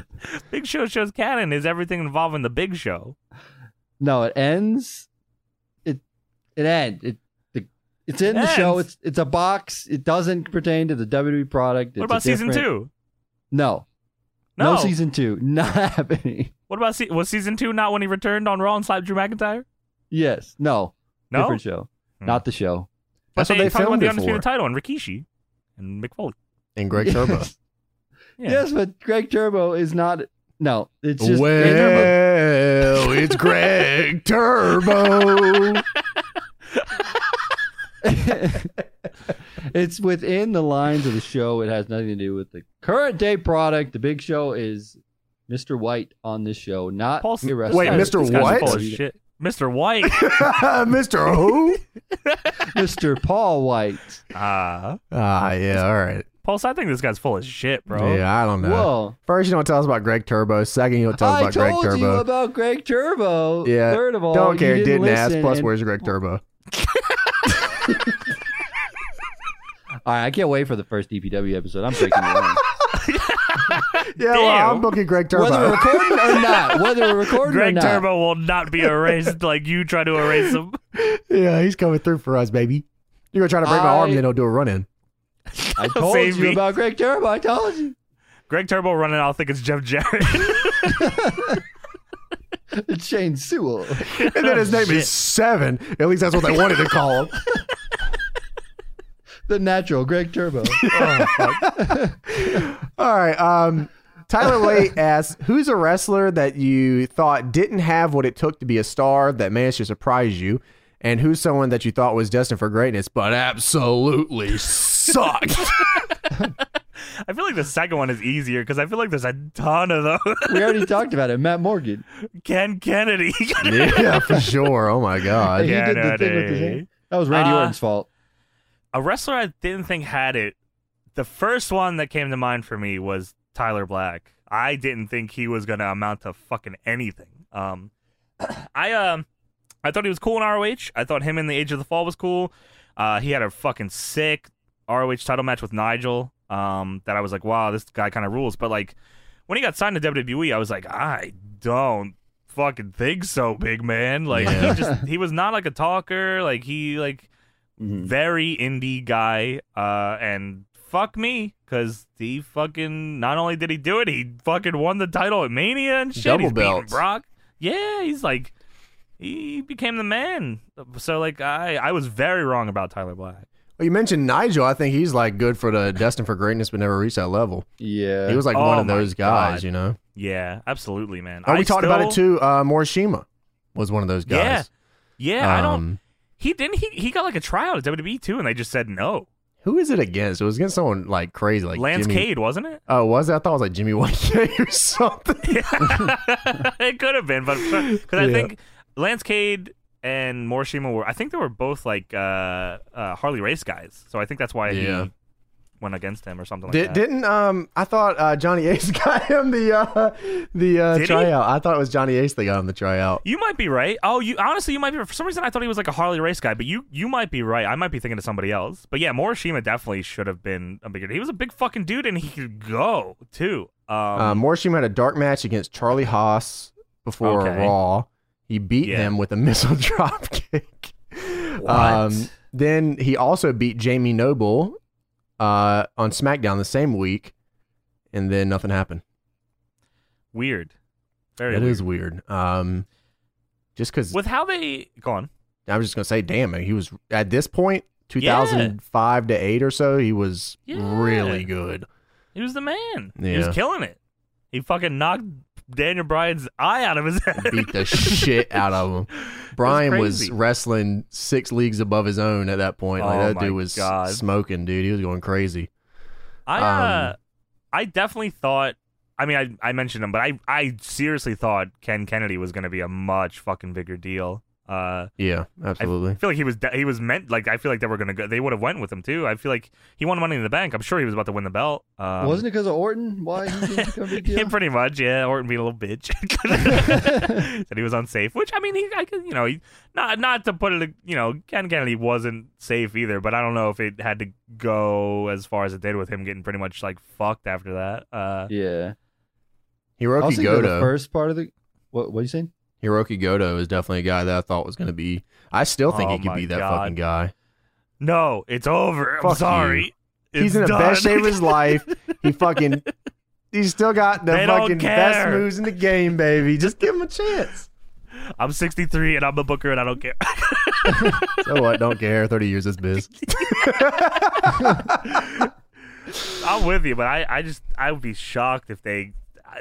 Speaker 2: *laughs* Big Show show's canon is everything involving the Big Show.
Speaker 3: No, it ends. It it ends. It the it's in the
Speaker 2: Ends.
Speaker 3: show. It's it's a box. It doesn't pertain to the WWE product.
Speaker 2: What
Speaker 3: It's a
Speaker 2: about season
Speaker 3: different-
Speaker 2: two?
Speaker 3: No,
Speaker 2: No.
Speaker 3: no, season two. *laughs* Not happening.
Speaker 2: What about se- was season two not when he returned on Raw and slapped Drew McIntyre?
Speaker 3: Yes, no,
Speaker 2: No,
Speaker 3: different show.
Speaker 2: Hmm.
Speaker 3: Not the show.
Speaker 1: That's
Speaker 2: but
Speaker 1: what they
Speaker 2: talked about
Speaker 1: filmed
Speaker 2: the
Speaker 1: it
Speaker 2: undisputed
Speaker 1: for.
Speaker 2: title and Rikishi and McFoley.
Speaker 1: And Greg Turbo.
Speaker 3: Yes.
Speaker 2: Yeah.
Speaker 3: *laughs* Yes, but Greg Turbo is not. No, it's just
Speaker 1: well, it's Greg *laughs* Turbo.
Speaker 3: *laughs* it's within the lines of the show. It has nothing to do with the current day product. The big show is Mr. White on this show, not
Speaker 2: Paul-
Speaker 3: the rest
Speaker 1: Wait,
Speaker 3: of
Speaker 1: Mr.
Speaker 2: This guy's
Speaker 1: White?
Speaker 2: full of shit. Mr. White.
Speaker 3: *laughs*
Speaker 1: Mr. Who?
Speaker 3: Mr. Paul White.
Speaker 1: *laughs*
Speaker 2: Ah,
Speaker 1: Ah, yeah, all right.
Speaker 2: Pulse. I think this guy's full of shit, bro.
Speaker 1: Yeah, I don't know.
Speaker 3: Whoa.
Speaker 1: First, you don't tell us about Greg Turbo. Second, you don't tell us
Speaker 3: I
Speaker 1: about Greg
Speaker 3: told you
Speaker 1: Turbo.
Speaker 3: about Greg Turbo.
Speaker 1: yeah.
Speaker 3: Third of all,
Speaker 1: don't
Speaker 3: you
Speaker 1: care.
Speaker 3: Didn't,
Speaker 1: ask.
Speaker 3: listen,
Speaker 1: Plus,
Speaker 3: and-
Speaker 1: where's Greg Turbo?
Speaker 3: *laughs* All right, I can't wait for the first DPW episode. I'm breaking
Speaker 1: *laughs*
Speaker 3: the line.
Speaker 1: Yeah,
Speaker 2: Damn.
Speaker 1: well, I'm booking Greg
Speaker 3: Whether we're
Speaker 1: Turbo.
Speaker 3: recording or not. Whether we're recording or
Speaker 2: Greg
Speaker 3: not.
Speaker 2: Turbo will not be erased like you try to erase him.
Speaker 1: *laughs* yeah, he's coming through for us, baby. You're gonna try to break my arm,
Speaker 3: I-
Speaker 1: then he'll do a run in.
Speaker 3: I told
Speaker 2: Save
Speaker 3: you
Speaker 2: me.
Speaker 3: about Greg Turbo. I told you.
Speaker 2: Greg Turbo running out think it's Jeff Jarrett.
Speaker 3: It's Shane Sewell.
Speaker 1: And
Speaker 3: *laughs*
Speaker 1: then his name is Seven. At least that's what they wanted to call him.
Speaker 3: The natural Greg Turbo.
Speaker 1: All right. Um, Tyler
Speaker 2: *laughs*
Speaker 1: Late asks, "Who's a wrestler that you thought didn't have what it took to be a star that managed to surprise you, and who's someone that you thought was destined for greatness but absolutely
Speaker 2: *laughs*
Speaker 1: sucked?" *laughs*
Speaker 2: I feel like the second one is easier because I feel like there's a ton of those. *laughs*
Speaker 3: we already talked about it. Matt Morgan.
Speaker 2: Ken Kennedy. *laughs*
Speaker 1: yeah, for sure. Oh my god.
Speaker 3: He
Speaker 2: Uh, Yeah,
Speaker 3: did
Speaker 2: no,
Speaker 3: the thing with his
Speaker 2: they-
Speaker 3: hand. That was Randy
Speaker 2: Uh,
Speaker 3: Orton's fault.
Speaker 2: a wrestler I didn't think had it. The first one that came to mind for me was Tyler Black. I didn't think he was gonna amount to fucking anything. Um, *clears throat* I um, I thought he was cool in ROH. I thought him in the Age of the Fall was cool. Uh, he had a fucking sick ROH title match with Nigel. Um, that I was like, wow, this guy kind of rules. But like, when he got signed to WWE, I was like, I don't fucking think so, big man. Like,
Speaker 1: Yeah.
Speaker 2: he just he was not like a talker. Like he like
Speaker 6: Mhm.
Speaker 2: very indie guy, uh, and fuck me, cause he fucking not only did he do it, he fucking won the title at Mania and shit.
Speaker 1: Double
Speaker 2: he's beating
Speaker 1: belts.
Speaker 2: Brock. Yeah, he's like he became the man. So like I I was very wrong about Tyler Black.
Speaker 1: Well, you mentioned Nigel. I think he's like good for the destined for greatness, but never reached that level.
Speaker 3: Yeah.
Speaker 1: He was like
Speaker 2: Oh
Speaker 1: one of
Speaker 2: my
Speaker 1: those guys,
Speaker 2: God.
Speaker 1: you know.
Speaker 2: Yeah, absolutely, man.
Speaker 1: Oh,
Speaker 2: I
Speaker 1: we talked about it
Speaker 2: still-
Speaker 1: too. Uh, Morishima was one of those
Speaker 2: Yeah,
Speaker 1: guys.
Speaker 2: Yeah, I don't.
Speaker 1: Um,
Speaker 2: He didn't. He he got like a tryout at WWE too, and they just said no.
Speaker 1: Who is it against? It was against someone like crazy, like
Speaker 2: Lance
Speaker 1: Jimmy.
Speaker 2: Cade, wasn't it?
Speaker 1: Oh, was it? I thought it was like Jimmy *laughs* White K or
Speaker 2: *laughs*
Speaker 1: something.
Speaker 2: it could have been, but because I
Speaker 1: Yeah.
Speaker 2: think Lance Cade and Morishima were, I think they were both like uh, uh, Harley Race guys, so I think that's why
Speaker 1: Yeah.
Speaker 2: he went against him or something like
Speaker 1: Did,
Speaker 2: that.
Speaker 1: didn't um? I thought uh, Johnny Ace *laughs* got him the uh, the uh,
Speaker 2: Did he?
Speaker 1: tryout. I thought it was Johnny Ace that got him the tryout.
Speaker 2: you might be right. Oh, you honestly, you might be. For some reason, I thought he was like a Harley Race guy, but you you might be right. I might be thinking of somebody else. But yeah, Morishima definitely should have been a bigger. He was a big fucking dude, and he could go too. Um,
Speaker 1: Uh, Morishima had a dark match against Charlie Haas before
Speaker 2: Okay.
Speaker 1: Raw. He beat
Speaker 2: Yeah.
Speaker 1: him with a *laughs* missile drop kick. Um, then he also beat Jamie Noble uh, on SmackDown the same week, and then nothing happened.
Speaker 2: weird. Very
Speaker 1: That
Speaker 2: weird.
Speaker 1: is weird. Um, just because
Speaker 2: with how they go on.
Speaker 1: I was just gonna say, damn, he was at this point, 2005 to eight or so, he was
Speaker 2: Yeah.
Speaker 1: really good.
Speaker 2: He was the man. He
Speaker 1: Yeah.
Speaker 2: was killing it. He fucking knocked Daniel Bryan's eye out of his head.
Speaker 1: Beat
Speaker 2: *laughs*
Speaker 1: the shit out of him. Brian was
Speaker 2: crazy.
Speaker 1: wrestling six leagues above his own at that point. Like
Speaker 2: Oh
Speaker 1: that
Speaker 2: my
Speaker 1: dude was
Speaker 2: God.
Speaker 1: smoking, dude. He was going crazy.
Speaker 2: I uh,
Speaker 1: Um,
Speaker 2: I definitely thought. I mean, I, I mentioned him, but I, I seriously thought Ken Kennedy was going to be a much fucking bigger deal. Uh,
Speaker 1: Yeah,
Speaker 2: I
Speaker 1: absolutely.
Speaker 2: feel like he was de- he was meant like I feel like they were going to go. They would have went with him too. I feel like he won Money in the Bank. I'm sure he was about to win the belt. Um,
Speaker 3: Wasn't it because of Orton? Why he didn't become
Speaker 2: *laughs*
Speaker 3: a big
Speaker 2: Yeah,
Speaker 3: deal?
Speaker 2: pretty much. Yeah, Orton being a little bitch said he was unsafe, which I mean, he, I could, you know, he, not not to put it, you know, Ken Kennedy wasn't safe either, but I don't know if it had to go as far as it did with him getting pretty much like fucked after that. Uh,
Speaker 3: yeah. I was
Speaker 1: Hiroki
Speaker 3: thinking of the
Speaker 1: Goto.
Speaker 3: first part of the. What what are you saying?
Speaker 1: Hiroki Goto is definitely a guy that I thought was going to be. I still think
Speaker 2: Oh
Speaker 1: he could
Speaker 2: my
Speaker 1: be that
Speaker 2: God.
Speaker 1: fucking guy.
Speaker 2: no, it's over. I'm
Speaker 1: Fuck
Speaker 2: sorry. It's
Speaker 1: he's in the
Speaker 2: done.
Speaker 1: best shape of his life. He fucking, he's still got the
Speaker 2: *laughs* They don't
Speaker 1: fucking best
Speaker 2: care.
Speaker 1: moves in the game, baby. Just give him a chance.
Speaker 2: *laughs* I'm 63 and I'm a booker and I don't care. *laughs*
Speaker 1: So what? Don't care. Thirty years is biz.
Speaker 2: I'm with you, but I, I just I would be shocked if they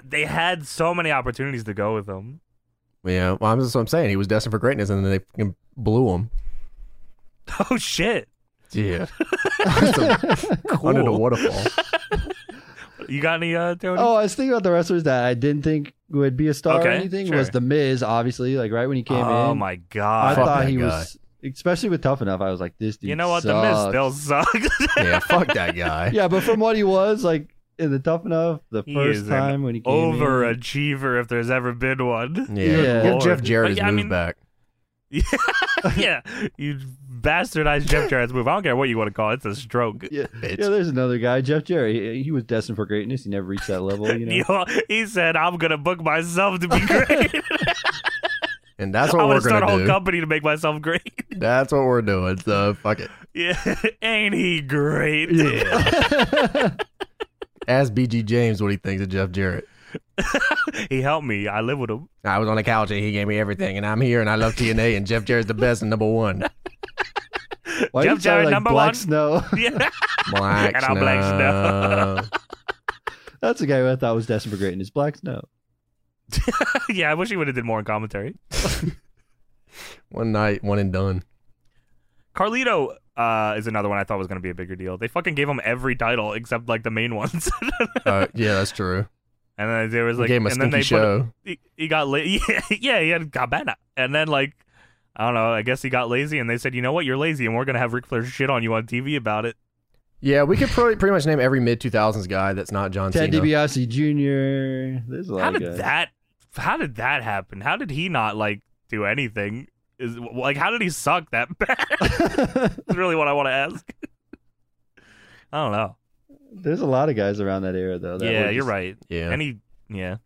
Speaker 2: they had so many opportunities to go with him. *laughs*
Speaker 1: Yeah, well, I'm- that's what I'm saying. He was destined for greatness, and then they fucking blew him.
Speaker 2: Oh shit.
Speaker 1: *laughs* Yeah,
Speaker 2: Cool.
Speaker 1: under the waterfall.
Speaker 2: You got any uh Tony?
Speaker 3: Oh, I was thinking about the wrestlers that I didn't think would be a star or
Speaker 2: Okay,
Speaker 3: anything.
Speaker 2: sure.
Speaker 3: Was the Miz obviously like right when he came
Speaker 2: oh
Speaker 3: in?
Speaker 2: my
Speaker 3: I
Speaker 2: god.
Speaker 1: Fuck
Speaker 3: thought
Speaker 1: that
Speaker 3: he was, especially with Tough Enough. I was like, this dude.
Speaker 2: you know what? The
Speaker 3: sucks.
Speaker 2: Miz still
Speaker 1: *laughs*
Speaker 2: sucks.
Speaker 1: yeah, fuck that guy.
Speaker 3: Yeah, but from what he was like in the Tough Enough, the
Speaker 2: He
Speaker 3: first
Speaker 2: is an
Speaker 3: time when he came in,
Speaker 2: Overachiever, if there's ever been one.
Speaker 1: Yeah,
Speaker 3: Yeah.
Speaker 1: give Jeff
Speaker 2: Lord.
Speaker 1: Jarrett his
Speaker 2: But, yeah, I
Speaker 1: move
Speaker 2: mean-
Speaker 1: back.
Speaker 2: *laughs* yeah, you bastardized Jeff Jarrett's move. I don't care what you want to call it. It's a stroke.
Speaker 3: yeah,
Speaker 1: Bitch.
Speaker 3: yeah. There's another guy, Jeff Jerry. He, he was destined for greatness. He never reached that level.
Speaker 2: *laughs*
Speaker 3: You know,
Speaker 2: You know, he said, "I'm gonna book
Speaker 1: *laughs*
Speaker 2: myself to be great.
Speaker 1: And that's what
Speaker 2: *laughs* I'm
Speaker 1: we're
Speaker 2: gonna start a
Speaker 1: gonna
Speaker 2: whole
Speaker 1: do.
Speaker 2: company to make myself great." *laughs*
Speaker 1: That's what we're doing. So fuck it.
Speaker 2: yeah, *laughs* ain't he great?
Speaker 1: Ask BG James what he thinks of Jeff Jarrett.
Speaker 2: *laughs* he helped me. I live with him. *laughs*
Speaker 1: I was on the couch and he gave me everything, and I'm here and I love TNA and Jeff Jarrett's the best and number
Speaker 2: *laughs*
Speaker 1: one.
Speaker 3: *laughs* Why
Speaker 2: Jeff
Speaker 3: you sound
Speaker 2: Jarrett,
Speaker 3: like
Speaker 2: number
Speaker 3: Black
Speaker 2: one?
Speaker 3: Snow? *laughs*
Speaker 2: Yeah, *laughs*
Speaker 1: Black
Speaker 2: And I'm Black Snow.
Speaker 3: That's the guy who I thought was destined for greatness. Black Snow.
Speaker 2: yeah. I wish he would have did more in commentary.
Speaker 1: one night, one and done.
Speaker 2: Carlito uh, is another one I thought was gonna be a bigger deal. They fucking gave him every title except like the main ones, *laughs*
Speaker 1: Uh, yeah, that's true.
Speaker 2: and then there was
Speaker 1: They
Speaker 2: like,
Speaker 1: gave him a
Speaker 2: and then
Speaker 1: stinky
Speaker 2: they put
Speaker 1: show.
Speaker 2: he, he got la- *laughs* yeah, yeah he had Cabana. and then like I don't know I guess he got lazy and they said you know what you're lazy and we're gonna have Ric Flair shit on you on TV about it
Speaker 1: Yeah, we could probably pretty much name every mid 2000s guy that's not John
Speaker 3: Ted
Speaker 1: Cena.
Speaker 3: DiBiase Jr. There's a lot
Speaker 2: how
Speaker 3: of
Speaker 2: did
Speaker 3: guys.
Speaker 2: that how did that happen how did he not like do anything is like how did he suck that *laughs* bad that's really what I want to ask *laughs* I don't know
Speaker 3: There's a lot of guys around that era though. That
Speaker 2: yeah
Speaker 3: were
Speaker 2: you're
Speaker 3: just-
Speaker 2: right
Speaker 1: Yeah.
Speaker 2: any yeah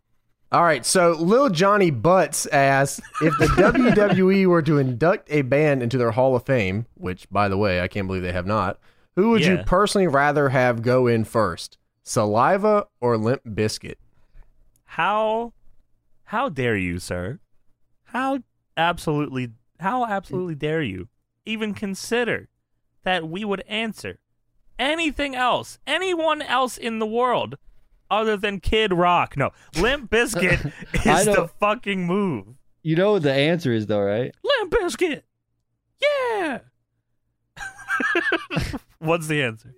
Speaker 1: All right, so Lil Johnny Butts asks if
Speaker 2: *laughs*
Speaker 1: the WWE were to induct a band into their Hall of Fame, which, by the way, I can't believe they have not. Who would you
Speaker 2: Yeah.
Speaker 1: personally rather have go in first, Saliva or Limp Biscuit?
Speaker 2: How how dare you, sir? How absolutely how absolutely dare you even consider that we would answer anything else, anyone else in the world other than Kid Rock. No, Limp Biscuit
Speaker 3: *laughs* I
Speaker 2: is the
Speaker 3: don't-
Speaker 2: fucking move.
Speaker 3: You know what the answer is though, right?
Speaker 2: Limp Biscuit. Yeah. *laughs* What's the answer?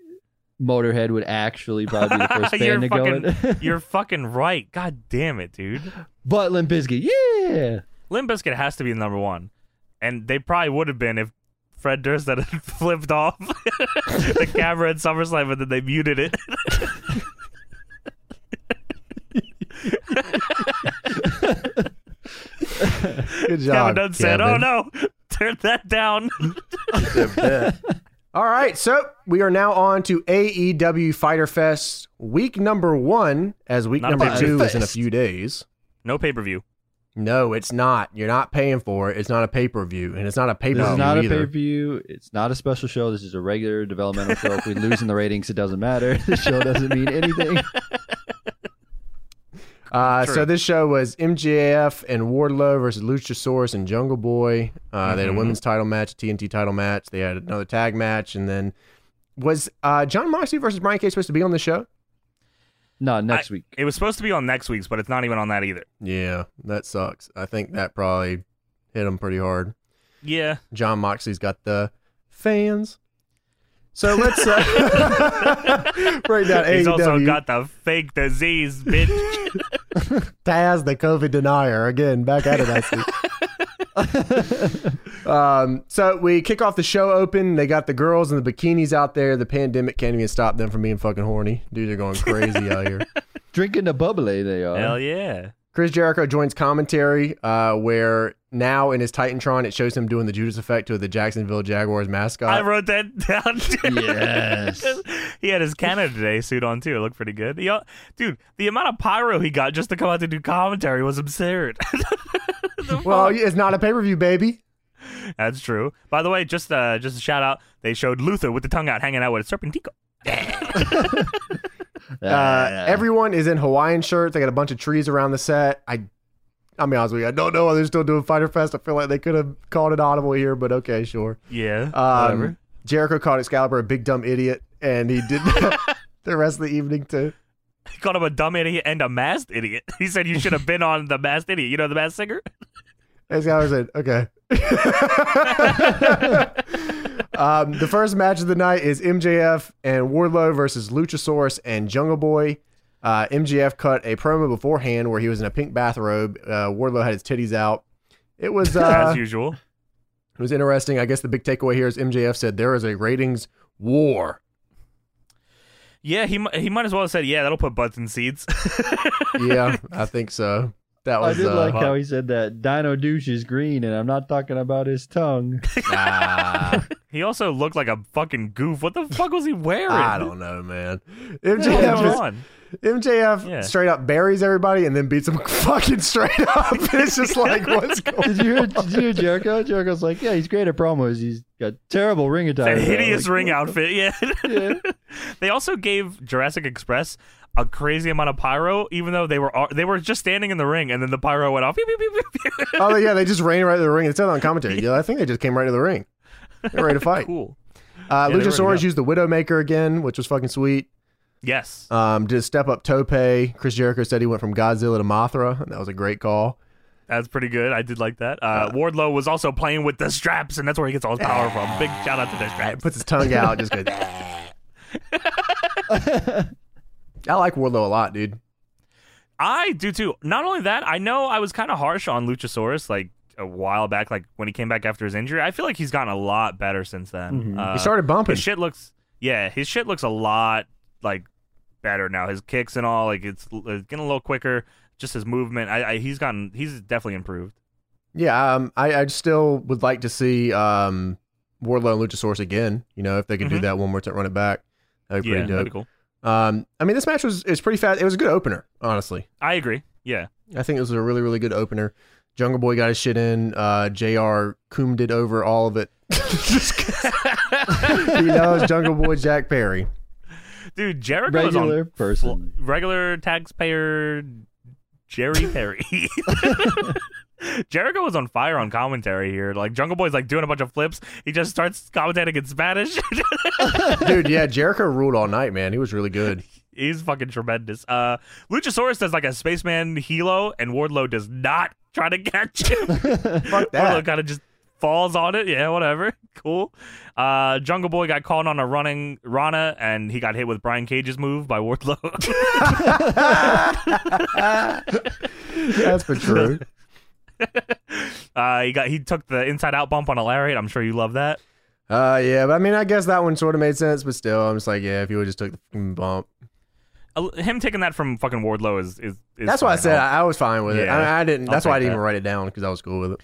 Speaker 3: Motorhead would actually probably be the
Speaker 2: *laughs*
Speaker 3: first
Speaker 2: You're
Speaker 3: band to go in. *laughs*
Speaker 2: fucking- You're fucking right. God damn it, dude.
Speaker 3: but Limp Bizkit, yeah.
Speaker 2: Limp Bizkit has to be number one, and they probably would have been if Fred Durst had *laughs* flipped off the camera at SummerSlam, but then they muted it. *laughs*
Speaker 1: Good job.
Speaker 2: Kevin Dunn said, "Oh no, *laughs* turn that down."
Speaker 1: All right, so we are now on to AEW Fighter Fest week number one, as week
Speaker 2: Not a
Speaker 1: number
Speaker 2: Fighter
Speaker 1: two is in a
Speaker 3: Fest.
Speaker 1: few days.
Speaker 2: no pay per view.
Speaker 1: No, it's not. You're not paying for it. It's not a pay per view, and it's not a pay per
Speaker 3: This
Speaker 1: view
Speaker 3: is not a
Speaker 1: either.
Speaker 3: pay per view. It's not a special show. This is a regular developmental show. If we lose in the ratings, it doesn't matter. *laughs* The show doesn't mean anything. *laughs*
Speaker 1: Uh,
Speaker 2: True.
Speaker 1: so this show was MJF and Wardlow versus Luchasaurus and Jungle Boy. Uh, They had a
Speaker 2: Mhm.
Speaker 1: women's title match, a TNT title match. They had another tag match, and then was uh, John Moxley versus Brian Cage supposed to be on the show?
Speaker 3: No, next week.
Speaker 2: It was supposed to be on next week's, but it's not even on that either.
Speaker 1: Yeah, that sucks. I think that probably hit him pretty hard.
Speaker 2: Yeah,
Speaker 1: John Moxley's got the fans. So let's uh, *laughs* break down
Speaker 2: he's
Speaker 1: AEW.
Speaker 2: also got the fake disease, bitch.
Speaker 1: Taz, the COVID denier, again back at it. I see. Um, so we kick off the show open. They got the girls and the bikinis out there. The pandemic can't even stop them from being fucking horny. Dudes are going crazy out here.
Speaker 3: Drinking the bubbly, they
Speaker 2: *laughs*
Speaker 3: are. *laughs*
Speaker 2: Hell yeah.
Speaker 1: Chris Jericho joins commentary, uh, where now in his Titantron it shows him doing the Judas effect to the Jacksonville Jaguars
Speaker 2: I
Speaker 1: mascot.
Speaker 2: wrote that *laughs* down.
Speaker 3: Yes.
Speaker 2: he had his Canada Day suit on too. It looked pretty good. He, al- dude, the amount of pyro he got just to come out to do commentary was absurd. *laughs*
Speaker 1: well, it's not a pay per view, baby.
Speaker 2: That's true. By the way, just uh, just a shout out. They showed Luther with the tongue out, hanging out with a Serpentico.
Speaker 1: Uh, everyone is in Hawaiian shirts. They got a bunch of trees around the set. I, I mean, honestly, I don't know why they're still doing Fighter Fest. I feel like they could have called it audible here, but okay, sure.
Speaker 2: Yeah.
Speaker 1: Um, Jericho called Excalibur a big dumb idiot, and he did *laughs* that the rest of the evening too.
Speaker 2: he called him a dumb idiot and a masked idiot. *laughs* He said you should have been on the masked idiot. You know the masked singer.
Speaker 1: Excalibur said,
Speaker 3: *laughs*
Speaker 1: "Okay." um, the first match of the night is MJF and Wardlow versus Luchasaurus and Jungle Boy. Uh, MJF cut a promo beforehand where he was in a pink bathrobe. Uh, Wardlow had his titties out. It
Speaker 3: *laughs*
Speaker 1: was uh,
Speaker 2: As usual.
Speaker 1: it was interesting. I guess the big takeaway here is MJF said there is a ratings war.
Speaker 2: Yeah, he mi- he might as well have said, "Yeah, that'll put butts in seats." *laughs*
Speaker 1: Yeah, I think so. That
Speaker 3: I
Speaker 1: was
Speaker 3: did
Speaker 1: uh,
Speaker 3: like
Speaker 1: *laughs*
Speaker 3: how he said that Dino Douche is green, and I'm not talking about his tongue. *laughs*
Speaker 1: ah.
Speaker 2: he also looked like a fucking goof. What the fuck was he wearing?
Speaker 1: I don't know, man.
Speaker 2: What
Speaker 1: MJF,
Speaker 2: was
Speaker 1: was-
Speaker 2: on?
Speaker 1: MJF
Speaker 2: Yeah.
Speaker 1: straight up buries everybody and then beats him *laughs* fucking straight
Speaker 2: *laughs*
Speaker 1: up. It's just like, what's going
Speaker 3: Did you hear, did you hear Jericho? Jericho's like, yeah, he's great at promos. He's got terrible ring attire.
Speaker 2: That
Speaker 3: though."
Speaker 2: hideous
Speaker 3: Like,
Speaker 2: ring
Speaker 1: *laughs*
Speaker 2: outfit. Yeah.
Speaker 3: Yeah.
Speaker 2: *laughs* they also gave Jurassic Express a crazy amount of pyro, even though they were all, they were just standing in the ring, and then the pyro went off. Beep, beep, beep, beep, beep.
Speaker 1: Oh, yeah, they just ran right to the ring. It said on commentary. Yeah, I think they just came right to the ring. They're ready to fight.
Speaker 2: Cool.
Speaker 1: Uh,
Speaker 2: Yeah, they were
Speaker 1: Luchasaurus
Speaker 2: ready
Speaker 1: used the Widowmaker again, which was fucking sweet.
Speaker 2: Yes.
Speaker 1: Um, did a step up tope. Chris Jericho said he went from Godzilla to Mothra, and that was a great call.
Speaker 2: That's pretty good. I did like that. Uh, Wardlow was also playing with the straps, and that's where he gets all his power from. Big shout out to the straps.
Speaker 1: Puts his tongue out, just
Speaker 2: *laughs*
Speaker 1: goes. *laughs* I like Wardlow a lot, dude.
Speaker 2: I do too. Not only that, I know I was kind of harsh on Luchasaurus like a while back, like when he came back after his injury. I feel like he's gotten a lot better since then.
Speaker 3: Mhm.
Speaker 2: Uh,
Speaker 1: He started bumping.
Speaker 2: His shit looks, yeah, his shit looks a lot like better now. His kicks and all, like it's, it's getting a little quicker. Just his movement, I, I he's gotten, he's definitely improved.
Speaker 1: Yeah, um, I, I still would like to see um, Wardlow and Luchasaurus again. You know, if they could do
Speaker 2: Mhm.
Speaker 1: that one more time, run it back. That'd be
Speaker 2: yeah,
Speaker 1: pretty
Speaker 2: that'd be
Speaker 1: dope.
Speaker 2: cool.
Speaker 1: Um, I mean, this match was it was pretty fast. It was a good opener, honestly.
Speaker 2: *laughs* I agree. Yeah,
Speaker 1: I think this was a really, really good opener. Jungle Boy got his shit in. Uh, JR coomed it over all of it. he knows Jungle Boy Jack Perry.
Speaker 2: Dude, Jericho was
Speaker 3: Regular
Speaker 2: on fl-
Speaker 3: person.
Speaker 2: regular taxpayer Jerry
Speaker 1: *laughs*
Speaker 2: Perry. Jericho was on fire on commentary here. Like Jungle Boy's like doing a bunch of flips. He just starts commentating in Spanish. *laughs*
Speaker 1: Dude, yeah, Jericho ruled all night, man. He was really good.
Speaker 2: He's fucking tremendous. Uh Luchasaurus does like a spaceman helo, and Wardlow does not try to catch
Speaker 1: *laughs*
Speaker 2: him.
Speaker 1: Fuck
Speaker 2: Wardlow
Speaker 1: that.
Speaker 2: kind of just falls on it. Yeah, whatever. Cool. Uh Jungle Boy got caught on a running Rana and he got hit with Brian Cage's move by Wardlow.
Speaker 1: *laughs*
Speaker 2: *laughs*
Speaker 1: That's for true.
Speaker 2: Uh, he got he took the inside out bump on a lariat. I'm sure you love that.
Speaker 1: Uh, yeah, but I mean, I guess that one sort of made sense, but still, I'm just like, yeah, if you would just took the fucking bump.
Speaker 2: Uh, Him taking that from fucking Wardlow is is. is
Speaker 1: That's why I
Speaker 2: fine.
Speaker 1: said I, I was fine with it.
Speaker 2: Yeah,
Speaker 1: I, I didn't.
Speaker 2: I'll
Speaker 1: That's why I
Speaker 2: take
Speaker 1: didn't
Speaker 2: that.
Speaker 1: even write it down because I was cool with it.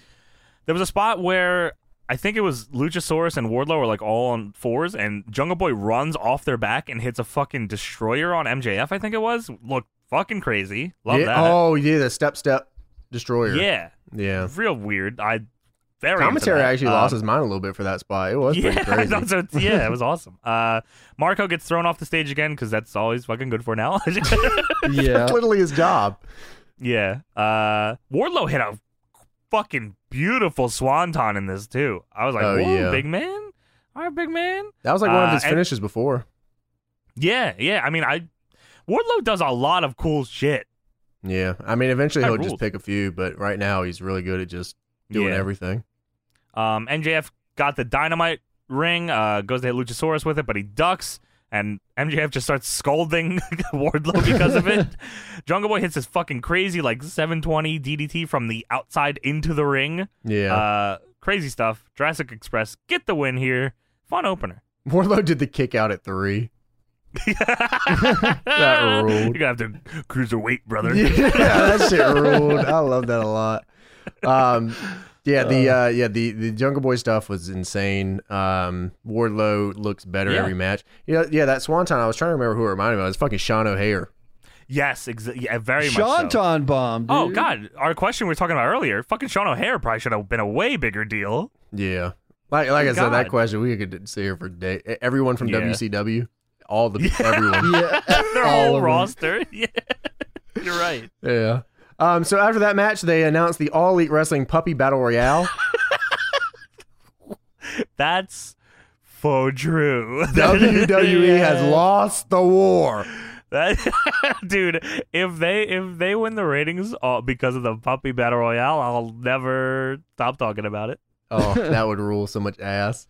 Speaker 2: there was a spot where I think it was Luchasaurus and Wardlow were like all on fours, and Jungle Boy runs off their back and hits a fucking destroyer on MJF. I think it was. Look, fucking crazy. Love
Speaker 1: yeah.
Speaker 2: that.
Speaker 1: Oh, yeah, the step step destroyer.
Speaker 2: yeah,
Speaker 1: Yeah.
Speaker 2: real weird. I very into
Speaker 1: Commentary
Speaker 2: that.
Speaker 1: actually
Speaker 2: Um,
Speaker 1: lost his mind a little bit for that spot. It was
Speaker 2: *laughs* yeah,
Speaker 1: pretty crazy.
Speaker 2: that's what- yeah, it was awesome. Uh, Marco gets thrown off the stage again because that's all he's fucking good
Speaker 1: *laughs*
Speaker 2: for now. *laughs*
Speaker 3: Yeah.
Speaker 1: That's literally his job.
Speaker 2: Yeah. Uh Wardlow hit a fucking beautiful swanton in this too. I was like,
Speaker 1: Oh,
Speaker 2: Whoa,
Speaker 1: yeah.
Speaker 2: big man? All right, big man.
Speaker 1: That was like one of
Speaker 2: Uh,
Speaker 1: his
Speaker 2: and-
Speaker 1: finishes before.
Speaker 2: Yeah, yeah. I mean I Wardlow does a lot of cool shit.
Speaker 1: Yeah. I mean, eventually
Speaker 2: That
Speaker 1: he'll
Speaker 2: rules.
Speaker 1: just pick a few, but right now he's really good at just doing
Speaker 2: yeah.
Speaker 1: everything.
Speaker 2: Um MJF got the dynamite ring, uh goes to hit Luchasaurus with it, but he ducks and MJF just starts scolding *laughs* Wardlow because
Speaker 1: *laughs*
Speaker 2: of it. Jungle Boy hits his fucking crazy like 720 DDT from the outside into the ring.
Speaker 1: Yeah. *laughs*
Speaker 2: Uh, crazy stuff. Jurassic Express, get the win here. Fun
Speaker 3: *laughs*
Speaker 2: opener.
Speaker 1: Wardlow did the kick out at three.
Speaker 2: that
Speaker 1: ruled.
Speaker 2: You're gonna have to cruise a weight, *laughs* brother.
Speaker 1: yeah, that shit ruled. I love that a lot. Um, yeah, the uh, yeah the the Jungle Boy stuff was insane. Um, Wardlow looks better
Speaker 2: Yeah.
Speaker 1: every match. Yeah, yeah, that Swanton. I was trying to remember who it reminded me of. It's fucking Sean O'Hare.
Speaker 2: Yes, exa- yeah, very much. So.
Speaker 3: Shanton bomb. Dude.
Speaker 2: Oh God, our question we were talking about earlier. Fucking Sean O'Hare probably should have been a way bigger
Speaker 3: *laughs*
Speaker 2: deal.
Speaker 1: Yeah, like like I said,
Speaker 2: God.
Speaker 1: that question we could sit here for day. e, Everyone from
Speaker 2: Yeah.
Speaker 1: WCW, all the everyone.
Speaker 2: *laughs*
Speaker 3: Yeah.
Speaker 2: Their
Speaker 3: All of
Speaker 2: whole
Speaker 3: them.
Speaker 2: roster. *laughs* Yeah. You're right.
Speaker 1: Yeah. Um, so after that match, they announced the All Elite Wrestling Puppy Battle
Speaker 2: *laughs*
Speaker 1: Royale.
Speaker 2: That's faux true. *laughs*
Speaker 1: WWE E has lost the war.
Speaker 2: That *laughs* dude, if they if they win the ratings all because of the puppy battle royale, I'll never stop talking about it. *laughs*
Speaker 1: Oh, *laughs* that would rule so much ass.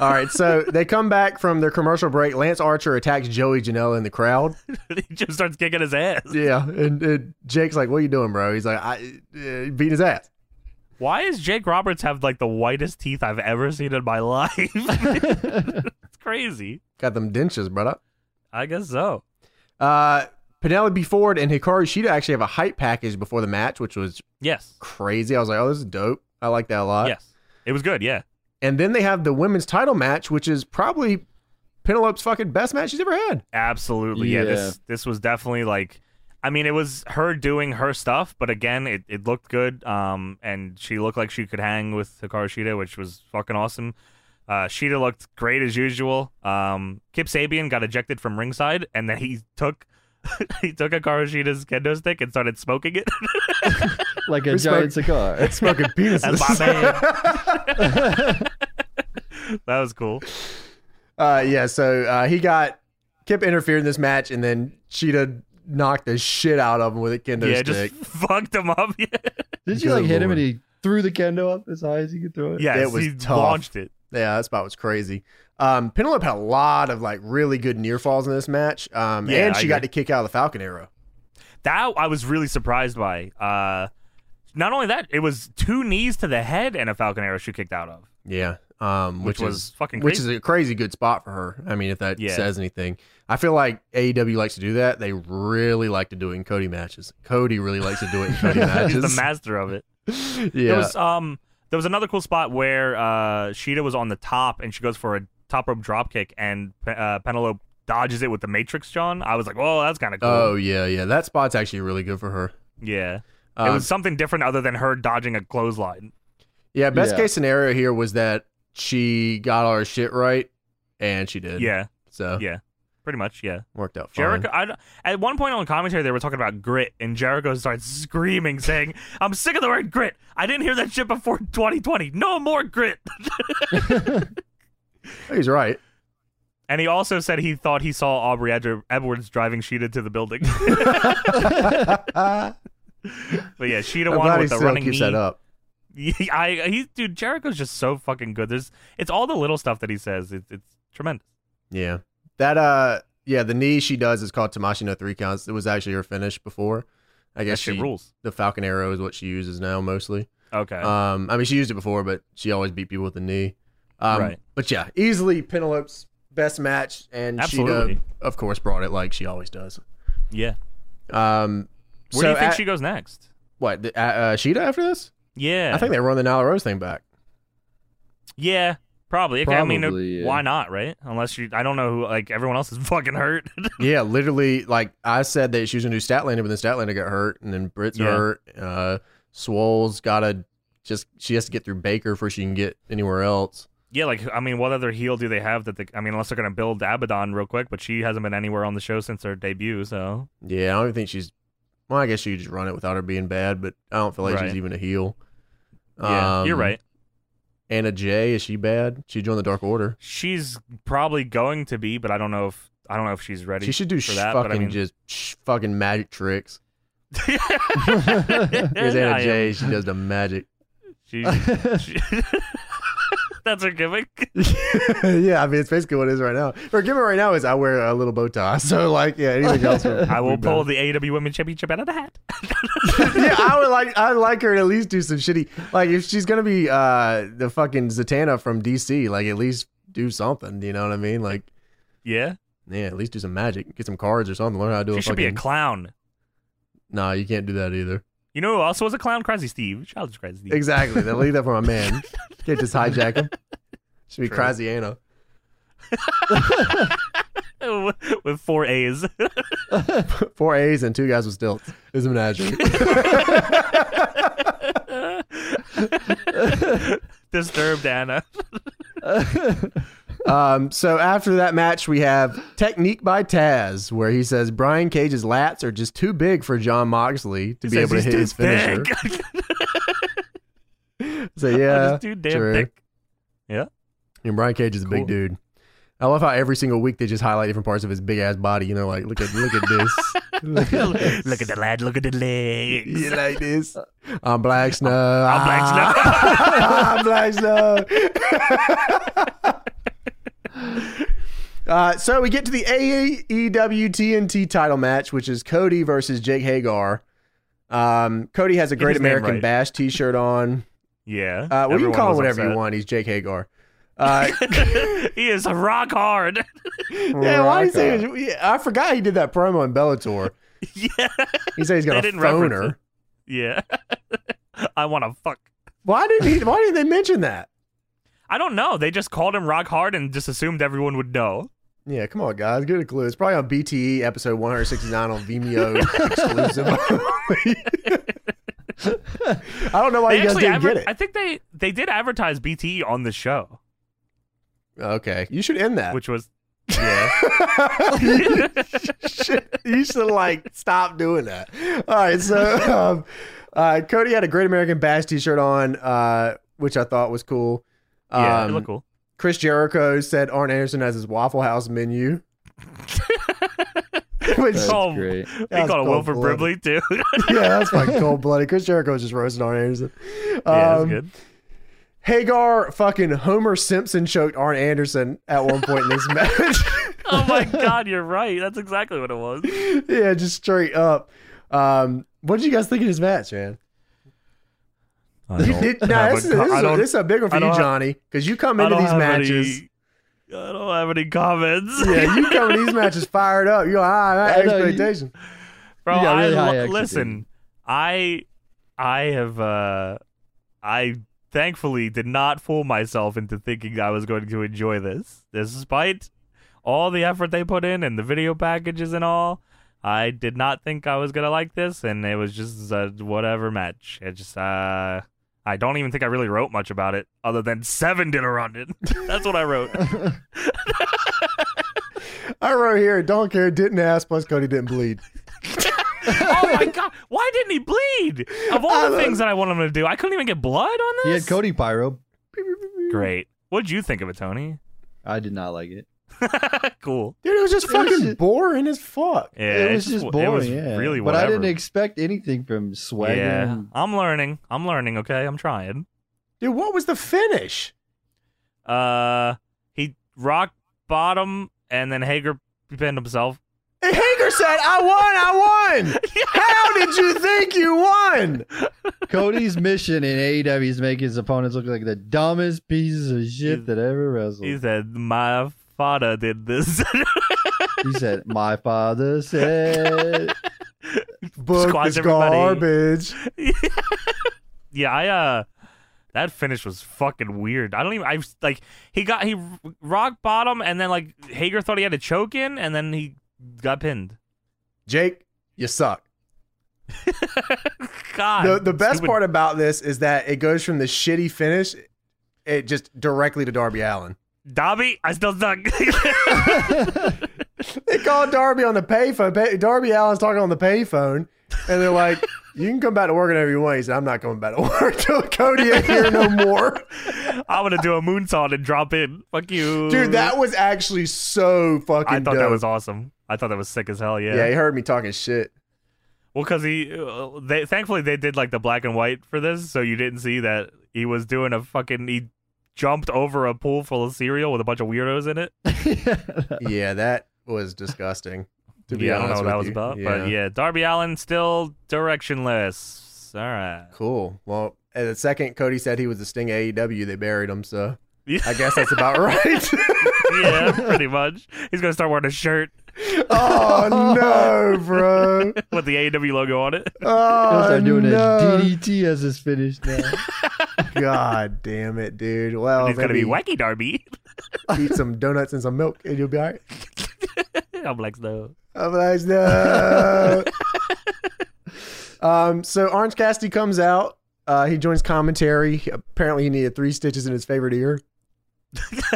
Speaker 1: All right, so they come back from their commercial break. Lance Archer attacks Joey Janela in the crowd.
Speaker 2: he just starts kicking his ass.
Speaker 1: Yeah, and, and Jake's like, "What are you doing, bro?" He's like, "I uh, beat his ass."
Speaker 2: Why is Jake Roberts have like the whitest teeth I've ever seen in my *laughs* life? it's crazy.
Speaker 1: Got them dentures, brother.
Speaker 2: I guess so.
Speaker 1: Uh, Penelope Ford and Hikaru Shida actually have a hype package before the match, which was
Speaker 2: Yes.
Speaker 1: crazy. I was like, "Oh, this is dope. I like that a lot."
Speaker 2: yes. It was good. Yeah.
Speaker 1: And then they have the women's title match, which is probably Penelope's fucking best match she's ever had.
Speaker 2: Absolutely. Yeah.
Speaker 3: Yeah.
Speaker 2: This this was definitely like. I mean, it was her doing her stuff, but again, it, it looked good. Um, and she looked like she could hang with Hikaru Shida, which was fucking awesome. Uh, Shida looked great as usual. Um, Kip Sabian got ejected from ringside, and then he took *laughs* he took Hikaru Shida's kendo stick and started smoking it.
Speaker 3: *laughs*
Speaker 2: *laughs*
Speaker 3: Like a
Speaker 1: Respect.
Speaker 3: giant
Speaker 1: *laughs*
Speaker 3: cigar.
Speaker 1: Smoking penises.
Speaker 2: That's my man.
Speaker 1: *laughs*
Speaker 2: that was cool.
Speaker 1: Uh, yeah, so uh, he got Kip interfered in this match, and then Cheetah knocked the shit out of him with a kendo
Speaker 2: yeah,
Speaker 1: stick.
Speaker 2: just *laughs* fucked him up. Yeah,
Speaker 3: Did you
Speaker 1: Good
Speaker 3: like hit him
Speaker 1: lord.
Speaker 3: and he threw the kendo up as high as he could throw it? *laughs*
Speaker 2: yes,
Speaker 1: was
Speaker 2: he
Speaker 1: tough.
Speaker 2: launched it.
Speaker 1: Yeah, that spot was crazy. Um, Penelope had a lot of like really good near falls in this match, um,
Speaker 2: Yeah,
Speaker 1: and
Speaker 2: I
Speaker 1: she got
Speaker 2: agree.
Speaker 1: to kick out of the Falcon Arrow.
Speaker 2: That I was really surprised by. Uh, not only that, it was two knees to the head and a falcon arrow she kicked
Speaker 1: *laughs*
Speaker 2: out of.
Speaker 1: Yeah, um,
Speaker 2: Which
Speaker 1: which,
Speaker 2: was
Speaker 1: is-
Speaker 2: fucking
Speaker 1: which
Speaker 2: crazy.
Speaker 1: is a crazy good spot for her. I mean, if that
Speaker 2: Yeah.
Speaker 1: says anything, I feel like AEW likes to do that. They really like to do it in Cody matches. Cody really likes to do it in Cody matches.
Speaker 2: *laughs* He's the master of it.
Speaker 1: *laughs* yeah,
Speaker 2: There was um, there was another cool spot where uh, Sheeta was on the top and she goes for a top rope drop kick and Pe- uh, Penelope dodges it with the Matrix John. I was like, oh, that's kind of cool.
Speaker 1: oh yeah, yeah. That spot's actually really good for her.
Speaker 2: yeah. it
Speaker 1: Um,
Speaker 2: was something different other than her dodging a clothesline.
Speaker 1: yeah, best
Speaker 3: Yeah.
Speaker 1: case scenario here was that she got all her shit right, and she did.
Speaker 2: Yeah,
Speaker 1: So
Speaker 2: yeah, pretty much. Yeah,
Speaker 1: worked out fine.
Speaker 2: Jericho. I, don't- at one point on commentary, they were talking about grit, and Jericho starts screaming, saying, "I'm sick of the word grit. I didn't hear that shit before 2020. No more grit." *laughs*
Speaker 1: Oh, He's right. *laughs*
Speaker 2: And he also said he thought he saw Aubrey Edger- Edwards driving Sheeta to the building. *laughs* but yeah, Sheeta
Speaker 1: I'm
Speaker 2: won
Speaker 1: glad he
Speaker 2: with the
Speaker 1: still
Speaker 2: running
Speaker 1: keeps
Speaker 2: knee.
Speaker 1: that up.
Speaker 2: I, *laughs* he, dude, Jericho's just so fucking good. There's, it's all the little stuff that he says. It's, it's tremendous.
Speaker 1: Yeah. That uh yeah, the knee she does is called Tamashino three counts. It was actually her finish before. I guess
Speaker 2: that shit
Speaker 1: she
Speaker 2: rules.
Speaker 1: the Falcon Arrow is what she uses now mostly.
Speaker 2: Okay.
Speaker 1: Um I mean she used it before, but she always beat people with the knee. Um
Speaker 2: Right.
Speaker 1: but yeah, easily Penelope's best match and
Speaker 2: Absolutely.
Speaker 1: she uh, of course brought it like she always does.
Speaker 2: yeah.
Speaker 1: Um so
Speaker 2: Where do you think
Speaker 1: at-
Speaker 2: she goes next?
Speaker 1: what the- uh, uh Sheeta after this?
Speaker 2: Yeah.
Speaker 1: I think they run the Nyla Rose thing back.
Speaker 2: Yeah. Probably. Okay, I mean,
Speaker 3: Probably, yeah.
Speaker 2: why not, right? Unless you, I don't know who, like, everyone else is *laughs* fucking hurt.
Speaker 1: yeah, *laughs* literally like I said that she was gonna do Statlander, but then Statlander got hurt and then Britt's
Speaker 2: Yeah.
Speaker 1: hurt. Uh Swole's gotta just she has to get through Baker before she can get anywhere else.
Speaker 2: yeah, like, I mean, what other heel do they have that they, I mean, unless they're going to build Abaddon real quick, but she hasn't been anywhere on the show since her debut, so.
Speaker 1: Yeah, I don't even think she's well, I guess she could just run it without her being bad, but I don't feel like
Speaker 2: Right.
Speaker 1: she's even a heel.
Speaker 2: Yeah, you're
Speaker 1: Um,
Speaker 2: right.
Speaker 1: Anna Jay, is she bad? She joined the Dark Order.
Speaker 2: She's probably going to be, but I don't know if I don't know if she's ready.
Speaker 1: She *laughs*
Speaker 2: *laughs*
Speaker 1: should do
Speaker 2: for
Speaker 1: sh-
Speaker 2: that, but I
Speaker 1: fucking
Speaker 2: mean-
Speaker 1: just sh- fucking magic tricks. Here's Anna
Speaker 2: I am-
Speaker 1: Jay, she does the magic.
Speaker 2: She, she- *laughs* that's her gimmick.
Speaker 1: yeah, I mean it's basically what it is right now. Her gimmick right now is I wear a little bow tie. So like yeah, anything else would
Speaker 2: *laughs* I
Speaker 1: be
Speaker 2: will
Speaker 1: better. *laughs*
Speaker 2: pull the AEW Women's Championship out of the hat.
Speaker 1: yeah, I would like I'd like her to at least do some shitty like if she's gonna be uh the fucking Zatanna from DC, like at least do something, you know what I mean? Like
Speaker 2: Yeah,
Speaker 1: yeah, at least do some magic, get some cards or something, learn how to do
Speaker 2: she
Speaker 1: a
Speaker 2: should
Speaker 1: fucking
Speaker 2: be a clown.
Speaker 1: No, you can't do that either.
Speaker 2: You know who else was a clown? Crazy Steve. Shout out to Crazy Steve.
Speaker 1: Exactly. Then leave that for my man.
Speaker 2: *laughs*
Speaker 1: Can't just hijack him. Should be
Speaker 2: True.
Speaker 1: crazy Anna.
Speaker 2: *laughs* With four A's. *laughs*
Speaker 1: Four A's and two guys with stilts. It's a
Speaker 2: *laughs*
Speaker 1: *laughs* menagerie.
Speaker 2: Disturbed Anna.
Speaker 1: Um, so after that match, we have Technique by Taz, where he says Brian Cage's lats are just too big for John Moxley to be
Speaker 2: Says
Speaker 1: able to
Speaker 2: he's
Speaker 1: hit
Speaker 2: too
Speaker 1: his finisher.
Speaker 2: thick. *laughs*
Speaker 1: So yeah,
Speaker 2: Just too damn
Speaker 1: true.
Speaker 2: thick.
Speaker 1: And Brian Cage is a
Speaker 2: Cool.
Speaker 1: big dude. I love how every single week they just highlight different parts of his big ass body. You know, like look at look at this,
Speaker 2: *laughs*
Speaker 3: *laughs*
Speaker 2: look at the lad. Look at the legs.
Speaker 1: you like
Speaker 2: *laughs*
Speaker 1: this. I'm black snow. I'm
Speaker 2: black
Speaker 1: I'm
Speaker 2: snow.
Speaker 1: black
Speaker 2: *laughs*
Speaker 1: snow. *laughs* uh, so we get to the E AEW TNT title match, which is Cody versus Jake Hagar. Um, Cody has a Great
Speaker 2: his name
Speaker 1: American
Speaker 2: right.
Speaker 1: Bash T-shirt on. Uh,
Speaker 2: Yeah.
Speaker 1: well, you can
Speaker 2: everyone
Speaker 1: call him
Speaker 2: was
Speaker 1: whatever you
Speaker 2: upset.
Speaker 1: want. He's Jake
Speaker 2: *laughs*
Speaker 1: Hagar. Uh,
Speaker 2: he is rock hard. *laughs*
Speaker 1: Yeah, why is
Speaker 3: Rock
Speaker 1: he? yeah, I forgot he did that promo in Bellator.
Speaker 2: *laughs* yeah.
Speaker 1: He said he's got
Speaker 2: They
Speaker 1: a
Speaker 2: didn't reference
Speaker 1: phoner.
Speaker 2: it. Yeah. *laughs* I want to fuck.
Speaker 1: Why didn't he? Why didn't they mention that?
Speaker 2: I don't know. They just called him rock hard and just assumed everyone would know.
Speaker 1: Yeah, come on, guys, get a clue. It's probably on BTE episode 169 on Vimeo *laughs* exclusive. *laughs* I don't know why
Speaker 2: They
Speaker 1: Oh, you guys
Speaker 2: actually
Speaker 1: didn't
Speaker 2: adver-
Speaker 1: get it.
Speaker 2: I think they they did advertise BTE on the show,
Speaker 1: okay, you should end that.
Speaker 2: which was
Speaker 1: *laughs*
Speaker 2: *laughs*
Speaker 1: you, should, you should like stop doing that. All right, so um, uh, Cody had a Great American Bash T-shirt on, uh, which I thought was cool.
Speaker 2: yeah, it
Speaker 1: Um,
Speaker 2: looked cool.
Speaker 1: Chris Jericho said Arn Anderson has his Waffle House
Speaker 2: *laughs*
Speaker 1: menu. Which,
Speaker 3: That's
Speaker 2: Oh,
Speaker 3: great.
Speaker 2: We
Speaker 1: That was
Speaker 2: called him Wilford
Speaker 1: cold-blooded.
Speaker 2: Brimley too. yeah,
Speaker 1: yeah, that's fucking cold blooded. Chris Jericho was just roasting Arn Anderson. Um,
Speaker 2: that's good.
Speaker 1: Hagar fucking Homer Simpson choked Arn Anderson at one point in
Speaker 2: *laughs*
Speaker 1: this match.
Speaker 2: *laughs*
Speaker 1: *laughs*
Speaker 2: Oh *laughs* my god, you're right. That's exactly what it was.
Speaker 1: yeah, just straight up. Um, what did you guys think of this match, man?
Speaker 2: I
Speaker 1: You did- nah,
Speaker 2: have
Speaker 1: this, is,
Speaker 2: a
Speaker 1: this,
Speaker 2: co- I
Speaker 1: is a,
Speaker 2: don't-
Speaker 1: this is a big one for
Speaker 2: I
Speaker 1: you,
Speaker 2: don't have-
Speaker 1: Johnny, because you come
Speaker 2: I
Speaker 1: into
Speaker 2: don't
Speaker 1: these
Speaker 2: have
Speaker 1: matches.
Speaker 2: *laughs* Any, I don't have any comments. *laughs*
Speaker 1: Yeah, you come into these matches fired up. You're like, ah, that
Speaker 3: I know, you-
Speaker 1: expectation.
Speaker 2: Bro,
Speaker 3: You got really
Speaker 2: I
Speaker 3: high
Speaker 2: lo-
Speaker 3: expectations.
Speaker 2: listen. I I have uh I thankfully did not fool myself into thinking I was going to enjoy this. Despite all the effort they put in and the video packages and all, I did not think I was gonna like this, and it was just a whatever match. It just uh, I don't even think I really wrote much about it, other than seven did around it. *laughs* That's what I wrote.
Speaker 3: *laughs*
Speaker 1: I wrote here, don't care, didn't ask, plus Cody didn't bleed.
Speaker 2: *laughs* oh my god, why didn't he bleed? Of all the things that I wanted him to do, I couldn't even get blood on
Speaker 3: He
Speaker 2: this.
Speaker 3: had Cody Pyro.
Speaker 2: Great. What'd you think of it, Tony? *laughs*
Speaker 3: I did not like it.
Speaker 2: cool.
Speaker 1: Dude, it was just
Speaker 3: It was
Speaker 1: fucking
Speaker 3: just-
Speaker 1: boring as fuck.
Speaker 2: Yeah,
Speaker 3: it
Speaker 2: it
Speaker 3: was just,
Speaker 2: w-
Speaker 3: boring.
Speaker 2: It was
Speaker 3: yeah.
Speaker 2: really
Speaker 3: but I
Speaker 2: whatever.
Speaker 3: didn't expect anything from Swagger.
Speaker 2: yeah,
Speaker 3: and-
Speaker 2: I'm learning. I'm learning. Okay, I'm trying.
Speaker 1: Dude, what was the finish?
Speaker 2: Uh, he rock bottom, and then Hager pinned himself.
Speaker 1: And Hager said, I won, I
Speaker 2: *laughs*
Speaker 1: won. How did you think you won?
Speaker 3: *laughs* Cody's mission in AEW is make his opponents look like the dumbest pieces of shit
Speaker 2: He's-
Speaker 3: that ever wrestled.
Speaker 2: He said, "My father did this." *laughs*
Speaker 3: he said, "My
Speaker 2: *laughs*
Speaker 3: father said." *laughs*
Speaker 1: Book
Speaker 2: Squash
Speaker 1: is
Speaker 2: everybody.
Speaker 1: garbage.
Speaker 2: yeah, I uh, that finish was fucking weird. I don't even. I was like he got he rock bottom, and then like Hager thought he had a choke in, and then he got pinned.
Speaker 1: Jake, you suck.
Speaker 2: God,
Speaker 1: The, the best
Speaker 2: stupid-
Speaker 1: part about this is that it goes from the shitty finish it just directly to Darby Allen.
Speaker 2: Dobby, I still suck. *laughs*
Speaker 1: They called Darby on the payphone. Pay, Darby Allen's talking on the payphone, and they're
Speaker 2: *laughs*
Speaker 1: like, "You can come back to work whenever you want." He said, "I'm not coming back to work till Cody ain't here no
Speaker 2: *laughs*
Speaker 1: more."
Speaker 2: I'm gonna do a moonsault and drop in. Fuck you,
Speaker 1: Dude, that was actually so fucking.
Speaker 2: I thought that
Speaker 1: dope.
Speaker 2: was awesome. I thought that was sick as hell.
Speaker 1: Yeah. he heard me talking shit.
Speaker 2: Well, because he, uh, they thankfully they did like the black and white for this, so you didn't see that he was doing a fucking he jumped over a pool full of cereal with a bunch of weirdos in it.
Speaker 1: Yeah, that was disgusting. To be
Speaker 2: yeah, I don't know
Speaker 1: honest
Speaker 2: what
Speaker 1: with
Speaker 2: that was
Speaker 1: you.
Speaker 2: about, but yeah, Darby Allen still directionless. All right,
Speaker 1: cool. Well, at the second Cody said he was the Sting of AEW, they buried him. So I
Speaker 2: yeah,
Speaker 1: guess that's about right. *laughs*
Speaker 2: yeah, pretty much. He's gonna start wearing a shirt
Speaker 1: oh no, bro.
Speaker 2: with the AEW logo on it.
Speaker 1: Oh
Speaker 3: He'll start doing
Speaker 1: no.
Speaker 3: a DDT as his finish now.
Speaker 1: God damn it, dude. Well,
Speaker 2: He's gonna be
Speaker 1: maybe
Speaker 2: wacky Darby. *laughs*
Speaker 1: eat some donuts and some milk, and you'll be all right.
Speaker 2: I'm like, no. *laughs*
Speaker 1: I'm like, no. um, so Orange Cassidy comes out. Uh, he joins commentary. Apparently, he needed three stitches in his favorite ear.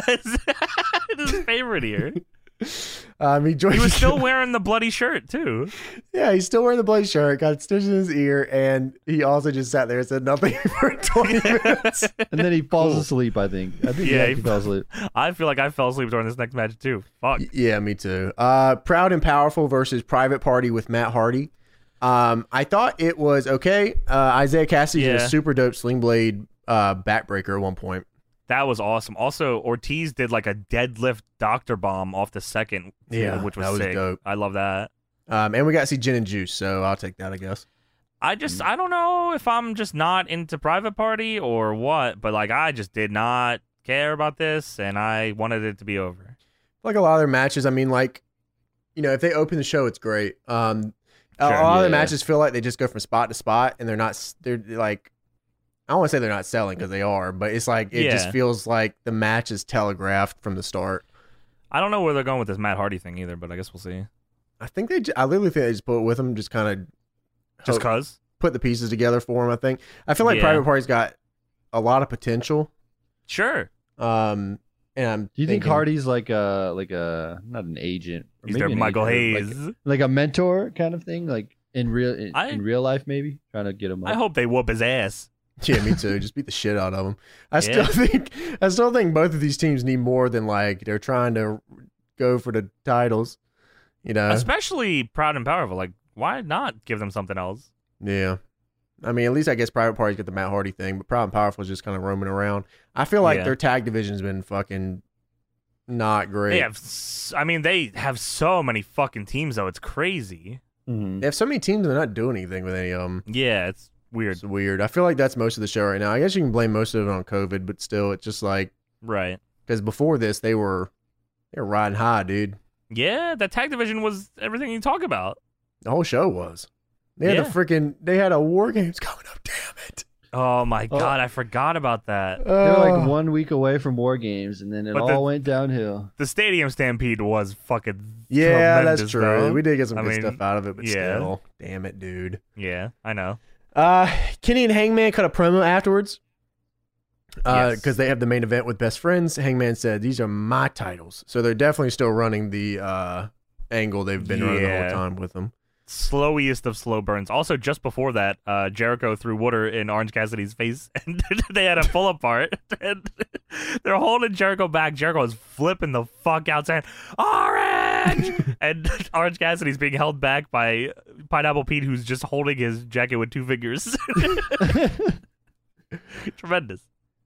Speaker 2: his favorite here.
Speaker 1: Um, he joins.
Speaker 2: He
Speaker 1: *laughs*
Speaker 2: was still wearing the bloody shirt too.
Speaker 1: yeah, he's still wearing the blaze shirt. Got stitches in his ear, and he also just sat there and said nothing *laughs* for 20 minutes.
Speaker 3: and then he falls asleep. I think. I think
Speaker 2: Yeah,
Speaker 3: he,
Speaker 2: he-
Speaker 3: he falls asleep.
Speaker 2: I feel like I fell asleep during this next match too. Fuck.
Speaker 1: Y- Yeah, me too. Uh, Proud and Powerful versus Private Party with Matt Hardy. Um, I thought it was okay. Uh, Isaiah Cassidy did
Speaker 2: Yeah.
Speaker 1: a super dope sling blade uh, backbreaker at one point.
Speaker 2: That was awesome. Also, Ortiz did like a deadlift doctor bomb off the second,
Speaker 1: Yeah,
Speaker 2: which was,
Speaker 1: that was
Speaker 2: sick.
Speaker 1: dope.
Speaker 2: I love that.
Speaker 1: Um, and we got to see Gin and Juice, so I'll take that, I guess.
Speaker 2: I
Speaker 1: Mm.
Speaker 2: just I don't know if I'm just not into private party or what, but like I just did not care about this, and I wanted it to be over.
Speaker 1: Like a lot of their matches, I mean, like, you know, if they open the show, it's great. Um, a-
Speaker 2: Sure.
Speaker 1: a lot of their
Speaker 3: Yeah.
Speaker 1: matches feel like they just go from spot to spot, and they're not, s- they're like, I don't want to say they're not selling because they are, but it's like, it just
Speaker 2: Yeah.
Speaker 1: feels like the match is telegraphed from the start.
Speaker 2: I don't know where they're going with this Matt Hardy thing either, but I guess we'll see.
Speaker 1: I think they, j- I literally think they just put it with them, just kind of
Speaker 2: Just
Speaker 1: Oh.
Speaker 2: cause.
Speaker 1: put the pieces together for him. I think I feel like
Speaker 2: Yeah.
Speaker 1: Private Party's got a lot of potential.
Speaker 2: Sure.
Speaker 1: Um, and I'm
Speaker 3: Do you think
Speaker 1: thinking-
Speaker 3: Hardy's like a like a not an agent? or
Speaker 2: He's
Speaker 3: maybe
Speaker 2: their
Speaker 3: an
Speaker 2: Michael
Speaker 3: agent,
Speaker 2: Hayes.
Speaker 3: like, like a mentor kind of thing, like in real in,
Speaker 2: I-
Speaker 3: in real life, maybe trying to get him.
Speaker 2: I
Speaker 3: Up.
Speaker 2: hope they whoop his ass.
Speaker 1: *laughs* Yeah, me too. Just beat the shit out of them. I
Speaker 2: Yeah.
Speaker 1: still think I still think both of these teams need more than like they're trying to go for the titles. You know,
Speaker 2: Especially proud and powerful. Like, why not give them something else?
Speaker 1: yeah. I mean, at least I guess Private Party's got the Matt Hardy thing, but Proud and Powerful is just kind of roaming around. I feel like
Speaker 2: Yeah.
Speaker 1: their tag division's been fucking not great.
Speaker 2: They have. s- I mean, they have so many fucking teams though. It's crazy.
Speaker 3: Mhm.
Speaker 1: They have so many teams they're not doing anything with any of them.
Speaker 2: Yeah, it's weird.
Speaker 1: It's weird. I feel like that's most of the show right now. I guess you can blame most of it on COVID, but still, it's just like
Speaker 2: Right.
Speaker 1: because before this they were they were riding high, dude.
Speaker 2: Yeah, that tag division was everything you talk about.
Speaker 1: The whole show was. They had *laughs*
Speaker 2: Yeah.
Speaker 1: the freaking. They had a war games coming up. Damn it!
Speaker 2: Oh my god, I forgot about that.
Speaker 3: They were like one week away from war games, and then it
Speaker 2: But
Speaker 3: all
Speaker 2: the-
Speaker 3: went downhill.
Speaker 2: The stadium stampede was fucking
Speaker 1: yeah, that's
Speaker 2: tremendous,
Speaker 1: true.
Speaker 2: though.
Speaker 1: We did get some
Speaker 2: I
Speaker 1: good
Speaker 2: mean,
Speaker 1: stuff out of it, but
Speaker 2: yeah.
Speaker 1: still, damn it, dude.
Speaker 2: Yeah, I know.
Speaker 1: Uh, Kenny and Hangman cut a promo afterwards because
Speaker 2: Yes.
Speaker 1: Uh, they have the main event with best friends. Hangman said, "These are my titles," so they're definitely still running the uh, angle they've been running the whole
Speaker 2: Yeah.
Speaker 1: time with them.
Speaker 2: Slowiest of slow burns. Also, just before that, uh, Jericho threw water in Orange Cassidy's face, *laughs* and they had a pull apart. *laughs* and they're holding Jericho back. Jericho is flipping the fuck out, saying "Orange," and *laughs* Orange Cassidy's being held back by Pineapple Pete, who's just holding his jacket with two fingers. *laughs* Tremendous.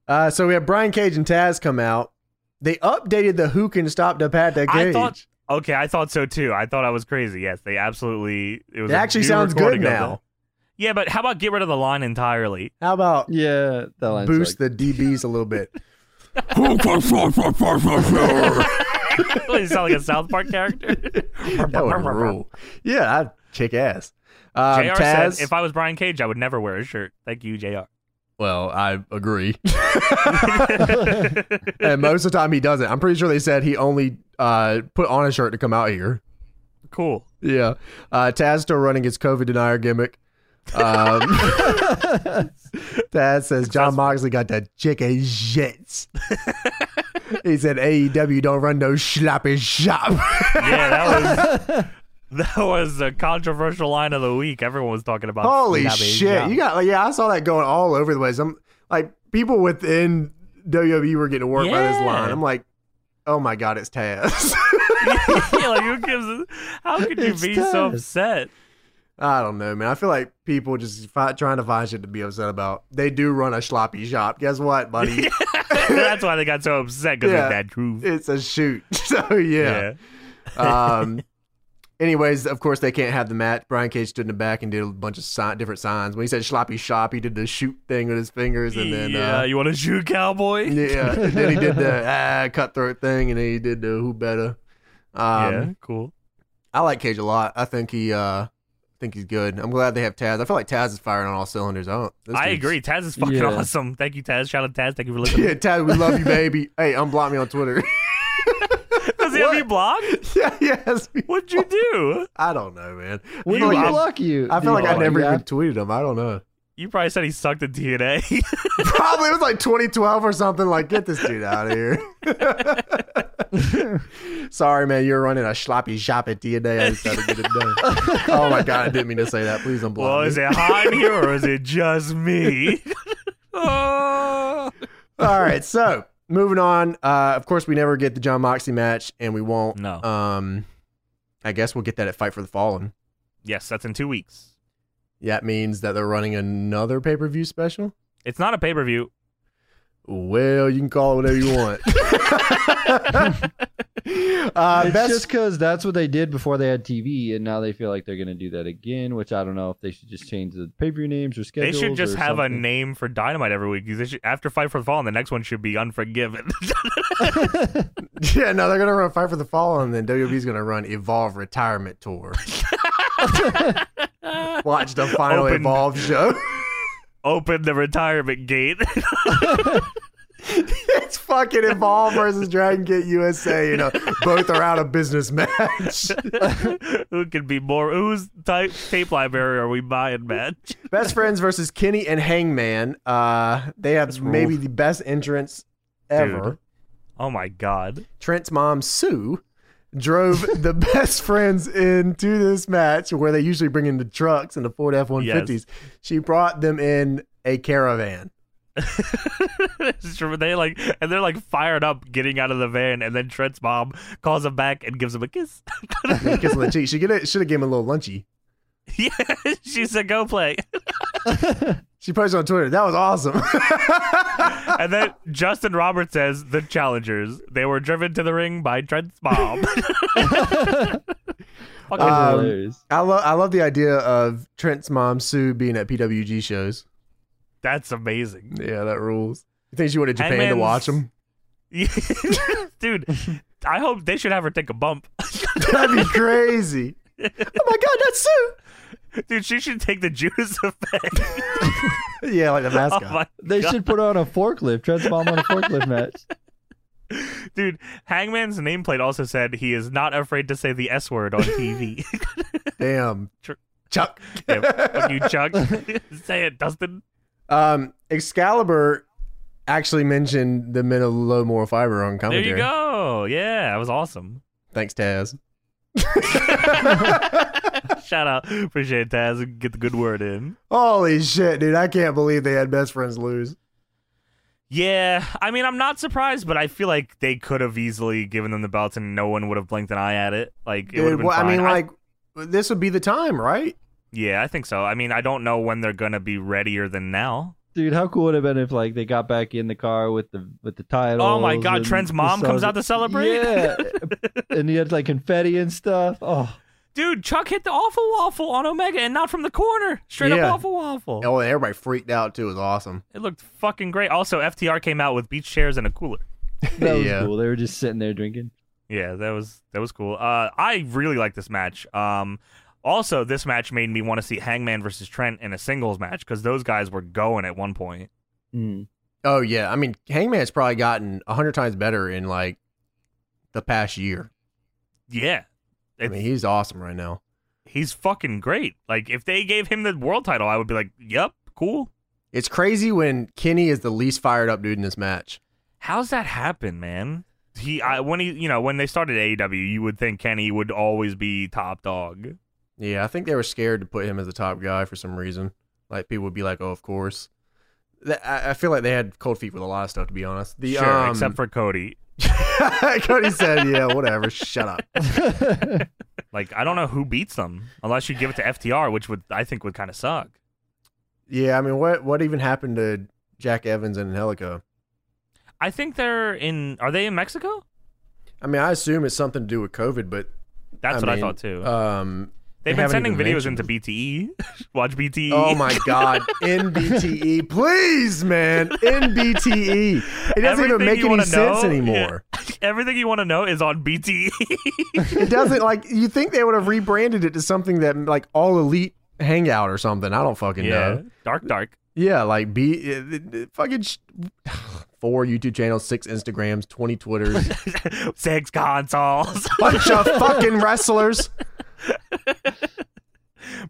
Speaker 1: Uh, so we have Brian Cage and Taz come out. They updated the who can stop the Pat that Cage.
Speaker 2: I thought okay, I thought so too. I thought I was crazy. Yes, they absolutely. It was
Speaker 1: It
Speaker 2: a
Speaker 1: actually
Speaker 2: new
Speaker 1: sounds good
Speaker 2: recording of
Speaker 1: now.
Speaker 2: that. Yeah, but how about get rid of the line entirely?
Speaker 1: How about
Speaker 3: Yeah, that line
Speaker 1: boost
Speaker 3: sucked.
Speaker 1: the DBs a little bit?
Speaker 2: you sound *laughs* like a South Park character.
Speaker 1: *laughs* *laughs* That would
Speaker 2: *laughs*
Speaker 1: rule. Yeah, I'd kick ass. Um,
Speaker 2: JR
Speaker 1: Taz,
Speaker 2: said, if I was Brian Cage, I would never wear a shirt. Thank you,
Speaker 1: *laughs*
Speaker 2: JR.
Speaker 1: well, I agree. *laughs* and most of the time he doesn't. I'm pretty sure they said he only uh, put on a shirt to come out here.
Speaker 2: *laughs* Cool.
Speaker 1: Yeah. Uh, Taz still running his COVID denier gimmick. Um, *laughs* Taz says John Moxley got that chicken shits. *laughs* he said AEW don't run no sloppy shop. *laughs*
Speaker 2: Yeah, that was *laughs* that was a controversial line of the week. Everyone was talking about.
Speaker 1: Holy
Speaker 2: Slappy
Speaker 1: shit!
Speaker 2: Joe.
Speaker 1: You got like, yeah, I saw that going all over the place. I'm like people within WWE were getting worked by this
Speaker 2: Yeah.
Speaker 1: line. I'm like, oh my god, it's Taz. *laughs*
Speaker 2: Yeah, *laughs* like, who gives? a- How could you
Speaker 3: It's
Speaker 2: be so
Speaker 3: tough.
Speaker 2: upset? *laughs*
Speaker 1: I don't know, man. I feel like people just fi- trying to find shit to be upset about. They do run a sloppy shop. Guess what,
Speaker 2: *laughs*
Speaker 1: buddy?
Speaker 2: That's why they got so upset because
Speaker 1: Yeah.
Speaker 2: of that groove.
Speaker 1: it's a shoot. *laughs* So yeah. Um. Anyways, of course they can't have the match. Brian Cage stood in the back and did a bunch of sign- different signs. When he said sloppy shop, he did the shoot thing with his fingers, and then
Speaker 2: yeah,
Speaker 1: uh,
Speaker 2: you want to shoot cowboy?
Speaker 1: *laughs* Yeah, and then he did
Speaker 2: *laughs*
Speaker 1: the ah, cutthroat thing, and then he did the who better. Um,
Speaker 2: yeah, cool.
Speaker 1: I like Cage a lot. I think he, uh, I think he's good. I'm glad they have Taz. I feel like Taz is firing on all cylinders. I, don't, this
Speaker 2: I
Speaker 1: dude's-
Speaker 2: agree. Taz is fucking
Speaker 3: Yeah.
Speaker 2: awesome. Thank you, Taz. Shout out Taz. Thank you for listening.
Speaker 1: *laughs* Yeah, Taz, we love you,
Speaker 2: *laughs*
Speaker 1: baby. hey, unblock me on Twitter. *laughs*
Speaker 2: Does he have you blocked?
Speaker 1: yeah, yes. we-
Speaker 2: What'd you do?
Speaker 1: I I don't know, man. I
Speaker 3: When
Speaker 1: feel
Speaker 3: *laughs* we
Speaker 1: like, I,
Speaker 3: block you,
Speaker 1: I feel
Speaker 3: do
Speaker 1: like
Speaker 3: you
Speaker 1: I never
Speaker 3: block
Speaker 1: even
Speaker 3: me?
Speaker 1: tweeted him. I don't know.
Speaker 2: You probably said he sucked at TNA.
Speaker 1: Probably it was like 2012 or something. Like, get this dude out of here. *laughs* Sorry, man. You're running a sloppy shop at DNA. I just had to get it done. oh my god, I didn't mean to say that. Please unblock
Speaker 2: *laughs* well,
Speaker 1: me.
Speaker 2: is it hot in here or is it just
Speaker 3: *laughs*
Speaker 2: me?
Speaker 3: Ah.
Speaker 2: oh.
Speaker 1: All right, so moving on. Uh, of course, we never get the John Moxley match, and we won't.
Speaker 2: No.
Speaker 1: Um, I guess we'll get that at Fight for the Fallen.
Speaker 2: Yes, that's in two weeks.
Speaker 1: That means that they're running another pay per view special.
Speaker 2: It's not a pay per view.
Speaker 1: Well, you can call it whatever you want. *laughs* uh,
Speaker 3: it's
Speaker 1: best
Speaker 3: just because that's what they did before they had TV, and now they feel like they're going to do that again. Which I don't know if they should just change the pay per view names or
Speaker 2: They
Speaker 3: schedules.
Speaker 2: should just
Speaker 3: or
Speaker 2: have a
Speaker 3: something.
Speaker 2: name for Dynamite every week. They should, after Fight for the Fallen, the next one should be Unforgiven. *laughs*
Speaker 1: *laughs* Yeah, no, they're gonna run Fight for the Fallen, and then WWE's gonna run Evolve Retirement Tour. Watch the final
Speaker 2: Open-
Speaker 1: Evolve show. *laughs*
Speaker 2: Open the retirement gate. *laughs*
Speaker 1: it's fucking Evolve versus Dragon Gate USA. You know, both are out of business match. *laughs*
Speaker 2: Who could be more? Whose type, tape library are we buying, man? *laughs*
Speaker 1: Best friends versus Kenny and Hangman. Uh, they have maybe the best entrance ever.
Speaker 2: Dude. Oh my god.
Speaker 1: Trent's mom Sue
Speaker 2: *laughs*
Speaker 1: drove the best friends into this match where they usually bring in the trucks and the Ford F-150s. She brought them in a
Speaker 2: *laughs*
Speaker 1: caravan.
Speaker 2: It's true, they like and they're like fired up getting out of the van and then Trent's mom calls him back and gives him a kiss. *laughs*
Speaker 1: Yeah, kiss on the cheek. She should have gave him a little lunchy.
Speaker 2: yeah, she said go play.
Speaker 1: She posted on Twitter. That was awesome. *laughs*
Speaker 2: And then Justin Roberts says the challengers. They were driven to the ring by Trent's mom.
Speaker 3: *laughs*
Speaker 2: Fucking
Speaker 1: Uh, Um,
Speaker 3: Hilarious.
Speaker 1: I love I love the idea of Trent's mom Sue being at PWG shows.
Speaker 2: that's amazing. *laughs*
Speaker 1: Yeah, that rules. You think she went to Japan to
Speaker 2: Hangman's-
Speaker 1: watch them? *laughs*
Speaker 2: Dude, I hope they should have her take a bump.
Speaker 1: That'd be crazy. oh my god, that's Sue.
Speaker 2: *laughs* Dude, she should take the Judas *laughs* effect.
Speaker 1: yeah, like the
Speaker 2: Oh
Speaker 1: mascot.
Speaker 2: my-
Speaker 3: They should put her on a forklift. Transform on a *laughs* forklift match.
Speaker 2: Dude, Hangman's nameplate also said he is not afraid to say the S word on *laughs* TV.
Speaker 1: Damn.
Speaker 2: Tr-
Speaker 1: Chuck.
Speaker 2: yeah, fuck you, Chuck. *laughs* say it, Dustin.
Speaker 1: Um, Excalibur actually mentioned the men of low moral fiber on
Speaker 2: There
Speaker 1: commentary.
Speaker 2: you go. Yeah, that
Speaker 1: *laughs*
Speaker 2: was awesome.
Speaker 1: Thanks, Taz.
Speaker 2: Shout out. Appreciate it, Taz. and Get the good word in.
Speaker 1: Holy shit, dude. I can't believe they had best friends lose.
Speaker 2: Yeah, I mean, I'm not surprised, but I feel like they could have easily given them the belts and no one would have blinked an eye at it. Like, it would have
Speaker 1: Dude,
Speaker 2: been
Speaker 1: well, I mean,
Speaker 2: fine.
Speaker 1: like, this would be the time, right?
Speaker 2: yeah, I think so. I mean, I don't know when they're going to be readier than now.
Speaker 3: Dude, how cool would it have been if like they got back in the car with the with the title?
Speaker 2: Oh my God, Trent's mom comes out to celebrate? *laughs*
Speaker 3: Yeah, and he had like confetti and stuff. Oh,
Speaker 2: Dude, Chuck hit the awful waffle on Omega and not from the corner. Straight
Speaker 1: Yeah.
Speaker 2: up awful waffle.
Speaker 1: Oh, and everybody freaked out, too. It was awesome.
Speaker 2: It looked fucking great. Also, FTR came out with beach chairs and a cooler.
Speaker 3: that was
Speaker 1: Yeah.
Speaker 3: cool. They were just sitting there drinking.
Speaker 2: Yeah, that was that was cool. Uh, I really like this match. Um, also, this match made me want to see Hangman versus Trent in a singles match because those guys were going at one point.
Speaker 3: Mm.
Speaker 1: Oh, yeah. I mean, Hangman's probably gotten 100 times better in, like, the past year.
Speaker 2: Yeah,
Speaker 1: I
Speaker 2: It's-
Speaker 1: mean, he's awesome right now.
Speaker 2: he's fucking great. Like if they gave him the world title, I would be like, "Yep, cool."
Speaker 1: It's crazy when Kenny is the least fired up dude in this match.
Speaker 2: How's that happen, man? He I, when he you know when they started AEW, you would think Kenny would always be top dog.
Speaker 1: Yeah, I think they were scared to put him as the top guy for some reason. Like people would be like, "Oh, of course." That- I I feel like they had cold feet with a lot of stuff, to be honest. The,
Speaker 2: sure,
Speaker 1: um,
Speaker 2: except for Cody.
Speaker 1: *laughs* Cody
Speaker 2: *laughs*
Speaker 1: said, "Yeah, whatever, shut up."
Speaker 2: Like I don't know who beats them unless you give it to FTR, which would I think would kind of suck.
Speaker 1: Yeah, I mean, what what even happened to Jack Evans and Helico?
Speaker 2: I think they're in. Are they in Mexico?
Speaker 1: I mean, I assume it's something to do with COVID, but
Speaker 2: That's
Speaker 1: I
Speaker 2: what
Speaker 1: mean,
Speaker 2: I thought too.
Speaker 1: Um, they
Speaker 2: They've been
Speaker 1: haven't
Speaker 2: sending
Speaker 1: even
Speaker 2: videos
Speaker 1: mentioned
Speaker 2: into BTE. *laughs* Watch E. BTE.
Speaker 1: oh my God, NBTE, E, please, man, NBTE. E. It doesn't
Speaker 2: Everything
Speaker 1: even make
Speaker 2: you
Speaker 1: any
Speaker 2: wanna know-
Speaker 1: sense
Speaker 2: yeah.
Speaker 1: anymore.
Speaker 2: *laughs* Everything you want to know is on E. BTE. *laughs*
Speaker 1: It doesn't like you think they would have rebranded it to something that like all elite hangout or something. I don't fucking know.
Speaker 2: Dark, dark. *laughs*
Speaker 1: Yeah, like be uh, uh, fucking sh- four YouTube channels, six Instagrams, twenty
Speaker 2: *laughs*
Speaker 1: Twitters,
Speaker 2: Six consoles. *laughs*
Speaker 1: bunch of fucking wrestlers.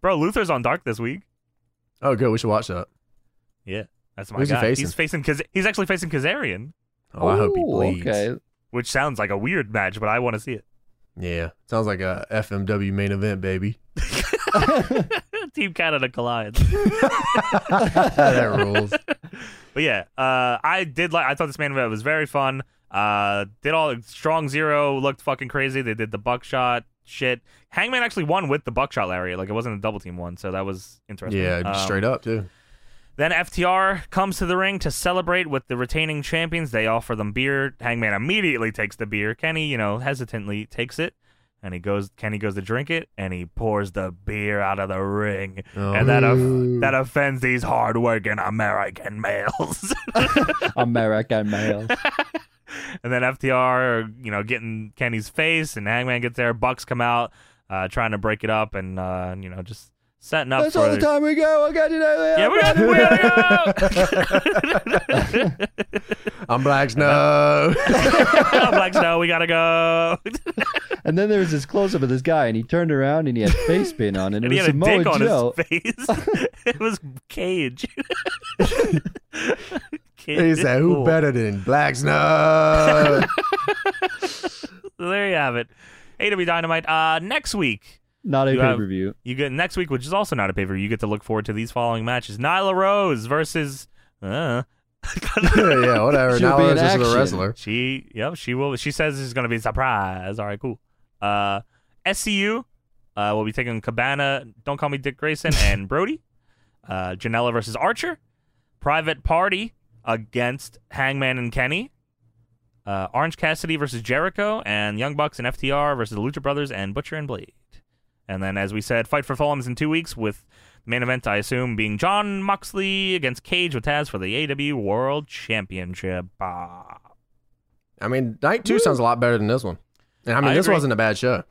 Speaker 2: Bro, Luther's on dark this week.
Speaker 1: Oh, good. We should watch that.
Speaker 2: Yeah. That's my
Speaker 1: Who's he
Speaker 2: guy.
Speaker 1: facing?
Speaker 2: He's facing Kaz- he's actually facing Kazarian,
Speaker 1: Oh, I hope he
Speaker 3: Ooh,
Speaker 1: bleeds. *laughs*
Speaker 3: Okay, *laughs*
Speaker 2: which sounds like a weird match, but I want to see it. *laughs*
Speaker 1: Yeah, sounds like a FMW main event, baby.
Speaker 2: Team Canada collides.
Speaker 1: that rules.
Speaker 2: But yeah, uh, I did like. I thought this main event was very fun. Uh, did all strong zero looked fucking crazy. They did the buckshot shit. Hangman actually won with the buckshot lariat. Like it wasn't a double team one, so that was interesting.
Speaker 1: Yeah,
Speaker 2: Um,
Speaker 1: straight up too.
Speaker 2: Then FTR comes to the ring to celebrate with the retaining champions. They offer them beer. Hangman immediately takes the beer. Kenny, you know, hesitantly takes it. And he goes, Kenny goes to drink it, and he pours the beer out of the ring,
Speaker 1: Oh.
Speaker 2: and that of that offends these hardworking American males. *laughs*
Speaker 3: American male.
Speaker 2: And then FTR, are, you know, getting Kenny's face, and Hangman gets there. Bucks come out, uh, trying to break it up, and uh, you know, just setting up
Speaker 3: That's
Speaker 2: for
Speaker 3: all the time we go. I got you there.
Speaker 2: Yeah, we got we gotta go.
Speaker 1: I'm Black Snow.
Speaker 3: *laughs*
Speaker 2: *laughs* I'm like, no, we gotta go.
Speaker 3: And then there was this close up of this guy, and he turned around and he had
Speaker 2: *laughs*
Speaker 3: face paint on, and,
Speaker 2: And
Speaker 3: it
Speaker 2: he
Speaker 3: was
Speaker 2: had a
Speaker 3: Samoa
Speaker 2: dick on
Speaker 3: Joe.
Speaker 2: his face. *laughs* it was
Speaker 3: *laughs*
Speaker 2: Cage. Cage
Speaker 1: he said, "Who
Speaker 2: cool.
Speaker 1: better than Black Snow?" *laughs*
Speaker 2: There you have it. AW Dynamite. Uh, next week,
Speaker 3: Not a
Speaker 2: You have-
Speaker 3: pay per view.
Speaker 2: You get next week, which is also not a paper. You get to look forward to these following matches: Nyla Rose versus. Uh,
Speaker 1: yeah, whatever.
Speaker 3: She'll
Speaker 1: now
Speaker 3: be in
Speaker 1: it's just
Speaker 3: action.
Speaker 1: a wrestler.
Speaker 2: she, yep, she will. She says it's going to be a surprise. All right, cool. Uh, SCU uh, will be taking Cabana. Don't call me Dick Grayson and Brody. Uh, Janela versus Archer. Private Party against Hangman and Kenny. Uh, Orange Cassidy versus Jericho and Young Bucks and FTR versus the Lucha Brothers and Butcher and Blade. And then, as we said, Fight for Fulham's in two weeks with the main event, I assume, being John Moxley against Cage with Taz for the AW World Championship. Ah.
Speaker 1: I mean, night two sounds a lot better than this one. And I mean,
Speaker 2: I
Speaker 1: this
Speaker 2: agree.
Speaker 1: wasn't a bad show.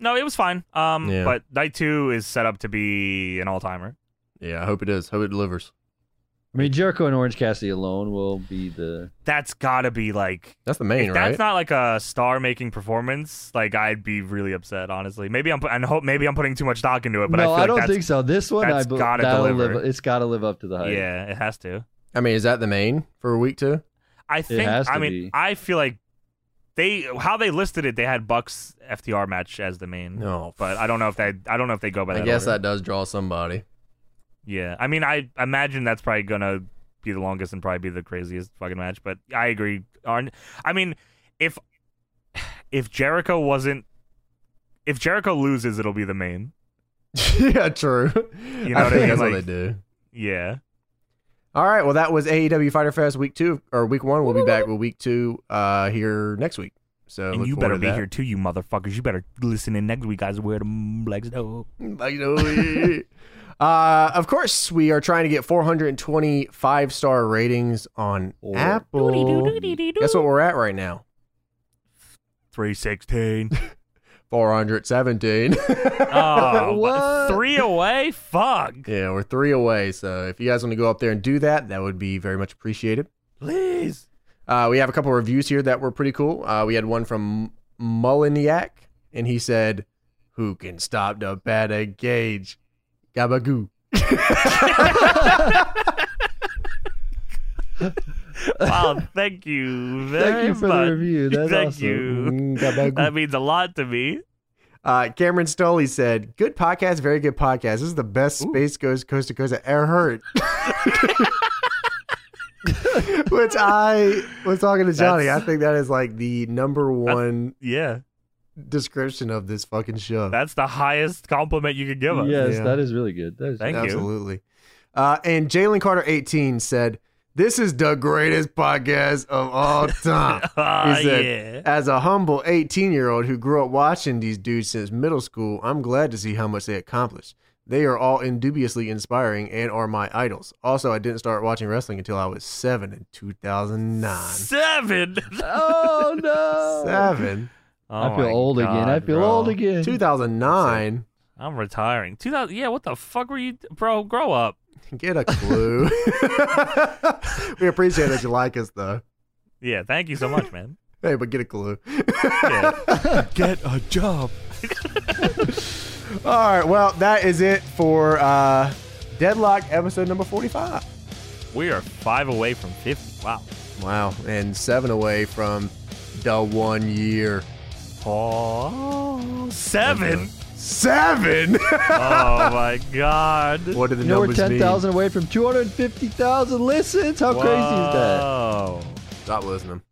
Speaker 2: No, it was fine. Um,
Speaker 1: Yeah.
Speaker 2: but night two is set up to be an all timer.
Speaker 1: Yeah, I hope it is. Hope it delivers.
Speaker 3: I mean, Jericho and Orange Cassidy alone will be the.
Speaker 2: That's gotta be like
Speaker 1: That's the main,
Speaker 2: if
Speaker 1: right?
Speaker 2: that's not like a star making performance. Like I'd be really upset, honestly. Maybe I'm pu- I hope maybe I'm putting too much stock into it, but I
Speaker 3: no,
Speaker 2: feel
Speaker 3: I,
Speaker 2: like
Speaker 3: don't
Speaker 2: that's,
Speaker 3: think so. This one, I
Speaker 2: that's
Speaker 3: bel-
Speaker 2: gotta
Speaker 3: that'll
Speaker 2: deliver.
Speaker 3: Live, it's got to live up to the hype.
Speaker 2: yeah, it has to.
Speaker 1: I mean, is that the main for week two?
Speaker 2: I think
Speaker 3: has
Speaker 2: I
Speaker 3: to
Speaker 2: mean
Speaker 3: be.
Speaker 2: I feel like they how they listed it. They had Bucks FTR match as the main.
Speaker 1: No,
Speaker 2: But I don't know if they I don't know if they go by
Speaker 1: I
Speaker 2: that.
Speaker 1: guess
Speaker 2: order.
Speaker 1: that does draw somebody.
Speaker 2: Yeah, I mean, I imagine that's probably gonna be the longest and probably be the craziest fucking match. But I agree. Arn, I mean, if if Jericho wasn't, if Jericho loses, it'll be the main.
Speaker 1: *laughs* yeah, true.
Speaker 2: know what I
Speaker 1: think
Speaker 2: mean?
Speaker 1: That's what
Speaker 2: Like-
Speaker 1: they do.
Speaker 2: Yeah,
Speaker 1: All right. Well, that was AEW Fighter Fest week two or week one. We'll be back with week two uh, here next week. So
Speaker 2: and
Speaker 1: look
Speaker 2: you
Speaker 1: forward
Speaker 2: better
Speaker 1: to
Speaker 2: be
Speaker 1: that.
Speaker 2: here too, you motherfuckers. You better listen in next week, guys. Where the legs go?
Speaker 1: Like, no. *laughs* uh, of course, we are trying to get 425 star ratings on
Speaker 3: Or-
Speaker 1: Apple. Guess what we're at right now?
Speaker 2: Three sixteen.
Speaker 1: 417.
Speaker 2: *laughs* *laughs* Oh,
Speaker 3: What?
Speaker 2: but three away. Fuck.
Speaker 1: *laughs* yeah, we're three away. So if you guys want to go up there and do that, that would be very much appreciated.
Speaker 2: Please.
Speaker 1: Uh, we have a couple of reviews here that were pretty cool. Uh, we had one from Mulliniak, and he said, "Who can stop the better gauge? Gabagoo."
Speaker 2: Wow. *laughs* thank you very
Speaker 3: Thank you for
Speaker 2: much.
Speaker 3: the review. That's
Speaker 2: Thank
Speaker 3: awesome.
Speaker 2: you. *laughs*
Speaker 3: Mm, gabagoo.
Speaker 2: That means a lot to me.
Speaker 1: Uh, Cameron Stoley said, "Good podcast, very good podcast. This is the best Space Goes Coast to Coast I ever heard." *laughs* Which I was talking to Johnny.
Speaker 2: That's-
Speaker 1: I think that is like the number one
Speaker 2: Yeah.
Speaker 1: description of this fucking show.
Speaker 2: That's the highest compliment you could give us.
Speaker 3: Yes,
Speaker 1: Yeah.
Speaker 3: that is really good. That is
Speaker 2: Thank you.
Speaker 1: Absolutely. Uh, and Jalen Carter 18 said, This is the greatest podcast of all time.
Speaker 2: *laughs* Ah,
Speaker 1: He said,
Speaker 2: yeah.
Speaker 1: As a humble 18 year old who grew up watching these dudes since middle school, I'm glad to see how much they accomplished. They are all indubiously inspiring and are my idols. Also, I didn't start watching wrestling until I was seven in 2009.
Speaker 3: *laughs*
Speaker 2: Seven.
Speaker 3: *laughs*
Speaker 2: *laughs*
Speaker 3: Oh no!
Speaker 1: Seven?
Speaker 3: I
Speaker 2: Oh,
Speaker 3: feel old again. I feel old again.
Speaker 1: 2009?
Speaker 2: I'm retiring. 2000. Yeah, what the fuck were you, bro? Grow up.
Speaker 1: Get a clue. *laughs* we appreciate that you like us, though.
Speaker 2: Yeah, thank you so much, man. *laughs*
Speaker 1: Hey, but get a clue. *laughs*
Speaker 2: Yeah.
Speaker 4: Get a job.
Speaker 1: All right. Well, that is it for uh, Deadlock episode number 45.
Speaker 2: we are five away from 50. Wow.
Speaker 1: Wow. And seven away from the one year.
Speaker 2: Oh,
Speaker 3: *laughs*
Speaker 2: seven.
Speaker 1: Seven?
Speaker 2: oh my god.
Speaker 1: what do the
Speaker 3: You know, we're
Speaker 1: numbers
Speaker 3: ten
Speaker 1: mean?
Speaker 3: thousand away from two hundred fifty thousand listens. How crazy is that?
Speaker 2: Wow.
Speaker 1: Stop listening.